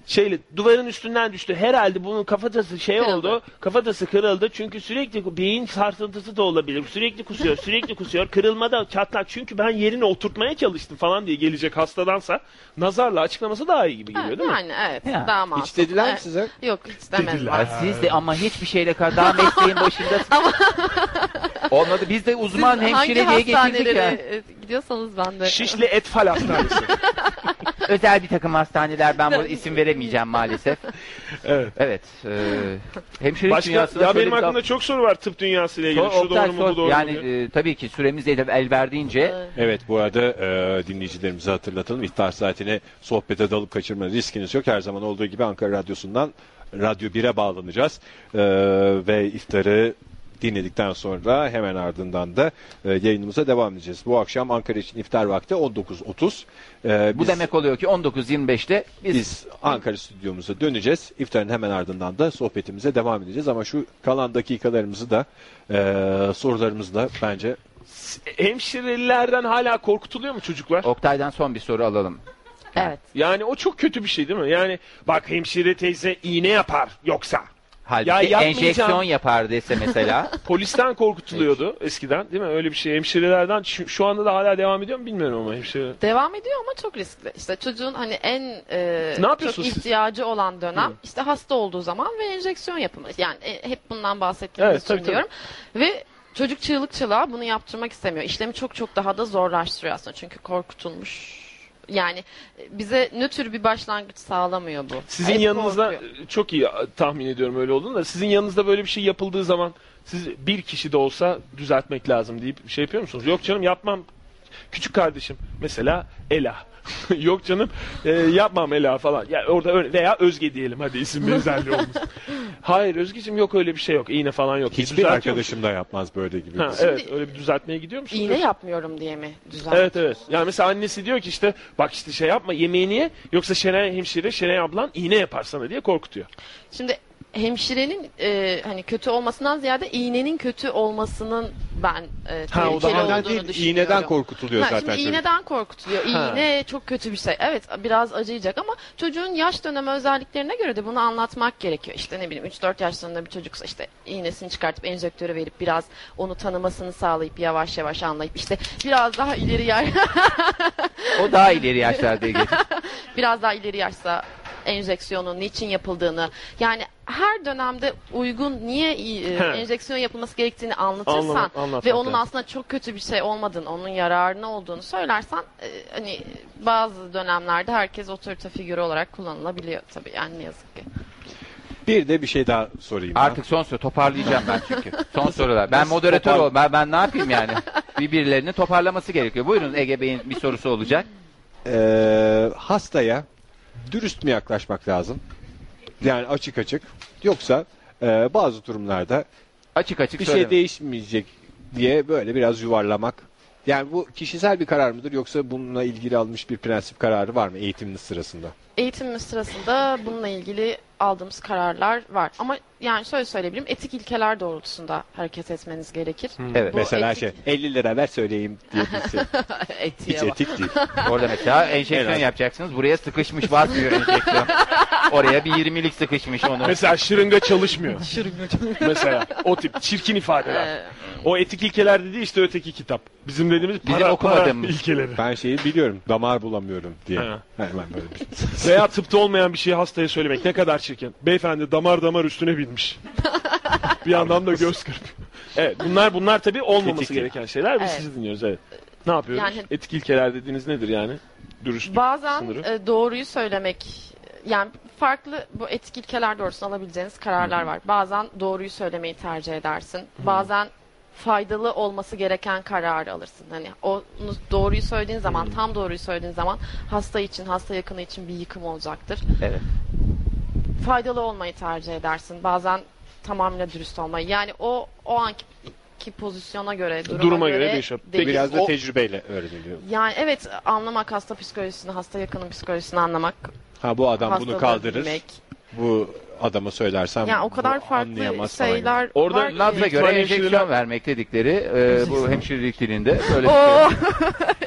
Speaker 3: şeyle duvarın üstünden düştü. Herhalde bunun kafatası şey
Speaker 7: Kırıldı.
Speaker 3: oldu. Kafatası kırıldı. Çünkü sürekli ku- beyin sarsıntısı da olabilir. Sürekli kusuyor, sürekli kusuyor. Kırılma da çatlak. Çünkü ben yerine oturtmaya çalıştım falan diye gelecek hastadansa nazarla açıklaması daha iyi gibi geliyor değil mi?
Speaker 7: yani evet.
Speaker 2: Ya,
Speaker 7: Daha masum.
Speaker 1: Hiç dediler mi
Speaker 7: Evet.
Speaker 1: size?
Speaker 7: Yok hiç demediler.
Speaker 2: Ya siz de ama hiçbir şeyle kadar daha mesleğin başında Onun adı biz de uzman
Speaker 7: Siz hangi
Speaker 2: hemşire diye getirdik ya.
Speaker 7: hastanelere e, gidiyorsanız ben de.
Speaker 3: Şişli Etfal Hastanesi.
Speaker 2: Özel bir takım hastaneler ben burada isim veremeyeceğim maalesef.
Speaker 3: Evet.
Speaker 2: Evet. E, hemşirelik
Speaker 3: Başka, ya
Speaker 2: dünyasında şöyle
Speaker 3: benim
Speaker 2: bir-
Speaker 3: aklımda çok soru var tıp dünyasıyla ilgili.
Speaker 2: Sor,
Speaker 3: Şu
Speaker 2: Oktay,
Speaker 3: doğru mu
Speaker 2: sor.
Speaker 3: bu doğru
Speaker 2: yani
Speaker 3: mu? diye.
Speaker 2: e, tabii ki süremiz el, el verdiğince
Speaker 7: Evet.
Speaker 1: Evet bu arada e, dinleyicilerimize hatırlatalım. İftar saatine sohbete dalıp kaçırma riskiniz yok. Her zaman olduğu gibi Ankara Radyosu'ndan Radyo 1'e bağlanacağız. E, ve iftarı dinledikten sonra hemen ardından da e, yayınımıza devam edeceğiz. Bu akşam Ankara için iftar vakti 19.30. E,
Speaker 2: bu
Speaker 1: biz-
Speaker 2: demek oluyor ki 19.25'te biz,
Speaker 1: biz Ankara stüdyomuza döneceğiz. İftarın hemen ardından da sohbetimize devam edeceğiz. Ama şu kalan dakikalarımızı da e, sorularımızla bence
Speaker 3: Hemşirelerden hala korkutuluyor mu çocuklar?
Speaker 2: e, Oktay'dan son bir soru alalım.
Speaker 7: Evet.
Speaker 3: Yani o çok kötü bir şey değil mi? Yani bak hemşire teyze iğne yapar yoksa.
Speaker 2: Halbuki
Speaker 3: Ya yapmayacağım.
Speaker 2: E, enjeksiyon yapar dese mesela.
Speaker 3: Polisten korkutuluyordu eskiden değil mi? Öyle bir şey hemşirelerden şu, şu anda da hala devam ediyor mu bilmiyorum ama hemşire.
Speaker 7: Devam ediyor ama çok riskli. İşte çocuğun hani en e,
Speaker 3: Ne yapıyorsunuz
Speaker 7: çok
Speaker 3: siz?
Speaker 7: ihtiyacı olan dönem işte hasta olduğu zaman ve enjeksiyon yapımı. Yani e, hep bundan bahsettiğimiz
Speaker 3: Evet,
Speaker 7: için
Speaker 3: tabii, tabii.
Speaker 7: diyorum. Ve çocuk çığlık çığlığa bunu yaptırmak istemiyor. İşlemi çok çok daha da zorlaştırıyor aslında. Çünkü korkutulmuş. Yani e, bize nötr bir başlangıç sağlamıyor bu.
Speaker 3: Sizin
Speaker 7: Hep
Speaker 3: yanınızda
Speaker 7: korkuyor.
Speaker 3: çok iyi e, tahmin ediyorum öyle olduğunu da sizin yanınızda böyle bir şey yapıldığı zaman siz bir kişi de olsa düzeltmek lazım deyip şey yapıyor musunuz? Yok canım yapmam. Küçük kardeşim mesela Ela. Yok canım e, yapmam Ela falan. Ya orada öyle- veya Özge diyelim hadi isim benzerliği olmasın. Hayır Özgeciğim yok öyle bir şey yok. İğne falan yok.
Speaker 1: hiçbir
Speaker 3: Düzeltiyor
Speaker 1: arkadaşım da yapmaz böyle gibi.
Speaker 3: musun? Ha, evet öyle bir düzeltmeye gidiyor musunuz?
Speaker 7: İğne yapmıyorum diye mi düzelt?
Speaker 3: Evet evet. Yani mesela annesi diyor ki işte bak işte şey yapma yemeğini ye yoksa Şenay hemşire Şenay ablan iğne yapar sana diye korkutuyor.
Speaker 7: Şimdi hemşirenin e, hani kötü olmasından ziyade iğnenin kötü olmasının ben e,
Speaker 3: Ha, o da
Speaker 7: tehlikeli
Speaker 3: halen
Speaker 7: olduğunu
Speaker 1: değil,
Speaker 7: düşünüyorum.
Speaker 1: iğneden korkutuluyor
Speaker 7: Ha,
Speaker 1: zaten.
Speaker 7: şimdi
Speaker 1: çocuk.
Speaker 7: iğneden korkutuluyor. İğne çok kötü bir şey. Evet biraz acıyacak ama çocuğun yaş dönemi özelliklerine göre de bunu anlatmak gerekiyor. İşte ne bileyim 3-4 yaşlarında bir çocuksa işte iğnesini çıkartıp enjektörü verip biraz onu tanımasını sağlayıp yavaş yavaş anlayıp işte biraz daha ileri yer
Speaker 2: o daha ileri yaşlarda geçti.
Speaker 7: biraz daha ileri yaşta enjeksiyonun niçin yapıldığını yani her dönemde uygun niye e,
Speaker 3: He.
Speaker 7: enjeksiyon yapılması gerektiğini anlatırsan
Speaker 3: Anlamak- anlatmak
Speaker 7: ve onun
Speaker 3: lazım.
Speaker 7: aslında çok kötü bir şey olmadığını, onun yararına olduğunu söylersen e, hani bazı dönemlerde herkes otorite figürü olarak kullanılabiliyor tabii yani ne yazık ki.
Speaker 1: Bir de bir şey daha sorayım. ben.
Speaker 2: Artık son soru toparlayacağım ben çünkü. Son sorular. Ben moderatör
Speaker 1: topar-
Speaker 2: ol. Ben, ben ne yapayım yani? Birbirlerini toparlaması gerekiyor. Buyurun Ege Bey'in bir sorusu olacak.
Speaker 1: Ee, hastaya dürüst mü yaklaşmak lazım? Yani açık açık. Yoksa e, bazı durumlarda
Speaker 2: Açık açık
Speaker 1: bir
Speaker 2: söyle.
Speaker 1: şey değişmeyecek diye böyle biraz yuvarlamak. Yani bu kişisel bir karar mıdır yoksa bununla ilgili almış bir prensip kararı var mı eğitimin sırasında?
Speaker 7: Eğitimimiz sırasında bununla ilgili aldığımız kararlar var ama yani şöyle söyleyebilirim etik ilkeler doğrultusunda hareket etmeniz gerekir.
Speaker 2: Hmm. Evet.
Speaker 7: Bu
Speaker 1: Mesela
Speaker 7: etik-
Speaker 1: şey 50 lira ver söyleyeyim diye bir şey.
Speaker 7: Etiğe
Speaker 1: Hiç
Speaker 7: bak.
Speaker 1: etik değil.
Speaker 2: Orada mesela enjeksiyon
Speaker 1: Herhalde.
Speaker 2: yapacaksınız. Buraya sıkışmış basmıyor enjeksiyon. Oraya bir 20'lik sıkışmış onu.
Speaker 3: Mesela şırınga çalışmıyor. şırınga çalışmıyor. Mesela o tip çirkin ifadeler.
Speaker 7: Ee,
Speaker 3: o etik ilkeler dediği işte öteki kitap. Bizim dediğimiz
Speaker 2: Bizim
Speaker 3: para, para
Speaker 2: okumadığımız.
Speaker 3: ilkeleri.
Speaker 1: Ben şeyi biliyorum. Damar bulamıyorum diye.
Speaker 3: Ha.
Speaker 1: Hemen böyle bir şey.
Speaker 3: Veya tıpta olmayan bir şeyi hastaya söylemek ne kadar çirkin. Beyefendi damar damar üstüne binmiş. bir yandan da göz kırpıyor. Evet bunlar bunlar tabii olmaması
Speaker 1: Tetikli.
Speaker 3: gereken şeyler. Biz
Speaker 7: Evet.
Speaker 3: sizi dinliyoruz evet. Ne yapıyoruz?
Speaker 7: Yani-
Speaker 3: Etik ilkeler dediğiniz nedir yani? Dürüstlük
Speaker 7: Bazen
Speaker 3: sınırı.
Speaker 7: e, doğruyu söylemek yani farklı bu etik ilkeler doğrusunda alabileceğiniz kararlar var. Bazen doğruyu söylemeyi tercih edersin. Bazen faydalı olması gereken kararı alırsın. Hani onu doğruyu söylediğin zaman, tam doğruyu söylediğin zaman hasta için, hasta yakını için bir yıkım olacaktır.
Speaker 2: Evet.
Speaker 7: Faydalı olmayı tercih edersin. Bazen tamamıyla dürüst olmayı. Yani o o anki ki pozisyona göre, duruma,
Speaker 3: Duruma göre
Speaker 7: göre,
Speaker 3: değişiyor.
Speaker 7: değişir.
Speaker 1: Biraz da
Speaker 7: O-
Speaker 1: tecrübeyle öğreniliyor.
Speaker 7: yani evet anlamak hasta psikolojisini, hasta yakının psikolojisini anlamak.
Speaker 1: Ha bu adam
Speaker 7: hastalığı
Speaker 1: bunu kaldırır.
Speaker 7: bilmek.
Speaker 1: Bu adama söylersem
Speaker 7: Yani o kadar
Speaker 1: bu
Speaker 7: farklı
Speaker 1: anlayamaz falan gibi.
Speaker 7: şeyler
Speaker 3: Orada
Speaker 7: var. ki-
Speaker 2: Nabza
Speaker 3: Büyük
Speaker 2: göre
Speaker 3: ihtimalle
Speaker 2: enjeksiyon
Speaker 3: hemşireler-
Speaker 2: vermek dedikleri e, bu hemşirelik dilinde böyle bir şey.
Speaker 7: Oo!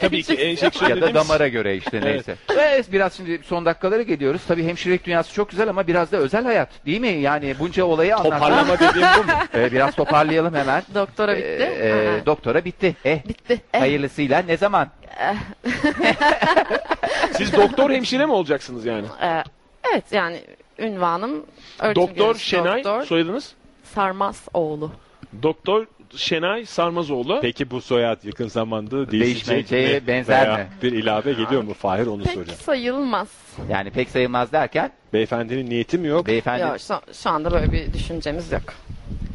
Speaker 3: Tabii ki enjeksiyon
Speaker 2: ya da
Speaker 3: dediğimiz-
Speaker 2: damara göre işte neyse. Ve biraz şimdi son dakikalara geliyoruz. Tabii hemşirelik dünyası çok güzel ama biraz da özel hayat değil mi? Yani bunca olayı anlatmak.
Speaker 3: Toparlama dediğim bu mu?
Speaker 2: Ee, biraz toparlayalım hemen.
Speaker 7: Doktora bitti.
Speaker 2: Ee, e,
Speaker 7: Aha.
Speaker 2: doktora bitti. Eh.
Speaker 7: bitti. Eh,
Speaker 2: Hayırlısıyla ne zaman?
Speaker 3: Siz doktor hemşire mi olacaksınız yani?
Speaker 7: e, evet yani ünvanım öğretim
Speaker 3: doktor
Speaker 7: görevlisi
Speaker 3: Şenay
Speaker 7: doktor
Speaker 3: soyadınız?
Speaker 7: Sarmasoğlu.
Speaker 3: Doktor Şenay Sarmazoğlu.
Speaker 1: Peki bu soyad yakın zamanda değişecek
Speaker 2: Değişmeyeceği
Speaker 1: mi?
Speaker 2: benzer
Speaker 1: Veya
Speaker 2: mi?
Speaker 1: Bir ilave geliyor mu? Fahir onu
Speaker 7: Pek
Speaker 1: soracağım.
Speaker 7: sayılmaz.
Speaker 2: Yani pek sayılmaz derken
Speaker 1: Beyefendinin niyeti mi yok?
Speaker 2: beyefendi
Speaker 7: Yok, şu, şu anda böyle bir düşüncemiz yok.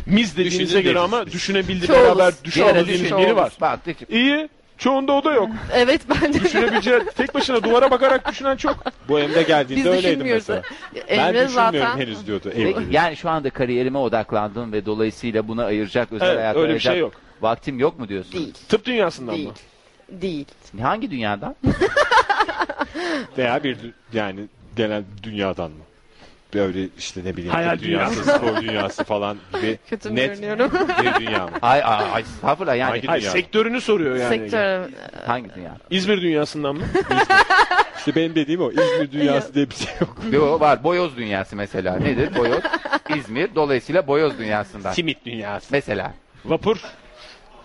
Speaker 3: Miz dediğinize
Speaker 8: Düşündüğünüz
Speaker 3: göre
Speaker 8: biz-
Speaker 3: ama düşünebildi
Speaker 7: Çoğumuz.
Speaker 3: beraber düşe
Speaker 2: Bir ara
Speaker 3: alabildiğiniz
Speaker 2: düşün.
Speaker 3: biri var.
Speaker 2: Bak, düşün.
Speaker 3: İyi. Çoğunda o da yok.
Speaker 7: Evet bence
Speaker 3: Düşünebileceği tek başına duvara bakarak düşünen çok.
Speaker 1: Bu Emre
Speaker 7: biz
Speaker 1: geldiğinde öyleydi
Speaker 7: düşünmüyoruz.
Speaker 1: mesela. Ben
Speaker 7: Emre
Speaker 1: düşünmüyorum
Speaker 7: zaten
Speaker 1: henüz diyordu.
Speaker 2: Peki,
Speaker 1: Evlilik.
Speaker 2: yani şu anda kariyerime odaklandım ve dolayısıyla buna ayıracak özel
Speaker 3: Evet,
Speaker 2: hayata
Speaker 3: öyle bir
Speaker 2: ayıracak
Speaker 3: şey yok.
Speaker 2: vaktim yok mu diyorsun?
Speaker 7: değil.
Speaker 3: Tıp dünyasından
Speaker 7: Değil.
Speaker 3: mı?
Speaker 7: Değil.
Speaker 2: Hangi dünyadan?
Speaker 1: Veya bir dü- yani genel dünyadan mı? Böyle işte ne bileyim.
Speaker 3: Hayal
Speaker 1: tıp dünyası, spor dünyası falan gibi
Speaker 7: Kötü mü
Speaker 1: net
Speaker 7: görünüyorum?
Speaker 1: bir dünya mı?
Speaker 2: ay ay ay estağfurullah yani
Speaker 1: Hangi
Speaker 3: Hayır,
Speaker 1: dünya?
Speaker 3: sektörünü soruyor yani.
Speaker 7: Sektör
Speaker 2: hangi dünya?
Speaker 3: İzmir dünyasından mı?
Speaker 1: İşte benim dediğim o. İzmir dünyası diye bir şey yok.
Speaker 2: Yo, var boyoz dünyası mesela. Nedir boyoz? İzmir dolayısıyla boyoz dünyasından.
Speaker 1: Simit dünyası.
Speaker 2: Mesela.
Speaker 3: Vapur.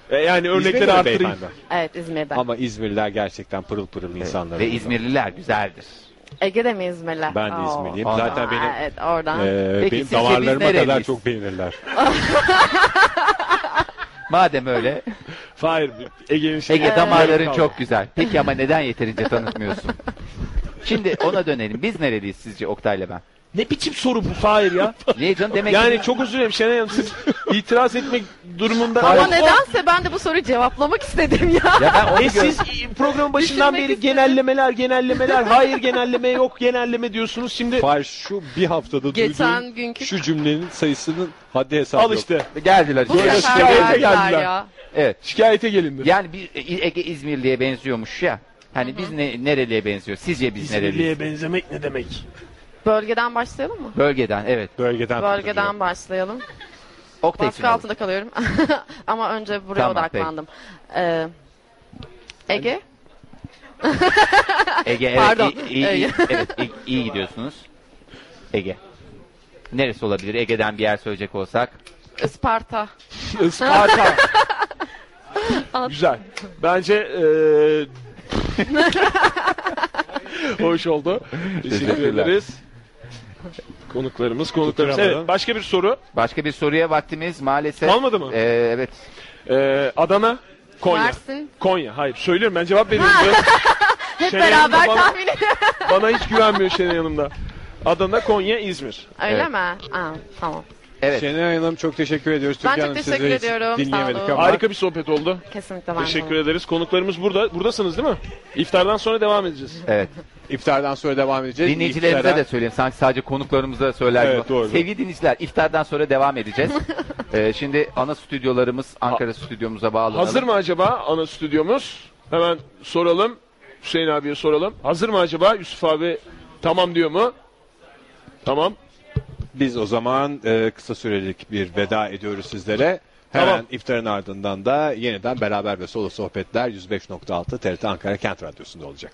Speaker 3: E yani
Speaker 1: İzmir'de
Speaker 3: örnekleri
Speaker 1: mi
Speaker 3: arttırayım.
Speaker 1: beyefendi?
Speaker 7: evet İzmir'den.
Speaker 1: Ama İzmirliler gerçekten pırıl pırıl insanlar.
Speaker 2: E, Ve İzmirliler güzeldir.
Speaker 7: Ege'de mi İzmir'ler?
Speaker 1: Ben de
Speaker 7: Oo.
Speaker 1: İzmirliyim.
Speaker 7: Aa,
Speaker 1: Zaten benim-
Speaker 7: Evet oradan.
Speaker 1: Ee,
Speaker 2: Peki
Speaker 1: benim
Speaker 2: sizce biz
Speaker 1: damarlarıma kadar
Speaker 2: nereliyiz?
Speaker 1: çok beğenirler.
Speaker 2: Madem öyle
Speaker 3: Hayır. Ege'nin şey.
Speaker 2: Ege damarların çok güzel. Peki ama neden yeterince tanıtmıyorsun? Şimdi ona dönelim. Biz nereliyiz sizce Oktay'la ben?
Speaker 3: Ne biçim soru bu Fahir ya?
Speaker 2: Niye canım demek ki
Speaker 3: yani çok özür dilerim Şenay Hanım siz itiraz etmek durumunda.
Speaker 7: Ama
Speaker 3: Hayır, o-
Speaker 7: nedense ben de bu soruyu cevaplamak istedim ya.
Speaker 2: ya ben onu
Speaker 3: E
Speaker 2: gör-
Speaker 3: siz programın başından
Speaker 7: Düşünmek
Speaker 3: beri
Speaker 7: istedim.
Speaker 3: genellemeler genellemeler hayır genelleme yok genelleme diyorsunuz şimdi
Speaker 1: Fahir şu bir haftada
Speaker 7: Geçen
Speaker 1: duyduğum
Speaker 7: günkü-
Speaker 1: şu cümlenin sayısının haddi hesabı
Speaker 3: al
Speaker 1: yok.
Speaker 3: işte
Speaker 2: geldiler.
Speaker 7: Bu
Speaker 2: işte.
Speaker 7: sefer
Speaker 3: şikayete
Speaker 7: verdiler
Speaker 3: geldiler.
Speaker 7: ya.
Speaker 2: Evet.
Speaker 3: şikayete gelindi.
Speaker 2: Yani bir e, Ege İzmirli'ye benziyormuş ya. Hani biz ne, nereliye benziyor? Sizce biz nereliyiz?
Speaker 3: İzmirli'ye benzemek ne demek?
Speaker 7: Bölgeden başlayalım mı?
Speaker 2: Bölgeden evet.
Speaker 1: Bölgeden
Speaker 7: Bölgeden başlayalım.
Speaker 2: Oktay için
Speaker 7: Baskı
Speaker 2: alalım.
Speaker 7: altında kalıyorum. Ama önce buraya
Speaker 2: Tamam,
Speaker 7: odaklandım. Ee, Ege?
Speaker 2: Ege evet,
Speaker 7: Pardon. Ee,
Speaker 2: iyi, iyi, iyi,
Speaker 7: Ege.
Speaker 2: evet, iyi, iyi gidiyorsunuz. Ege. Neresi olabilir? Ege'den bir yer söyleyecek olsak.
Speaker 7: Isparta.
Speaker 3: Isparta. Güzel. Bence e, eee hoş oldu. Teşekkür
Speaker 2: Teşekkürler.
Speaker 3: ederiz. Konuklarımız, konuklarımız. Evet, başka bir soru.
Speaker 2: Başka bir soruya vaktimiz maalesef.
Speaker 3: Kalmadı mı?
Speaker 2: Ee, evet.
Speaker 3: Eee, Adana, Konya.
Speaker 7: Mersin.
Speaker 3: Konya. Hayır, söylüyorum ben cevap veriyorum.
Speaker 7: Hep
Speaker 3: Şenay
Speaker 7: beraber
Speaker 3: Hanım'da bana-
Speaker 7: tahmin edelim.
Speaker 3: Bana hiç güvenmiyor Şenay Hanım'da. Adana, Konya, İzmir.
Speaker 7: Öyle
Speaker 2: Evet.
Speaker 7: mi? Aa, tamam.
Speaker 2: Evet.
Speaker 1: Şenay Hanım çok teşekkür ediyoruz.
Speaker 7: Ben
Speaker 1: Türkan
Speaker 7: çok
Speaker 1: Hanım, sizi
Speaker 7: teşekkür
Speaker 1: hiç
Speaker 7: ediyorum. Sağ
Speaker 1: Dinleyemedik
Speaker 7: olun.
Speaker 1: ama.
Speaker 3: Harika bir sohbet oldu.
Speaker 7: Kesinlikle ben
Speaker 3: Teşekkür
Speaker 7: bunu-
Speaker 3: ederiz. Konuklarımız burada. Buradasınız değil mi? İftardan sonra devam edeceğiz.
Speaker 2: Evet.
Speaker 1: İftardan sonra devam edeceğiz.
Speaker 2: Dinleyicilerimize
Speaker 1: İftara-
Speaker 2: de söyleyeyim. Sanki sadece konuklarımıza da söyler gibi.
Speaker 1: Evet, doğru.
Speaker 2: Sevgili dinleyiciler iftardan sonra devam edeceğiz. Ee, şimdi ana stüdyolarımız Ankara stüdyomuza bağlı.
Speaker 3: Hazır mı acaba ana stüdyomuz? Hemen soralım. Hüseyin abiye soralım. Hazır mı acaba? Yusuf abi tamam diyor mu? Tamam.
Speaker 1: Biz o zaman e, kısa sürelik bir veda ediyoruz sizlere. Hemen
Speaker 3: Tamam.
Speaker 1: iftarın ardından da yeniden beraber ve solo sohbetler 105.6 TRT Ankara Kent Radyosu'nda olacak.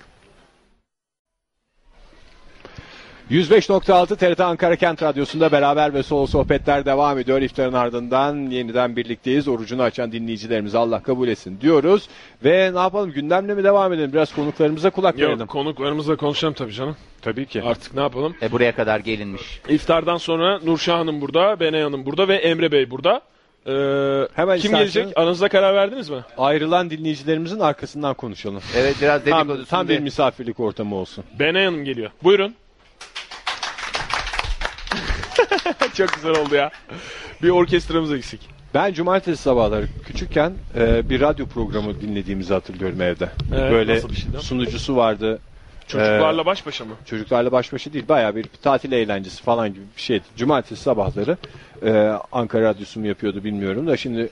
Speaker 1: 105.6 TRT Ankara Kent Radyosu'nda beraber ve solo sohbetler devam ediyor. İftarın ardından yeniden birlikteyiz. Orucunu açan dinleyicilerimize Allah kabul etsin diyoruz. Ve ne yapalım gündemle mi devam edelim? Biraz konuklarımıza kulak verelim.
Speaker 3: Yok, konuklarımızla konuşalım tabii canım.
Speaker 1: Tabii ki.
Speaker 3: Artık ne yapalım?
Speaker 2: E, buraya kadar gelinmiş.
Speaker 3: İftardan sonra Nurşah Hanım burada, Benay Hanım burada ve Emre Bey burada. Ee,
Speaker 1: Hemen
Speaker 3: kim
Speaker 1: isterseniz-
Speaker 3: gelecek? Aranızda karar verdiniz mi?
Speaker 1: Ayrılan dinleyicilerimizin arkasından konuşalım.
Speaker 2: Evet biraz
Speaker 1: Tam,
Speaker 2: dedikodusunu.
Speaker 1: tam
Speaker 2: da-
Speaker 1: bir misafirlik ortamı olsun.
Speaker 3: Benay Hanım geliyor. Buyurun. Çok güzel oldu ya. Bir orkestramız eksik.
Speaker 1: Ben cumartesi sabahları küçükken e, bir radyo programı dinlediğimizi hatırlıyorum evde.
Speaker 3: Evet,
Speaker 1: Böyle
Speaker 3: nasıl bir şeydi?
Speaker 1: sunucusu vardı. E,
Speaker 3: Çocuklarla baş başa mı?
Speaker 1: Çocuklarla baş başa değil bayağı bir tatil eğlencesi falan gibi bir şeydi. Cumartesi sabahları e, Ankara Radyosu mu yapıyordu bilmiyorum da şimdi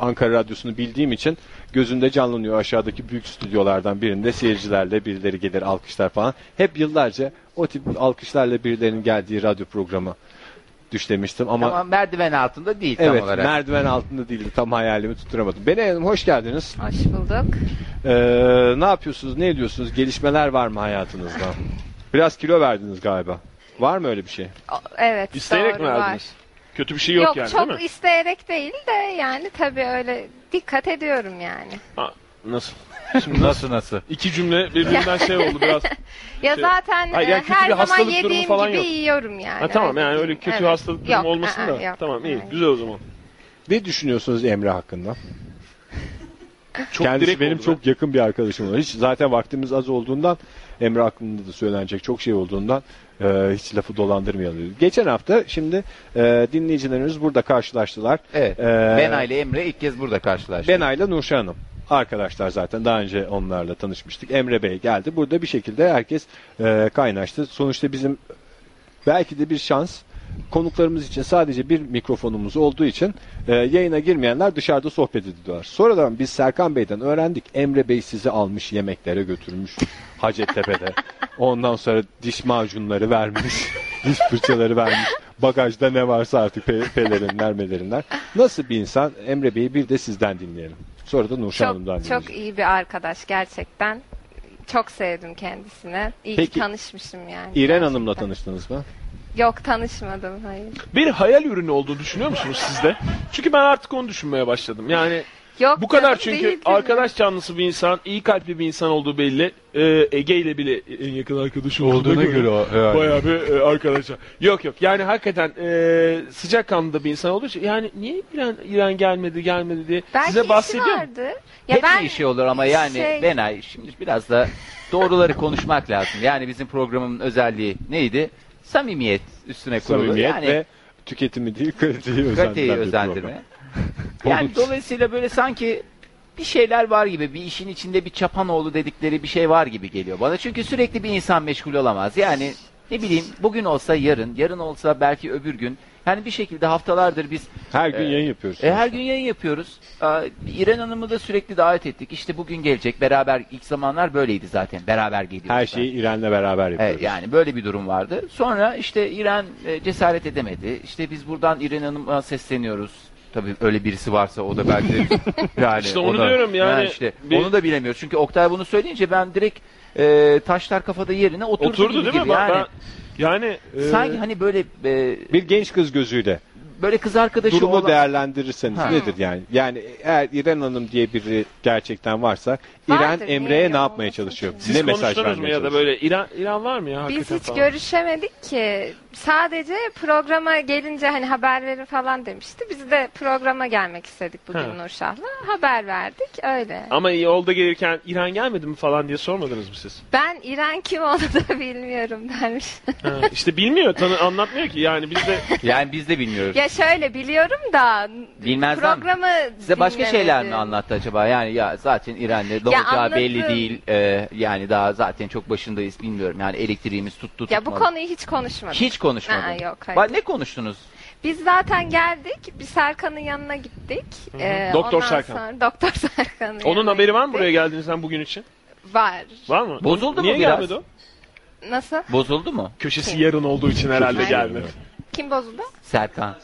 Speaker 1: Ankara Radyosu'nu bildiğim için gözümde canlanıyor aşağıdaki büyük stüdyolardan birinde seyircilerle birileri gelir alkışlar falan. Hep yıllarca o tip alkışlarla birilerinin geldiği radyo programı düşlemiştim ama
Speaker 2: Tamam merdiven altında değil
Speaker 1: Evet
Speaker 2: tam olarak.
Speaker 1: merdiven altında değildi tam hayalimi tutturamadım. Beni Hanım hoş geldiniz.
Speaker 14: Hoş bulduk.
Speaker 1: Ee, ne yapıyorsunuz ne ediyorsunuz gelişmeler var mı hayatınızda? Biraz kilo verdiniz galiba. Var mı öyle bir şey?
Speaker 14: Evet.
Speaker 3: İsteyerek mi
Speaker 14: doğru, var.
Speaker 3: verdiniz? Kötü bir şey yok, yani
Speaker 14: çok
Speaker 3: değil mi?
Speaker 14: isteyerek değil de yani tabii öyle dikkat ediyorum yani.
Speaker 3: Nasıl?
Speaker 2: Nasıl nasıl?
Speaker 3: İki cümle birbirinden şey oldu biraz.
Speaker 14: Ya
Speaker 3: Şey-
Speaker 14: zaten
Speaker 3: Hayır,
Speaker 14: e,
Speaker 3: yani kötü
Speaker 14: her
Speaker 3: bir
Speaker 14: zaman
Speaker 3: hastalık durumu
Speaker 14: yediğim
Speaker 3: falan
Speaker 14: gibi
Speaker 3: yok.
Speaker 14: yiyorum yani.
Speaker 3: Ha, tamam yani
Speaker 14: değil.
Speaker 3: öyle kötü
Speaker 14: Evet.
Speaker 3: hastalık durumu
Speaker 14: Yok,
Speaker 3: olmasın
Speaker 14: aa,
Speaker 3: da.
Speaker 14: yok.
Speaker 3: Tamam iyi
Speaker 14: Yani.
Speaker 3: güzel o zaman.
Speaker 1: Ne düşünüyorsunuz Emre hakkında?
Speaker 3: Çok
Speaker 1: Kendisi
Speaker 3: direkt
Speaker 1: benim
Speaker 3: oldu
Speaker 1: çok yakın bir arkadaşım. Hiç zaten vaktimiz az olduğundan Emre hakkında da söylenecek çok şey olduğundan e, hiç lafı dolandırmayalım. Geçen hafta şimdi e, dinleyicilerimiz burada karşılaştılar.
Speaker 2: Evet.
Speaker 1: E,
Speaker 2: Bena ile Emre ilk kez burada karşılaştı.
Speaker 1: Benay ile Nurşen Hanım. Arkadaşlar zaten daha önce onlarla tanışmıştık. Emre Bey geldi. Burada bir şekilde herkes e, kaynaştı. Sonuçta bizim belki de bir şans konuklarımız için sadece bir mikrofonumuz olduğu için e, yayına girmeyenler dışarıda sohbet ediyorlar. Sonradan biz Serkan Bey'den öğrendik. Emre Bey sizi almış yemeklere götürmüş Hacettepe'de. Ondan sonra diş macunları vermiş, diş fırçaları vermiş. Bagajda ne varsa artık pe- pelerinler melerinler. Nasıl bir insan Emre Bey'i bir de sizden dinleyelim. Sonra da Nurşan Hanım'dan
Speaker 15: Çok,
Speaker 1: dinleyelim.
Speaker 15: çok iyi bir arkadaş gerçekten. Çok sevdim kendisini. İyi
Speaker 1: Peki,
Speaker 15: ki tanışmışım yani.
Speaker 1: İren
Speaker 15: gerçekten.
Speaker 1: Hanım'la tanıştınız mı?
Speaker 15: Yok tanışmadım hayır.
Speaker 3: Bir hayal ürünü olduğunu düşünüyor musunuz siz de? Çünkü ben artık onu düşünmeye başladım. Yani
Speaker 15: Yok
Speaker 3: bu kadar
Speaker 15: canım,
Speaker 3: çünkü
Speaker 15: değil canım.
Speaker 3: arkadaş canlısı bir insan, iyi kalpli bir insan olduğu belli. Ee, Ege ile bile en yakın arkadaşı
Speaker 10: Olduğuna göre o- yani.
Speaker 3: Bayağı bir e, arkadaşlar. Yok yok yani hakikaten e, sıcak kanlı bir insan olduğu için yani niye İran, İran gelmedi gelmedi diye
Speaker 15: Belki
Speaker 3: size
Speaker 15: işi
Speaker 3: bahsediyor mu?
Speaker 15: vardı. Ya
Speaker 2: Hep
Speaker 15: ben
Speaker 2: bir işi olur ama yani
Speaker 15: şey-
Speaker 2: Benay şimdi biraz da doğruları konuşmak lazım. Yani bizim programın özelliği neydi? Samimiyet üstüne kurulu.
Speaker 1: Samimiyet
Speaker 2: yani
Speaker 1: ve tüketimi değil kaliteyi özendiren
Speaker 2: kaliteyi
Speaker 1: bir program.
Speaker 2: özendirme. Yani dolayısıyla böyle sanki bir şeyler var gibi bir işin içinde bir çapanoğlu dedikleri bir şey var gibi geliyor bana. Çünkü sürekli bir insan meşgul olamaz. Yani ne bileyim bugün olsa yarın, yarın olsa belki öbür gün. Yani bir şekilde haftalardır biz
Speaker 1: Her gün
Speaker 2: Ee,
Speaker 1: yayın yapıyoruz.
Speaker 2: e, her gün yayın yapıyoruz. Aa, İren Hanım'ı da sürekli davet ettik. İşte bugün gelecek. Beraber ilk zamanlar böyleydi zaten. Beraber geliyoruz.
Speaker 1: Her şeyi İren'le beraber yapıyoruz.
Speaker 2: Evet, yani böyle bir durum vardı. Sonra işte İren e, cesaret edemedi. İşte biz buradan İren Hanım'a sesleniyoruz. Tabii öyle birisi varsa o da belki de- yani
Speaker 3: İşte
Speaker 2: o
Speaker 3: onu
Speaker 2: da-
Speaker 3: diyorum yani.
Speaker 2: işte
Speaker 3: Bir-
Speaker 2: onu da bilemiyor. Çünkü Oktay bunu söyleyince ben direkt e, taşlar kafada yerine oturdu,
Speaker 3: Oturdu
Speaker 2: gibi
Speaker 3: değil mi?
Speaker 2: gibi
Speaker 3: Ben-
Speaker 2: yani.
Speaker 3: ben- yani e,
Speaker 2: Sanki hani böyle e,
Speaker 1: Bir genç kız gözüyle
Speaker 2: böyle kız arkadaşı
Speaker 1: durumu
Speaker 2: olan-
Speaker 1: değerlendirirseniz
Speaker 2: Ha.
Speaker 1: nedir yani? Yani eğer İren Hanım diye biri gerçekten varsa İren
Speaker 15: Vardır, niye
Speaker 1: Emre'ye ne yapmaya
Speaker 15: olmasın
Speaker 1: çalışıyor?
Speaker 3: siz
Speaker 1: ne mesaj
Speaker 3: konuştunuz mu
Speaker 1: vermeye
Speaker 3: ya da
Speaker 1: çalışıyor?
Speaker 3: böyle İran, İran var mı ya
Speaker 15: biz
Speaker 3: hakikaten
Speaker 15: hiç
Speaker 3: falan?
Speaker 15: görüşemedik ki. Sadece programa gelince hani haber verin falan demişti. Biz de programa gelmek istedik bugün
Speaker 3: Ha.
Speaker 15: Nurşah'la. Haber verdik öyle.
Speaker 3: Ama yolda gelirken İran gelmedi mi falan diye sormadınız mı siz?
Speaker 15: Ben İren kim onu da bilmiyorum dermiş.
Speaker 3: Ha, işte bilmiyor, tanı anlatmıyor ki. Yani biz de
Speaker 2: Yani biz de bilmiyoruz.
Speaker 15: ya şöyle biliyorum da
Speaker 2: Bilmezden mi?
Speaker 15: programı
Speaker 2: Size başka şeyler mi
Speaker 15: dinlemedim.
Speaker 2: anlattı acaba? Yani ya zaten İran'da ne
Speaker 15: Ya
Speaker 2: olacağı
Speaker 15: anladım.
Speaker 2: belli değil. Ee, yani daha zaten çok başındayız bilmiyorum. Yani elektriğimiz tuttu tutmadı.
Speaker 15: Ya bu konuyu hiç konuşmadık.
Speaker 2: Hiç konuşmadım.
Speaker 15: Aa, yok, hayır.
Speaker 2: Bak, ne konuştunuz?
Speaker 15: Biz zaten geldik. Bir Serkan'ın yanına gittik. Ee,
Speaker 3: Doktor
Speaker 15: ondan
Speaker 3: Serkan.
Speaker 15: sonra- Doktor Serkan'ın
Speaker 3: onun
Speaker 15: yanına
Speaker 3: haberi var mı
Speaker 15: gittik.
Speaker 3: buraya geldiğinizden bugün için?
Speaker 15: Var.
Speaker 3: Var mı?
Speaker 2: Bozuldu mu
Speaker 3: Niye
Speaker 2: biraz?
Speaker 3: gelmedi o?
Speaker 15: Nasıl?
Speaker 2: Bozuldu mu?
Speaker 3: Köşesi yarın olduğu için herhalde gelmedi.
Speaker 15: Kim bozuldu?
Speaker 2: Serkan.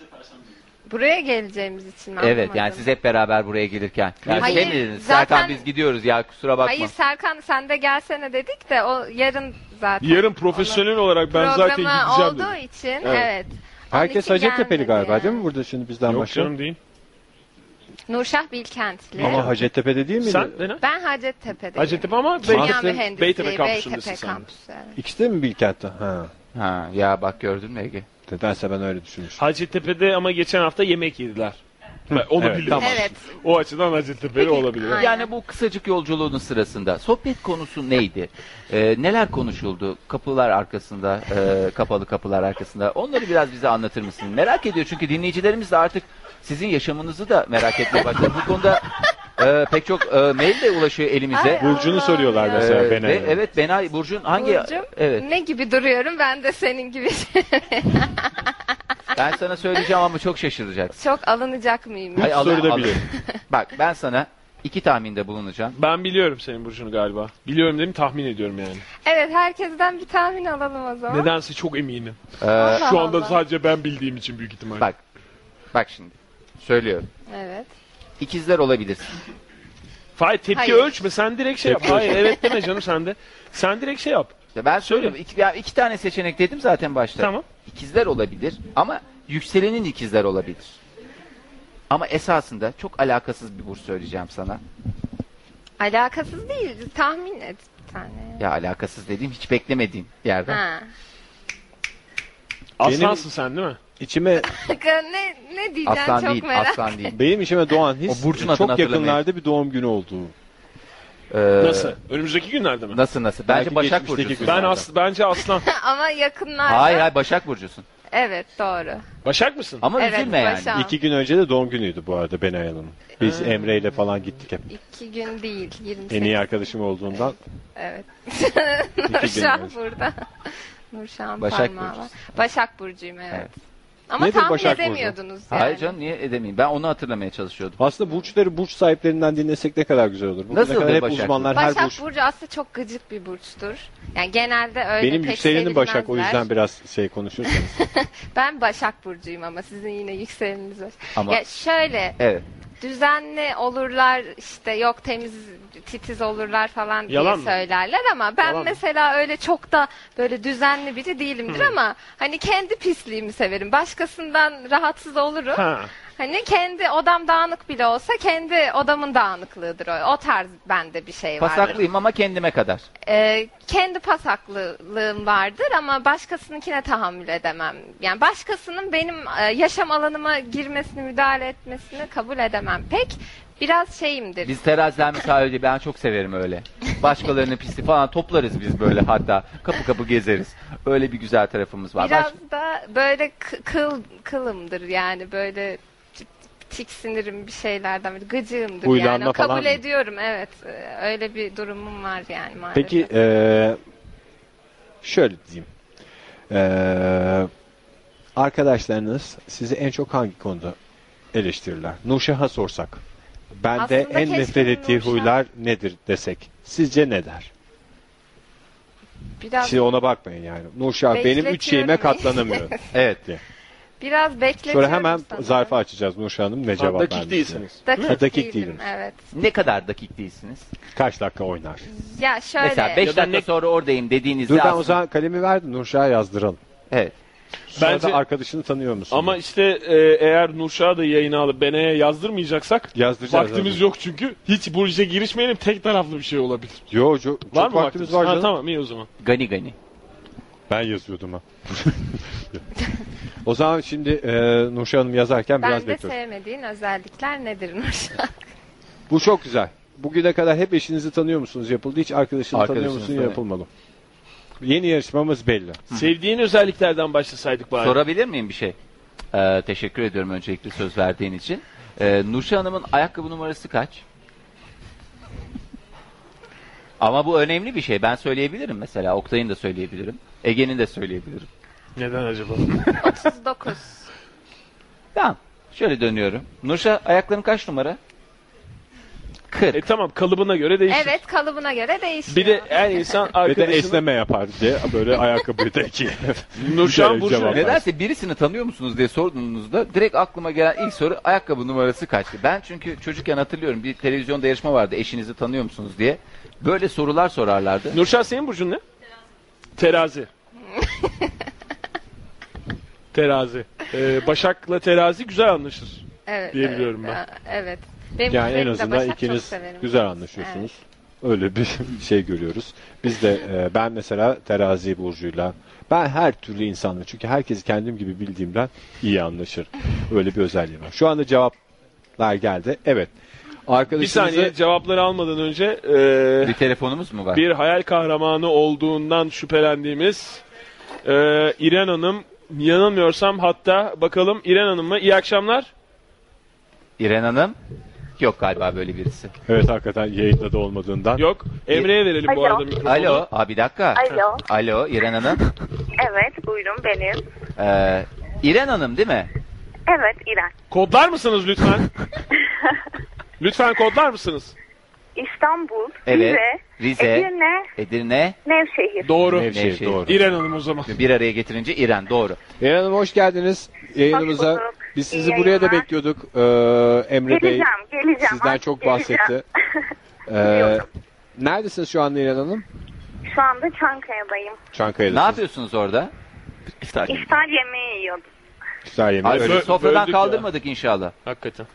Speaker 15: Buraya geleceğimiz için mi?
Speaker 2: Evet
Speaker 15: Anlamadım.
Speaker 2: yani siz hep beraber buraya gelirken. Yani
Speaker 15: Hayır,
Speaker 2: şey mi dediniz?
Speaker 15: zaten-
Speaker 2: Serkan biz gidiyoruz ya kusura bakma.
Speaker 15: Hayır Serkan sen de gelsene dedik de o yarın zaten.
Speaker 3: Yarın profesyonel olarak ben
Speaker 15: Programa Hani
Speaker 3: zaten gideceğim
Speaker 15: olduğu
Speaker 3: dedim.
Speaker 15: için evet.
Speaker 1: Herkes
Speaker 15: Onun için
Speaker 1: Hacettepe'li
Speaker 15: gelmedi
Speaker 1: galiba
Speaker 15: yani.
Speaker 1: değil mi? Burada şimdi bizden
Speaker 3: Yok
Speaker 1: başka.
Speaker 3: canım değil.
Speaker 15: Nurşah Bilkentli.
Speaker 1: Ama Hacettepe'de değil miydi?
Speaker 3: Sen Lena?
Speaker 15: Ben Hacettepe'deyim.
Speaker 3: Hacettepe ama
Speaker 15: Dünya
Speaker 1: Beytepe-
Speaker 15: Mühendisliği,
Speaker 3: Beytepe
Speaker 15: Beytepe
Speaker 3: kampüsündesin sen de.
Speaker 15: kampüsü, evet.
Speaker 1: İkisi de mi Bilkent'te? Ha.
Speaker 2: Ha, ya bak gördün mü Ege?
Speaker 1: Nedense ben öyle düşünmüştüm.
Speaker 3: Hacettepe'de ama geçen hafta yemek yediler. Ben onu
Speaker 1: Evet,
Speaker 3: biliyorum.
Speaker 1: tamam.
Speaker 15: Evet.
Speaker 3: O açıdan Hacettepe'li olabilir.
Speaker 15: Aynen.
Speaker 2: Yani bu kısacık yolculuğunun sırasında sohbet konusu neydi? Ee, neler konuşuldu kapılar arkasında, e, kapalı kapılar arkasında? Onları biraz bize anlatır mısın? Merak ediyor çünkü dinleyicilerimiz de artık sizin yaşamınızı da merak etmeye başladı. Bu konuda e, pek çok e, mail de ulaşıyor elimize.
Speaker 1: Burcu'nu soruyorlar
Speaker 15: ya.
Speaker 1: mesela
Speaker 2: Ee,
Speaker 1: Benay'a.
Speaker 2: ve evet Benay Burcu'nun hangi
Speaker 15: Burcu'm,
Speaker 2: evet
Speaker 15: Ne gibi duruyorum ben de senin gibi.
Speaker 2: ben sana söyleyeceğim ama çok şaşıracaksın.
Speaker 15: Çok alınacak mıyım?
Speaker 2: Hay Allah,
Speaker 1: soruda
Speaker 2: Allah.
Speaker 1: bile.
Speaker 2: Bak ben sana iki tahminde bulunacağım.
Speaker 3: Ben biliyorum senin Burcu'nu galiba. Biliyorum değil mi? Tahmin ediyorum yani.
Speaker 15: Evet herkesten bir tahmin alalım o zaman.
Speaker 3: Nedense çok eminim.
Speaker 2: Ee,
Speaker 15: Allah
Speaker 3: Şu anda
Speaker 15: Allah.
Speaker 3: sadece ben bildiğim için büyük ihtimalle.
Speaker 2: bak bak şimdi söylüyorum.
Speaker 15: Evet.
Speaker 2: İkizler olabilirsin.
Speaker 3: Hayır tepki
Speaker 15: Hayır.
Speaker 3: ölçme sen direkt şey yap.
Speaker 1: Tepki
Speaker 3: Hayır evet deme canım sen de. Sen direkt şey yap.
Speaker 2: Ya ben
Speaker 3: Söyle.
Speaker 2: söylüyorum. İki, ya iki tane seçenek dedim zaten başta.
Speaker 3: Tamam.
Speaker 2: İkizler olabilir ama yükselenin ikizler olabilir. Ama esasında çok alakasız bir burç söyleyeceğim sana.
Speaker 15: Alakasız değil tahmin et bir tane.
Speaker 2: Ya alakasız dediğim hiç beklemediğim yerden.
Speaker 15: Ha.
Speaker 3: Aslansın sen değil mi?
Speaker 1: İçime
Speaker 15: ne, ne diyeceğim çok merak.
Speaker 1: Benim içime doğan his
Speaker 2: O burcun adını
Speaker 1: çok
Speaker 2: hatırlamıyorum.
Speaker 1: yakınlarda bir doğum günü olduğu.
Speaker 3: Nasıl? Önümüzdeki günlerde mi?
Speaker 2: Nasıl nasıl? Ee, Bence
Speaker 1: Belki
Speaker 2: Başak
Speaker 1: geçmişteki
Speaker 2: Burcu'sun.
Speaker 3: Ben as bence aslan.
Speaker 15: Ama yakınlarda.
Speaker 2: Hayır hayır Başak Burcu'sun.
Speaker 15: Evet doğru.
Speaker 3: Başak mısın?
Speaker 2: Ama
Speaker 15: Evet,
Speaker 2: üzülme yani.
Speaker 15: Başak.
Speaker 1: İki gün önce de doğum günüydü bu arada Benay Hanım'ın. Biz
Speaker 15: Ha.
Speaker 1: Emre ile falan gittik hep.
Speaker 15: İki gün değil. 28.
Speaker 1: En iyi arkadaşım olduğundan.
Speaker 15: Evet.
Speaker 1: gün
Speaker 15: Nurşah burada. Nurşah'ın
Speaker 2: Başak
Speaker 15: parmağı var. Başak Burcu'yum evet. Ama
Speaker 1: Nedir
Speaker 15: tahmin
Speaker 1: Başak Burcu?
Speaker 15: edemiyordunuz yani.
Speaker 2: Hayır canım niye edemeyeyim? Ben onu hatırlamaya çalışıyordum.
Speaker 1: Aslında burçları burç sahiplerinden dinlesek ne kadar güzel olur. Bugüne
Speaker 2: Nasıl
Speaker 1: kadar
Speaker 2: be
Speaker 1: hep
Speaker 2: Başak?
Speaker 1: uzmanlar her
Speaker 15: Başak
Speaker 1: burç.
Speaker 15: Burcu aslında çok gıcık bir burçtur. Yani genelde öyle
Speaker 1: Benim
Speaker 15: pek
Speaker 1: yükselenim Başak o
Speaker 15: sevilmezler.
Speaker 1: yüzden biraz şey konuşursanız.
Speaker 15: Ben Başak Burcu'yum ama sizin yine yükseleniniz var.
Speaker 1: Ama-
Speaker 15: Ya şöyle
Speaker 2: Evet.
Speaker 15: düzenli olurlar işte yok temiz titiz olurlar falan diye
Speaker 2: Yalan mı?
Speaker 15: söylerler ama ben
Speaker 2: Yalan mı?
Speaker 15: mesela öyle çok da böyle düzenli biri değilimdir
Speaker 2: Hı.
Speaker 15: ama hani kendi pisliğimi severim. Başkasından rahatsız olurum.
Speaker 3: Ha.
Speaker 15: Hani kendi odam dağınık bile olsa kendi odamın dağınıklığıdır o. O tarz bende bir şey var.
Speaker 2: Pasaklıyım ama kendime kadar.
Speaker 15: Ee, kendi pasaklılığım vardır ama başkasınınkine tahammül edemem. Yani başkasının benim e, yaşam alanıma girmesini, müdahale etmesini kabul edemem. Pek biraz şeyimdir.
Speaker 2: Biz teraziden müsaade ben çok severim öyle. Başkalarının pisliği falan toplarız biz böyle hatta. Kapı kapı gezeriz. Öyle bir güzel tarafımız var.
Speaker 15: biraz
Speaker 2: Baş-
Speaker 15: da böyle kı- kıl kılımdır yani böyle t- tiksinirim bir şeylerden böyle gıcığımdır yani
Speaker 1: Huylanma
Speaker 15: O kabul
Speaker 1: falan mı?
Speaker 15: ediyorum evet Ee, öyle bir durumum var yani maalesef.
Speaker 1: Peki eee, şöyle diyeyim. Eee, arkadaşlarınız sizi en çok hangi konuda eleştirirler? Nurşah'a sorsak. Bende de
Speaker 15: Aslında
Speaker 1: en
Speaker 15: keşke
Speaker 1: nefret ettiği
Speaker 15: Nurşah-
Speaker 1: huylar nedir desek. Sizce ne der?
Speaker 15: biraz
Speaker 1: Siz ona bakmayın yani. Nurşah benim
Speaker 15: Bekletiyorum
Speaker 1: üç şeyime
Speaker 15: beni.
Speaker 1: katlanamıyor. evet. diye.
Speaker 15: biraz bekletiyorum
Speaker 1: Sonra hemen
Speaker 15: sana.
Speaker 1: zarfı açacağız Nurşah Hanım ne cevap
Speaker 2: dakik
Speaker 1: vermiş.
Speaker 2: değilsiniz.
Speaker 15: Dakik
Speaker 1: Ha, dakik
Speaker 15: değilim,
Speaker 1: değilim.
Speaker 15: evet.
Speaker 2: Ne kadar dakik değilsiniz?
Speaker 1: Kaç dakika oynar?
Speaker 15: Ya şöyle
Speaker 2: Mesela 5 dakika sonra oradayım dediğinizde
Speaker 1: Dur ben o
Speaker 2: aslında-
Speaker 1: zaman kalemi verdim Nurşah'a yazdıralım.
Speaker 2: Evet.
Speaker 1: Sonra
Speaker 3: Bence-
Speaker 1: da arkadaşını tanıyor musun?
Speaker 3: Ama işte e, eğer Nurşah'ı da yayına alıp Bene'ye yazdırmayacaksak
Speaker 1: Yazdıracağız
Speaker 3: vaktimiz
Speaker 1: abi.
Speaker 3: yok çünkü. Hiç bu işe girişmeyelim tek taraflı bir şey olabilir.
Speaker 1: Yo, çok, çok
Speaker 3: var mı
Speaker 1: vaktimiz var
Speaker 3: Ha,
Speaker 1: canım.
Speaker 3: tamam iyi o zaman.
Speaker 2: Gani gani.
Speaker 1: Ben yazıyordum ha. o zaman şimdi e, Nurşah Hanım yazarken
Speaker 15: Ben
Speaker 1: biraz
Speaker 15: de
Speaker 1: bekliyoruz.
Speaker 15: sevmediğin özellikler nedir Nurşah?
Speaker 1: Bu çok güzel. Bugüne kadar hep eşinizi tanıyor musunuz yapıldı. Hiç arkadaşını tanıyor
Speaker 2: Arkadaşınızı
Speaker 1: musun
Speaker 2: tanıyor.
Speaker 1: yapılmadı. Yeni yarışmamız belli.
Speaker 3: Sevdiğin özelliklerden başlasaydık bari.
Speaker 2: Sorabilir miyim bir şey? Ee, teşekkür ediyorum öncelikle söz verdiğin için. Ee, Nurşah Hanım'ın ayakkabı numarası kaç? Ama bu önemli bir şey. Ben söyleyebilirim mesela. Oktay'ın da söyleyebilirim. Ege'nin de söyleyebilirim.
Speaker 3: Neden acaba?
Speaker 15: 39.
Speaker 2: Tamam. Şöyle dönüyorum. Nurşah ayakların kaç numara? 40.
Speaker 3: E tamam kalıbına göre değişir.
Speaker 15: evet kalıbına göre değişiyor.
Speaker 3: Bir de her insan
Speaker 1: Ve de
Speaker 3: arkadaşını...
Speaker 1: esneme yapar diye böyle ayakkabıyı da ikiye. Güzel cevap versin.
Speaker 2: Nedense birisini tanıyor musunuz diye sorduğunuzda direkt aklıma gelen ilk soru ayakkabı numarası kaçtı. Ben çünkü çocukken hatırlıyorum bir televizyonda yarışma vardı eşinizi tanıyor musunuz diye. Böyle sorular sorarlardı.
Speaker 3: Nurşah senin burcun ne? Terazi. terazi. Ee, Başak'la terazi güzel anlaşır.
Speaker 15: evet,
Speaker 3: diyebiliyorum
Speaker 15: evet,
Speaker 3: ben.
Speaker 15: Aa, Evet. Benim
Speaker 1: yani en
Speaker 15: kuzenim de
Speaker 1: azından
Speaker 15: Başak, çok
Speaker 1: ikiniz
Speaker 15: severim.
Speaker 1: güzel anlaşıyorsunuz. Öyle bir şey görüyoruz. Biz de e, ben mesela terazi burcuyla ben her türlü insanla çünkü herkesi kendim gibi bildiğimden iyi anlaşır. Öyle bir özelliğim var. Şu anda cevaplar geldi. Evet.
Speaker 3: Bir
Speaker 1: Arkadaşınızı
Speaker 3: saniye cevapları almadan önce ee,
Speaker 2: Bir telefonumuz mu var?
Speaker 3: bir hayal kahramanı olduğundan şüphelendiğimiz ee, İren Hanım yanılmıyorsam hatta bakalım İren Hanım mı? İyi akşamlar.
Speaker 2: İren Hanım? Yok galiba böyle birisi.
Speaker 1: Evet hakikaten yayında da olmadığından.
Speaker 3: Yok. Emre'ye verelim
Speaker 16: bu Alo. arada mikrofonu.
Speaker 2: Alo. Aa, bir dakika.
Speaker 16: Alo.
Speaker 2: Alo İren Hanım.
Speaker 16: Evet buyurun benim.
Speaker 2: Ee, İren Hanım değil mi?
Speaker 16: Evet İrem.
Speaker 3: Kodlar mısınız lütfen? lütfen kodlar mısınız?
Speaker 16: İstanbul,
Speaker 2: Evet.
Speaker 16: Rize,
Speaker 2: Rize.
Speaker 16: Edirne,
Speaker 2: Nevşehir.
Speaker 16: Nevşehir.
Speaker 3: Doğru.
Speaker 1: Nevşehir, doğru.
Speaker 3: İren Hanım o zaman.
Speaker 2: Bir araya getirince İren doğru.
Speaker 1: İrem Hanım hoş geldiniz yayınımıza.
Speaker 16: Hoş bulduk.
Speaker 1: Biz
Speaker 16: İyi
Speaker 1: sizi buraya da
Speaker 16: yayınlar.
Speaker 1: bekliyorduk. Ee, Emre Bey
Speaker 16: Geleceğim, geleceğim.
Speaker 1: sizden
Speaker 16: Artık
Speaker 1: çok
Speaker 16: geleceğim.
Speaker 1: bahsetti. Ee, neredesiniz şu anda İrem Hanım?
Speaker 16: Şu anda Çankaya'dayım.
Speaker 1: Çankaya'da.
Speaker 2: Ne yapıyorsunuz orada? İftar.
Speaker 16: İftar yemeği yiyordum.
Speaker 1: Güzel yemek.
Speaker 2: Ay,
Speaker 1: Öyle-
Speaker 2: sofradan
Speaker 3: böldük ya.
Speaker 2: kaldırmadık inşallah.
Speaker 3: Hakikaten.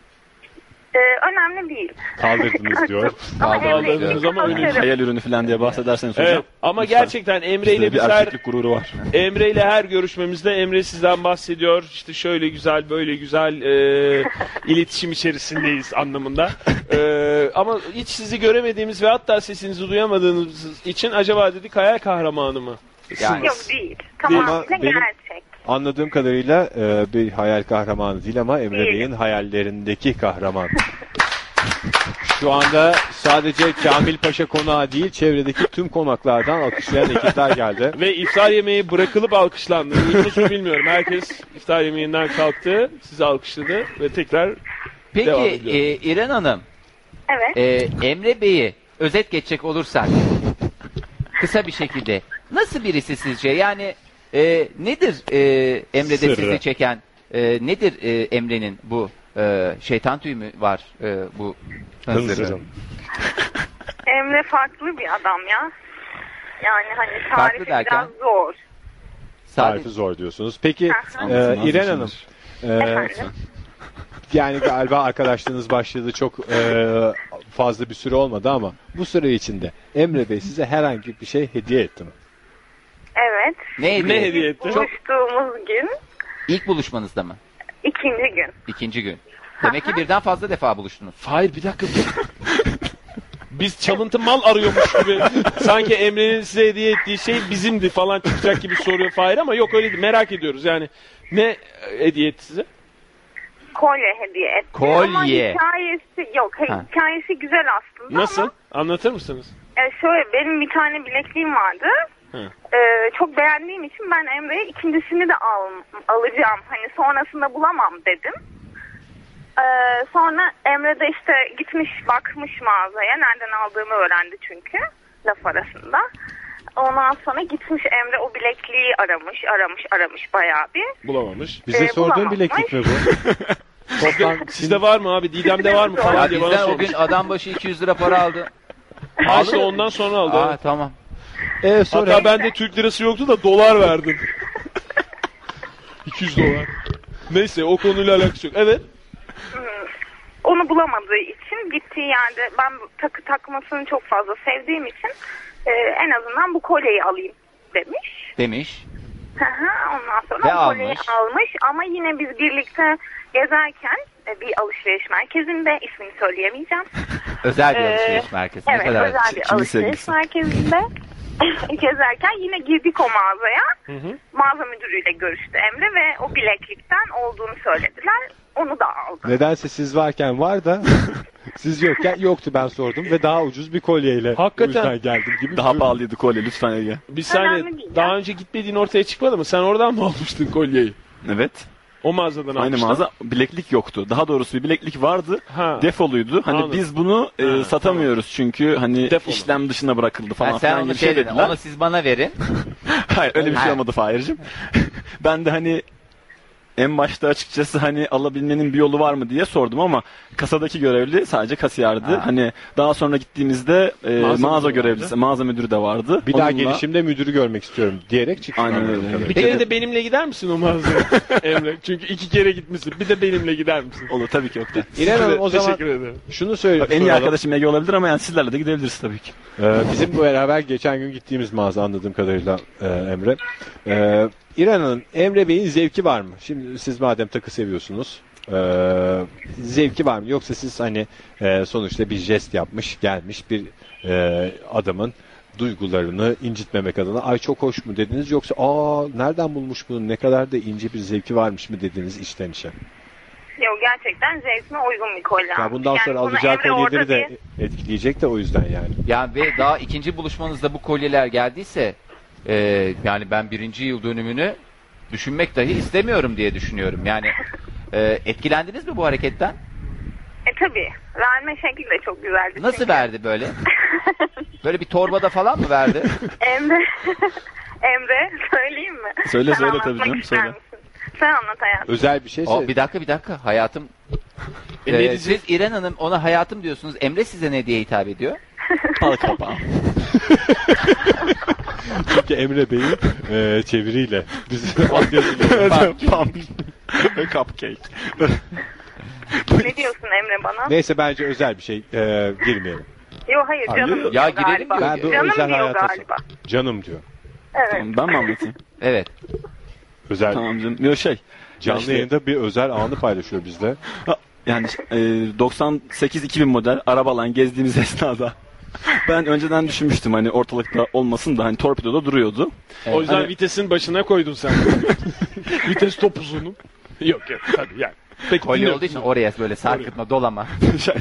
Speaker 16: Ee, önemli değil.
Speaker 12: Kaldırdınız diyor.
Speaker 16: Ama Kaldırdınız
Speaker 3: Emre'yi ama öyle- kapatarım.
Speaker 12: Hayal ürünü falan diye bahsederseniz
Speaker 3: Evet,
Speaker 12: hocam.
Speaker 3: ama
Speaker 12: lütfen.
Speaker 3: gerçekten Emre ile
Speaker 12: Bizde
Speaker 3: biz
Speaker 12: bir
Speaker 3: her
Speaker 12: erkeklik gururu var.
Speaker 3: Emre ile her görüşmemizde Emre sizden bahsediyor. İşte şöyle güzel, böyle güzel e, iletişim içerisindeyiz anlamında. E, ama hiç sizi göremediğimiz ve hatta sesinizi duyamadığınız için acaba dedik hayal kahramanı mı?
Speaker 1: Yani-
Speaker 16: Yok değil. Tamamıyla
Speaker 1: Ama benim-
Speaker 16: gerçek.
Speaker 1: Anladığım kadarıyla e, bir hayal kahramanı değil ama Emre
Speaker 16: Değil.
Speaker 1: Bey'in hayallerindeki kahraman.
Speaker 8: Şu anda sadece Kamil Paşa konağı değil çevredeki tüm konaklardan alkışlayan ekipler geldi.
Speaker 3: Ve iftar yemeği bırakılıp alkışlandı. Niye hiç bilmiyorum. Herkes iftar yemeğinden kalktı, sizi alkışladı ve tekrar devam
Speaker 2: Peki
Speaker 3: ediyor.
Speaker 2: e, İren Hanım,
Speaker 16: Evet.
Speaker 2: e, Emre Bey'i özet geçecek olursak kısa bir şekilde nasıl birisi sizce? Yani e, nedir e, Emre'de
Speaker 12: Sırrı.
Speaker 2: sizi çeken? e, nedir e, Emre'nin bu e, şeytan tüyü mü var e, bu hınzırı?
Speaker 12: Hınzırı.
Speaker 16: Emre farklı bir adam ya. Yani hani tarifi
Speaker 1: Farklı
Speaker 16: biraz
Speaker 1: derken?
Speaker 16: zor.
Speaker 1: Tarifi zor diyorsunuz. Peki
Speaker 16: Aha.
Speaker 1: e,
Speaker 12: Anlatılmaz
Speaker 1: İren
Speaker 12: bir
Speaker 1: Hanım.
Speaker 16: Efendim?
Speaker 1: e, yani galiba arkadaşlığınız başladı çok e, fazla bir süre olmadı ama bu süre içinde Emre Bey size herhangi bir şey hediye etti mi?
Speaker 16: Evet.
Speaker 2: Ne hediye,
Speaker 16: İlk
Speaker 2: Çok,
Speaker 16: Buluştuğumuz gün
Speaker 2: ilk buluşmanızda mı?
Speaker 16: ikinci gün.
Speaker 2: İkinci gün. Demek ki birden fazla defa buluştunuz.
Speaker 3: Hayır bir dakika. Biz çalıntı mal arıyormuş gibi. Sanki Emre'nin size hediye ettiği şey bizimdi falan çıkacak gibi soruyor Fahir ama yok öyle değil. Merak ediyoruz yani. Ne e, hediye etti size?
Speaker 16: Kolye hediye etti. Ama
Speaker 3: Kolye.
Speaker 16: hikayesi yok.
Speaker 3: Ha.
Speaker 16: Hikayesi güzel aslında
Speaker 3: Nasıl?
Speaker 16: ama
Speaker 3: Anlatır mısınız?
Speaker 16: e, şöyle benim bir tane bilekliğim vardı.
Speaker 3: Hı.
Speaker 16: Ee, çok beğendiğim için ben Emre'ye ikincisini de al, alacağım. Hani sonrasında bulamam dedim. Ee, sonra Emre de işte gitmiş bakmış mağazaya. Nereden aldığımı öğrendi çünkü laf arasında. Ondan sonra gitmiş Emre o bilekliği aramış, aramış, aramış bayağı bir.
Speaker 3: Bulamamış.
Speaker 1: Bize
Speaker 16: Ee,
Speaker 1: sorduğun
Speaker 16: bulamamış.
Speaker 1: bileklik mi bu? Toplam
Speaker 3: Sizde var mı abi? Didem'de var mı
Speaker 2: Ya
Speaker 3: falan diye bana
Speaker 2: bizden o
Speaker 3: sormuş.
Speaker 2: gün adam başı 200 lira para aldı.
Speaker 3: Ha işte ondan sonra aldı.
Speaker 2: Aa,
Speaker 3: evet.
Speaker 2: tamam.
Speaker 1: sonra-
Speaker 3: Hatta bende Türk lirası yoktu da dolar verdim. 200 dolar. Neyse o konuyla alakası yok. Evet.
Speaker 16: Onu bulamadığı için gittiği yerde ben bu takı takmasını çok fazla sevdiğim için e, en azından bu kolyeyi alayım demiş.
Speaker 2: Demiş.
Speaker 16: Hı hı, Ondan sonra
Speaker 2: Ve
Speaker 16: o kolyeyi
Speaker 2: almış.
Speaker 16: almış ama yine biz birlikte gezerken e, bir alışveriş merkezinde ismini söyleyemeyeceğim.
Speaker 2: Özel bir
Speaker 16: Ee,
Speaker 2: alışveriş merkezi.
Speaker 16: Evet
Speaker 2: ne kadar
Speaker 16: özel bir alışveriş merkezinde gezerken yine girdik o mağazaya. Mağaza müdürüyle görüştü Emre ve o bileklikten olduğunu söylediler. Onu da aldı.
Speaker 1: Nedense siz varken var da siz yokken yoktu ben sordum ve daha ucuz bir kolyeyle
Speaker 3: Hakikaten.
Speaker 1: o yüzden geldim gibi.
Speaker 12: Daha pahalıydı kolye lütfen Ege.
Speaker 3: Bir saniye
Speaker 16: Önemli değil
Speaker 3: daha önce gitmediğin ortaya çıkmadı mı? Sen oradan mı almıştın kolyeyi?
Speaker 12: Evet.
Speaker 3: O mağazadan
Speaker 12: Aynı
Speaker 3: almıştın.
Speaker 12: mağaza bileklik yoktu. Daha doğrusu bir bileklik vardı.
Speaker 3: Ha.
Speaker 12: Defoluydu. Hani
Speaker 3: Anladım.
Speaker 12: biz bunu e,
Speaker 3: Ha,
Speaker 12: satamıyoruz çünkü hani işlem dışına bırakıldı falan
Speaker 2: Ha, sen
Speaker 12: filan
Speaker 2: onu
Speaker 12: gibi şey
Speaker 2: şey dedin.
Speaker 12: dediler.
Speaker 2: Onu siz bana verin.
Speaker 12: Hayır öyle bir şey
Speaker 2: Ha.
Speaker 12: olmadı Fahir'cim. ben de hani en başta açıkçası hani alabilmenin bir yolu var mı diye sordum ama kasadaki görevli sadece kasiyerdi.
Speaker 1: Ha.
Speaker 12: Hani daha sonra gittiğimizde e,
Speaker 1: Mağaza
Speaker 12: mağaza,
Speaker 1: müdürü
Speaker 12: görevlisi,
Speaker 1: vardı.
Speaker 12: mağaza müdürü de vardı.
Speaker 1: Bir daha
Speaker 12: Onunla-
Speaker 1: gelişimde müdürü görmek istiyorum diyerek çıktım.
Speaker 12: Aynen
Speaker 1: anladığım
Speaker 12: öyle.
Speaker 1: kadarıyla.
Speaker 3: Bir kere de benimle gider misin o mağazaya Emre? Çünkü iki kere gitmişsin. Bir de benimle gider misin?
Speaker 12: Olur tabii ki Oktay.
Speaker 1: İrem Hanım o zaman
Speaker 3: Teşekkür ederim.
Speaker 1: şunu söyle.
Speaker 12: En iyi
Speaker 1: soralım.
Speaker 12: arkadaşım Ege olabilir ama yani sizlerle de gidebiliriz tabii ki.
Speaker 1: Ee, bizim bu beraber geçen gün gittiğimiz mağaza anladığım kadarıyla e, Emre. Ee, İren Hanım, Emre Bey'in zevki var mı? Şimdi siz madem takı seviyorsunuz. e, zevki var mı? Yoksa siz hani e, sonuçta bir jest yapmış, gelmiş bir e, adamın duygularını incitmemek adına ay çok hoş mu dediniz yoksa aa nereden bulmuş bunu ne kadar da ince bir zevki varmış mı dediniz içten içe.
Speaker 16: Yok gerçekten zevkime uygun bir kolye.
Speaker 1: Ya
Speaker 16: almış.
Speaker 1: bundan
Speaker 16: Yani
Speaker 1: sonra
Speaker 16: bunu
Speaker 1: alacağı
Speaker 16: Emre orada
Speaker 1: kolyeleri de
Speaker 16: bir-
Speaker 1: etkileyecek de o yüzden yani.
Speaker 2: Yani ve daha ikinci buluşmanızda bu kolyeler geldiyse e, yani ben birinci yıl dönümünü düşünmek dahi istemiyorum diye düşünüyorum. Yani e, etkilendiniz mi bu hareketten?
Speaker 16: E tabii. Verme şekli de çok güzeldi.
Speaker 2: Nasıl verdi böyle? Böyle bir torbada falan mı verdi?
Speaker 16: Emre, Emre söyleyeyim mi?
Speaker 2: Söyle, söyle
Speaker 16: anlatmak
Speaker 2: tabii canım,
Speaker 16: ister
Speaker 2: söyle.
Speaker 16: misin? Sen anlat hayatım.
Speaker 1: Özel bir şey
Speaker 2: O, bir dakika bir dakika hayatım.
Speaker 12: E, ne
Speaker 2: Ee, siz
Speaker 12: diyeceğiz?
Speaker 2: İren Hanım ona hayatım diyorsunuz. Emre size ne diye hitap ediyor?
Speaker 12: Al kapağı.
Speaker 1: Çünkü Emre Bey'in e, çeviriyle bizi altyazıyla
Speaker 12: Pump. Cupcake.
Speaker 16: ne diyorsun Emre bana?
Speaker 1: Neyse bence özel bir şey e, girmeyelim.
Speaker 16: Yok hayır
Speaker 1: Abi,
Speaker 16: canım
Speaker 1: ya
Speaker 16: diyor
Speaker 1: girelim
Speaker 16: galiba.
Speaker 1: diyor. Ben bu
Speaker 16: canım
Speaker 1: özel
Speaker 16: diyor
Speaker 1: hayata-
Speaker 16: galiba.
Speaker 1: Canım diyor.
Speaker 16: Evet.
Speaker 12: Ben mi anlatayım?
Speaker 2: evet.
Speaker 1: Özel.
Speaker 12: Tamam canım. Yok şey.
Speaker 1: Canlı yayında bir özel anı paylaşıyor bizde.
Speaker 12: Yani e, 98-2000 model arabalan gezdiğimiz esnada ben önceden düşünmüştüm hani ortalıkta olmasın da hani torpidoda duruyordu.
Speaker 3: O yüzden
Speaker 12: Hani-
Speaker 3: vitesin başına koydun sen. Vites topuzunu. Yok yok tabii yani. Peki,
Speaker 2: Kolye
Speaker 3: dinliyorum.
Speaker 2: olduğu için oraya böyle sarkıtma dolama.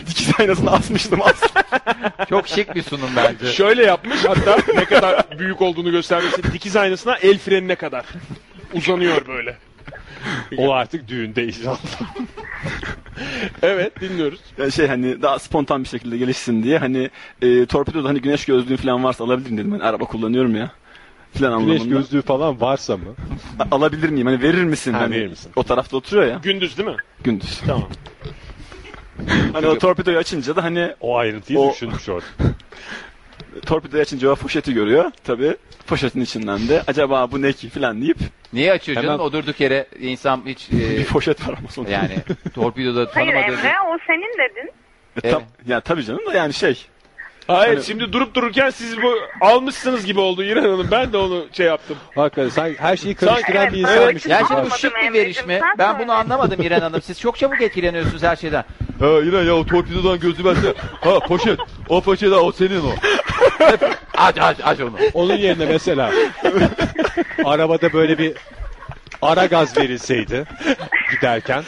Speaker 12: Dikiz aynasını asmıştım aslında.
Speaker 2: Çok şık bir sunum bence.
Speaker 3: Şöyle yapmış hatta ne kadar büyük olduğunu göstermesi dikiz aynasına el frenine kadar uzanıyor böyle.
Speaker 1: O artık düğünde ilan.
Speaker 3: evet dinliyoruz.
Speaker 12: Ya şey hani daha spontan bir şekilde gelişsin diye hani e, torpidoda hani güneş gözlüğü falan varsa alabilirim dedim. Hani araba kullanıyorum ya. Falan
Speaker 1: Güneş
Speaker 12: anlamında.
Speaker 1: gözlüğü falan varsa mı?
Speaker 12: A- alabilir miyim? Hani verir misin?
Speaker 1: Ha,
Speaker 12: hani,
Speaker 1: verir misin?
Speaker 12: O tarafta oturuyor ya.
Speaker 3: Gündüz değil mi?
Speaker 12: Gündüz.
Speaker 3: Tamam.
Speaker 12: hani o torpidoyu açınca da hani
Speaker 1: o ayrıntıyı düşünmüş orada.
Speaker 12: torpidoyu açınca o poşeti görüyor. Tabii poşetin içinden de acaba bu ne ki falan deyip
Speaker 2: Niye açıyor
Speaker 12: Hemen-
Speaker 2: canım? O durduk yere insan hiç... e,
Speaker 12: bir poşet var ama sonra.
Speaker 2: Ee, Yani torpidoda
Speaker 16: Hayır
Speaker 2: tanımadığı...
Speaker 16: Emre o senin dedin.
Speaker 12: E, tam- ya tabii canım da yani şey.
Speaker 3: Hayır
Speaker 12: Hani-
Speaker 3: şimdi durup dururken siz bu almışsınız gibi oldu İrem Hanım. Ben de onu şey yaptım.
Speaker 1: Hakikaten sen her şeyi
Speaker 2: Sanki-
Speaker 1: karıştıran bir insanmış.
Speaker 2: Ya şimdi bu şık bir verişme. Ben bunu anlamadım İren Hanım. Siz çok çabuk etkileniyorsunuz her şeyden.
Speaker 10: Ha yine ya o torpidodan gözü bende. Ha poşet. O poşet ha o senin o.
Speaker 2: Aç aç aç onu.
Speaker 1: Onun yerine mesela arabada böyle bir ara gaz verilseydi giderken.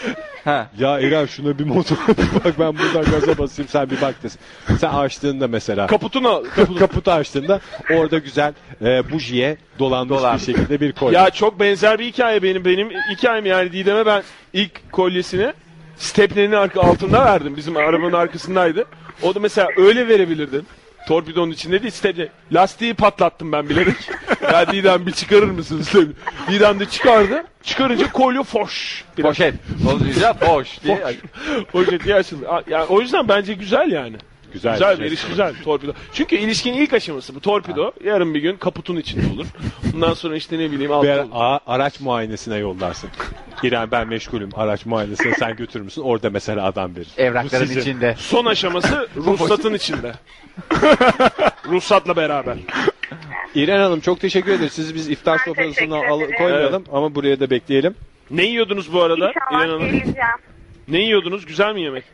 Speaker 1: Ya İrem şuna bir motor bir bak ben buradan gaza basayım sen bir bak desin. Sen açtığında mesela.
Speaker 3: Kaputunu
Speaker 1: kaputu açtığında orada güzel e, bujiye dolanmış bir şekilde bir kolye.
Speaker 3: Ya çok benzer bir hikaye benim. Benim hikayem yani Didem'e ben ilk kolyesini Stepney'nin arka altında verdim. Bizim arabanın arkasındaydı. O da mesela öyle verebilirdin. Torpidonun içinde değil Stepney. Lastiği patlattım ben bilerek. ya Didem bir çıkarır mısın Stepney? Didem de çıkardı. Çıkarınca kolye foş.
Speaker 2: Poşet. O yüzden foş diye.
Speaker 3: Poşet diye açıldı. A- Yani o yüzden bence güzel yani.
Speaker 1: Güzel
Speaker 3: güzel
Speaker 1: bir
Speaker 3: bir
Speaker 1: jest
Speaker 3: iş
Speaker 1: var.
Speaker 3: güzel torpido. Çünkü ilişkinin ilk aşaması bu torpido. Yarın bir gün kaputun içinde olur. Bundan sonra işte ne bileyim
Speaker 1: Bir
Speaker 3: altı
Speaker 1: ara- a- araç muayenesine yollarsın. İrem ben meşgulüm araç muayenesine sen götürür müsün? Orada mesela adam verir.
Speaker 2: Evrakların
Speaker 1: Bu sizin.
Speaker 2: içinde.
Speaker 3: Son aşaması ruhsatın içinde. Ruhsatla beraber.
Speaker 1: İren Hanım çok teşekkür ederiz. Sizi biz iftar sofrasına al- koymayalım ama buraya da bekleyelim.
Speaker 3: Ne yiyordunuz bu arada İlhan
Speaker 16: İnşallah
Speaker 3: Hanım?
Speaker 16: geleceğim.
Speaker 3: Ne yiyordunuz? Güzel mi yemek?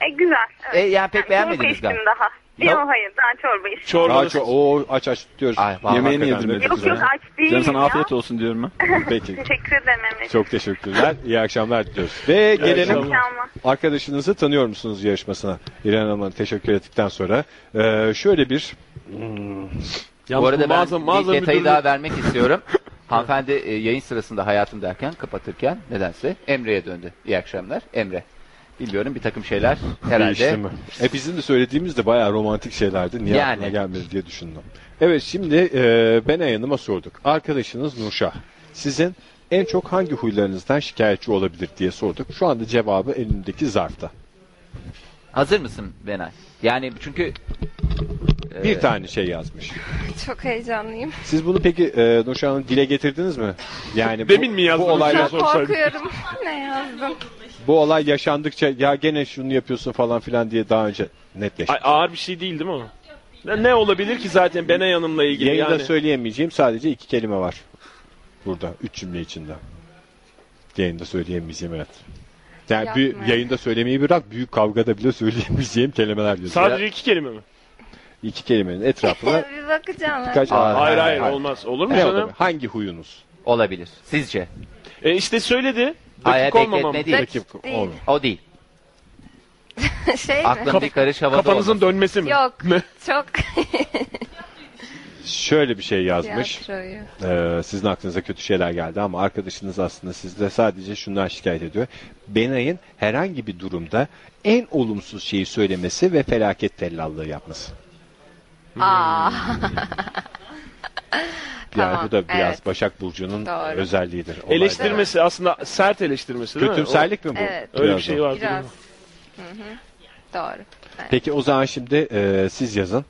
Speaker 16: E güzel. Evet.
Speaker 2: E, yani pek beğenmediniz
Speaker 16: Çorba içtim
Speaker 2: galiba.
Speaker 16: daha.
Speaker 1: Ya-
Speaker 16: Yok hayır daha çorba içtim.
Speaker 1: Daha çok o aç aç tutuyoruz.
Speaker 12: vallahi Yemeğini hakikaten yedirmedik
Speaker 16: Yok yok aç değilim
Speaker 12: Canım sana
Speaker 16: ya.
Speaker 12: afiyet olsun diyorum ben.
Speaker 1: Peki.
Speaker 16: Teşekkür ederim Emre.
Speaker 1: Çok teşekkürler. İyi akşamlar diliyoruz. Ve gelelim
Speaker 16: akşamlar.
Speaker 1: arkadaşınızı tanıyor musunuz yarışmasına? İren Hanım'a teşekkür ettikten sonra. Ee, şöyle bir
Speaker 2: Bu arada ben
Speaker 3: mağaza- mağaza
Speaker 2: bir detayı
Speaker 3: müdürü-
Speaker 2: daha vermek istiyorum. Hanımefendi e, yayın sırasında hayatım derken kapatırken nedense Emre'ye döndü. İyi akşamlar Emre. Bilmiyorum bir takım şeyler
Speaker 1: Değişti
Speaker 2: herhalde.
Speaker 1: mi? E bizim de söylediğimiz de bayağı romantik şeylerdi. Niye
Speaker 2: Yani.
Speaker 1: aklına gelmedi diye düşündüm. Evet şimdi e, Benay Hanım'a sorduk. Arkadaşınız Nurşah. Sizin en çok hangi huylarınızdan şikayetçi olabilir diye sorduk. Şu anda cevabı elimdeki zarfta.
Speaker 2: Hazır mısın Benay? Yani çünkü e,
Speaker 1: Bir tane şey yazmış.
Speaker 15: Çok heyecanlıyım.
Speaker 1: Siz bunu peki e, Nurşah Hanım dile getirdiniz mi? Yani
Speaker 3: Demin mi
Speaker 1: bu
Speaker 3: yazdınız?
Speaker 1: olaylar,
Speaker 15: Çok korkuyorum. ne yazdım?
Speaker 1: bu olay yaşandıkça ya gene şunu yapıyorsun falan filan diye daha önce netleşti.
Speaker 3: Ay, ağır bir şey değil değil mi o? Ne, ne olabilir ki zaten Benay Hanım'la ilgili
Speaker 1: Yayında
Speaker 3: yani?
Speaker 1: söyleyemeyeceğim sadece iki kelime var. Burada. Üç cümle içinde. Yayında söyleyemeyeceğim evet. Yani bir,
Speaker 15: Yapma.
Speaker 1: yayında söylemeyi bırak büyük kavgada bile söyleyemeyeceğim kelimeler diyor.
Speaker 3: Sadece iki kelime mi?
Speaker 1: iki kelimenin etrafına
Speaker 15: bir bakacağım.
Speaker 1: birkaç...
Speaker 3: hayır, hayır, olmaz. Olur mu
Speaker 1: Ne
Speaker 3: canım?
Speaker 1: olabilir? Hangi huyunuz?
Speaker 2: olabilir. Sizce?
Speaker 3: E işte söyledi.
Speaker 2: Hayır,
Speaker 3: Dakik olmamam.
Speaker 2: bekletme değil.
Speaker 1: Dakik
Speaker 15: Değil.
Speaker 1: olmuyor.
Speaker 2: O değil.
Speaker 15: şey mi?
Speaker 2: Aklın bir karış havada
Speaker 3: Kafanızın
Speaker 2: olmasın.
Speaker 3: dönmesi mi?
Speaker 15: Yok. Çok
Speaker 1: Şöyle bir şey yazmış.
Speaker 15: tiyatroyu.
Speaker 1: Ee, sizin aklınıza kötü şeyler geldi ama arkadaşınız aslında sizde sadece şundan şikayet ediyor. Benay'ın herhangi bir durumda en olumsuz şeyi söylemesi ve felaket tellallığı yapması. Hmm.
Speaker 15: Aa.
Speaker 1: Yani
Speaker 15: Tamam,
Speaker 1: bu da biraz
Speaker 15: evet.
Speaker 1: Başak Burcu'nun
Speaker 15: Doğru.
Speaker 1: özelliğidir. Olaydır.
Speaker 3: Eleştirmesi aslında sert eleştirmesi değil mi?
Speaker 1: Kötümserlik mi bu?
Speaker 15: Evet.
Speaker 3: Öyle bir
Speaker 1: Biraz
Speaker 3: şey
Speaker 1: o.
Speaker 3: var. değil mi?
Speaker 15: Biraz. Hı hı. Doğru.
Speaker 1: Peki o zaman şimdi e, siz yazın.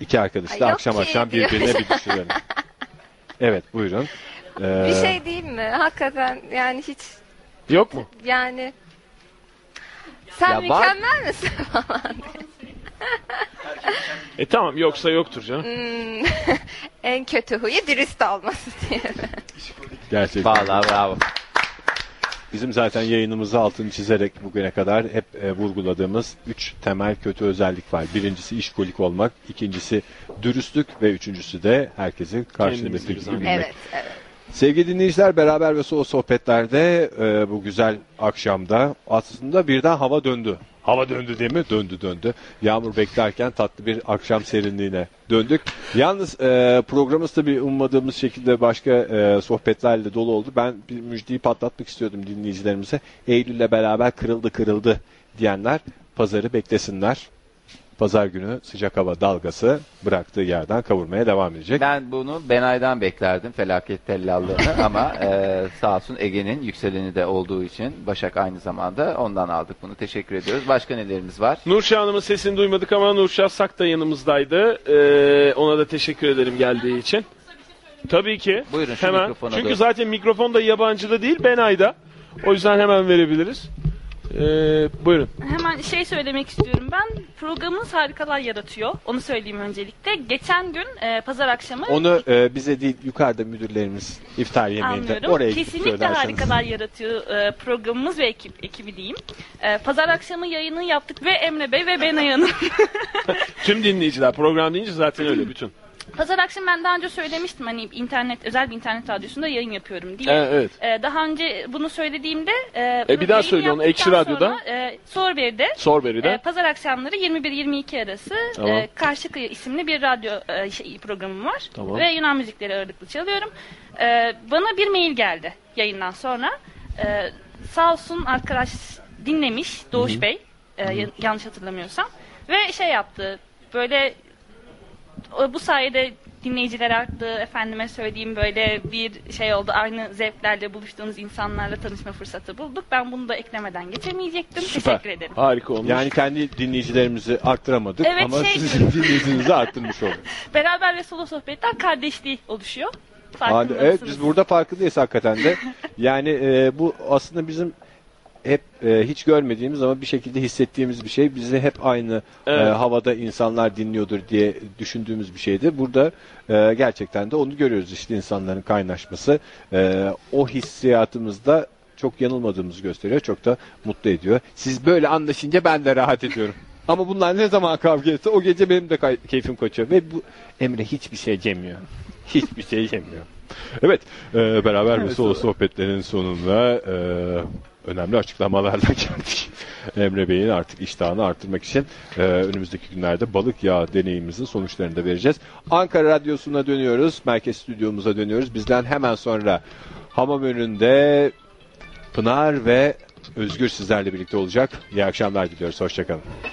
Speaker 1: İki arkadaş
Speaker 15: Ay,
Speaker 1: da
Speaker 15: yok
Speaker 1: akşam
Speaker 15: ki
Speaker 1: akşam
Speaker 15: diyor.
Speaker 1: birbirine bir düşürelim. evet buyurun. Ee,
Speaker 15: şey- Bir şey diyeyim mi? Hakikaten yani hiç
Speaker 1: Yok mu?
Speaker 15: Yani sen
Speaker 3: Ya var-
Speaker 15: mükemmel misin falan
Speaker 3: E tamam yoksa yoktur canım.
Speaker 15: Hmm, en kötü huyu dürüst olması diye.
Speaker 1: Gerçekten.
Speaker 2: Vallahi bravo.
Speaker 1: Bizim zaten yayınımızı altını çizerek bugüne kadar hep e, vurguladığımız üç temel kötü özellik var. Birincisi işkolik olmak, ikincisi dürüstlük ve üçüncüsü de herkesi
Speaker 8: Kendimizi
Speaker 1: karşındaki
Speaker 8: bir
Speaker 1: gibi
Speaker 8: zahmet.
Speaker 1: bilmek.
Speaker 15: evet, evet.
Speaker 1: Sevgili dinleyiciler beraber ve o sohbetlerde e, bu güzel akşamda aslında birden hava döndü. Hava döndü değil mi? Döndü döndü. Yağmur beklerken tatlı bir akşam serinliğine döndük. Yalnız e, programımız tabii ummadığımız şekilde başka e, sohbetlerle dolu oldu. Ben bir müjdeyi patlatmak istiyordum dinleyicilerimize. Eylül'le beraber kırıldı kırıldı diyenler pazarı beklesinler. Pazar günü sıcak hava dalgası bıraktığı yerden kavurmaya devam edecek.
Speaker 2: Ben bunu Benay'dan beklerdim felaket tellallığını ama e, sağ olsun Ege'nin yükseleni de olduğu için Başak aynı zamanda ondan aldık bunu. Teşekkür ediyoruz. Başka nelerimiz var?
Speaker 3: Nurşah Hanım'ın sesini duymadık ama Nurşah Sak da yanımızdaydı. Ee, ona da teşekkür ederim geldiği için. Tabii ki.
Speaker 2: Buyurun şu
Speaker 3: hemen.
Speaker 2: mikrofona
Speaker 3: Çünkü
Speaker 2: doğru.
Speaker 3: zaten mikrofon da yabancı da değil Benay'da. O yüzden hemen verebiliriz. Ee, buyurun.
Speaker 14: Hemen şey söylemek istiyorum. Ben programınız harikalar yaratıyor. Onu söyleyeyim öncelikle. Geçen gün e, pazar akşamı
Speaker 1: Onu e, bize değil yukarıda müdürlerimiz iftar yemeğinde
Speaker 14: anlıyorum.
Speaker 1: oraya gidip
Speaker 14: Kesinlikle
Speaker 1: söylerseniz.
Speaker 14: harikalar yaratıyor e, programımız ve ekip ekibi diyeyim. E, pazar akşamı yayını yaptık ve Emre Bey ve Benay Hanım.
Speaker 3: Tüm dinleyiciler program deyince zaten öyle bütün.
Speaker 14: Pazar akşamı ben daha önce söylemiştim hani internet özel bir internet radyosunda yayın yapıyorum diye.
Speaker 3: Evet, evet.
Speaker 14: E, daha önce bunu söylediğimde e,
Speaker 3: E, bir daha
Speaker 14: yayını
Speaker 3: söyle onu, Ekşi
Speaker 14: yaptıktan
Speaker 3: Radyo'da.
Speaker 14: sonra, E, Sorberi'de.
Speaker 3: Sorberi'de.
Speaker 14: e, pazar akşamları 21-22 arası
Speaker 3: Tamam.
Speaker 14: e, Karşı Kıyı isimli bir radyo e, şey, programım var.
Speaker 3: Tamam.
Speaker 14: Ve Yunan müzikleri ağırlıklı çalıyorum. E, bana bir mail geldi yayından sonra. E, sağ olsun arkadaş dinlemiş Doğuş
Speaker 17: Hı hı.
Speaker 14: Bey. e,
Speaker 17: Hı hı.
Speaker 14: yanlış hatırlamıyorsam. Ve şey yaptı. Böyle o- bu sayede dinleyiciler arttı. Efendime söylediğim böyle bir şey oldu. Aynı zevklerle buluştuğumuz insanlarla tanışma fırsatı bulduk. Ben bunu da eklemeden geçemeyecektim. Teşekkür ederim.
Speaker 3: Harika olmuş.
Speaker 1: Yani kendi dinleyicilerimizi arttıramadık
Speaker 14: Evet,
Speaker 1: ama
Speaker 14: şey
Speaker 1: sizin dinleyicinizi arttırmış olduk.
Speaker 14: Beraber ve solo sohbetten kardeşliği oluşuyor.
Speaker 1: Hadi,
Speaker 14: Farkındasınız.
Speaker 1: evet biz burada farkındayız hakikaten de. Yani e, bu aslında bizim hep e, hiç görmediğimiz ama bir şekilde hissettiğimiz bir şey. Bizi hep aynı
Speaker 3: Evet.
Speaker 1: e, havada insanlar dinliyordur diye düşündüğümüz bir şeydi. Burada e, gerçekten de onu görüyoruz işte insanların kaynaşması. E, o hissiyatımızda çok yanılmadığımızı gösteriyor. Çok da mutlu ediyor. Siz böyle anlaşınca ben de rahat ediyorum. Ama bunlar ne zaman kavga etse o gece benim de kay- keyfim kaçıyor. Ve bu Emre hiçbir şey yemiyor. Hiçbir şey yemiyor. Evet, e, beraber ve solo sohbetlerin sonunda e, önemli açıklamalarla geldik. Emre Bey'in artık iştahını artırmak için e, önümüzdeki günlerde balık yağı deneyimimizin sonuçlarını da vereceğiz. Ankara Radyosu'na dönüyoruz, merkez stüdyomuza dönüyoruz. Bizden hemen sonra hamam önünde Pınar ve Özgür sizlerle birlikte olacak. İyi akşamlar diliyoruz, hoşçakalın.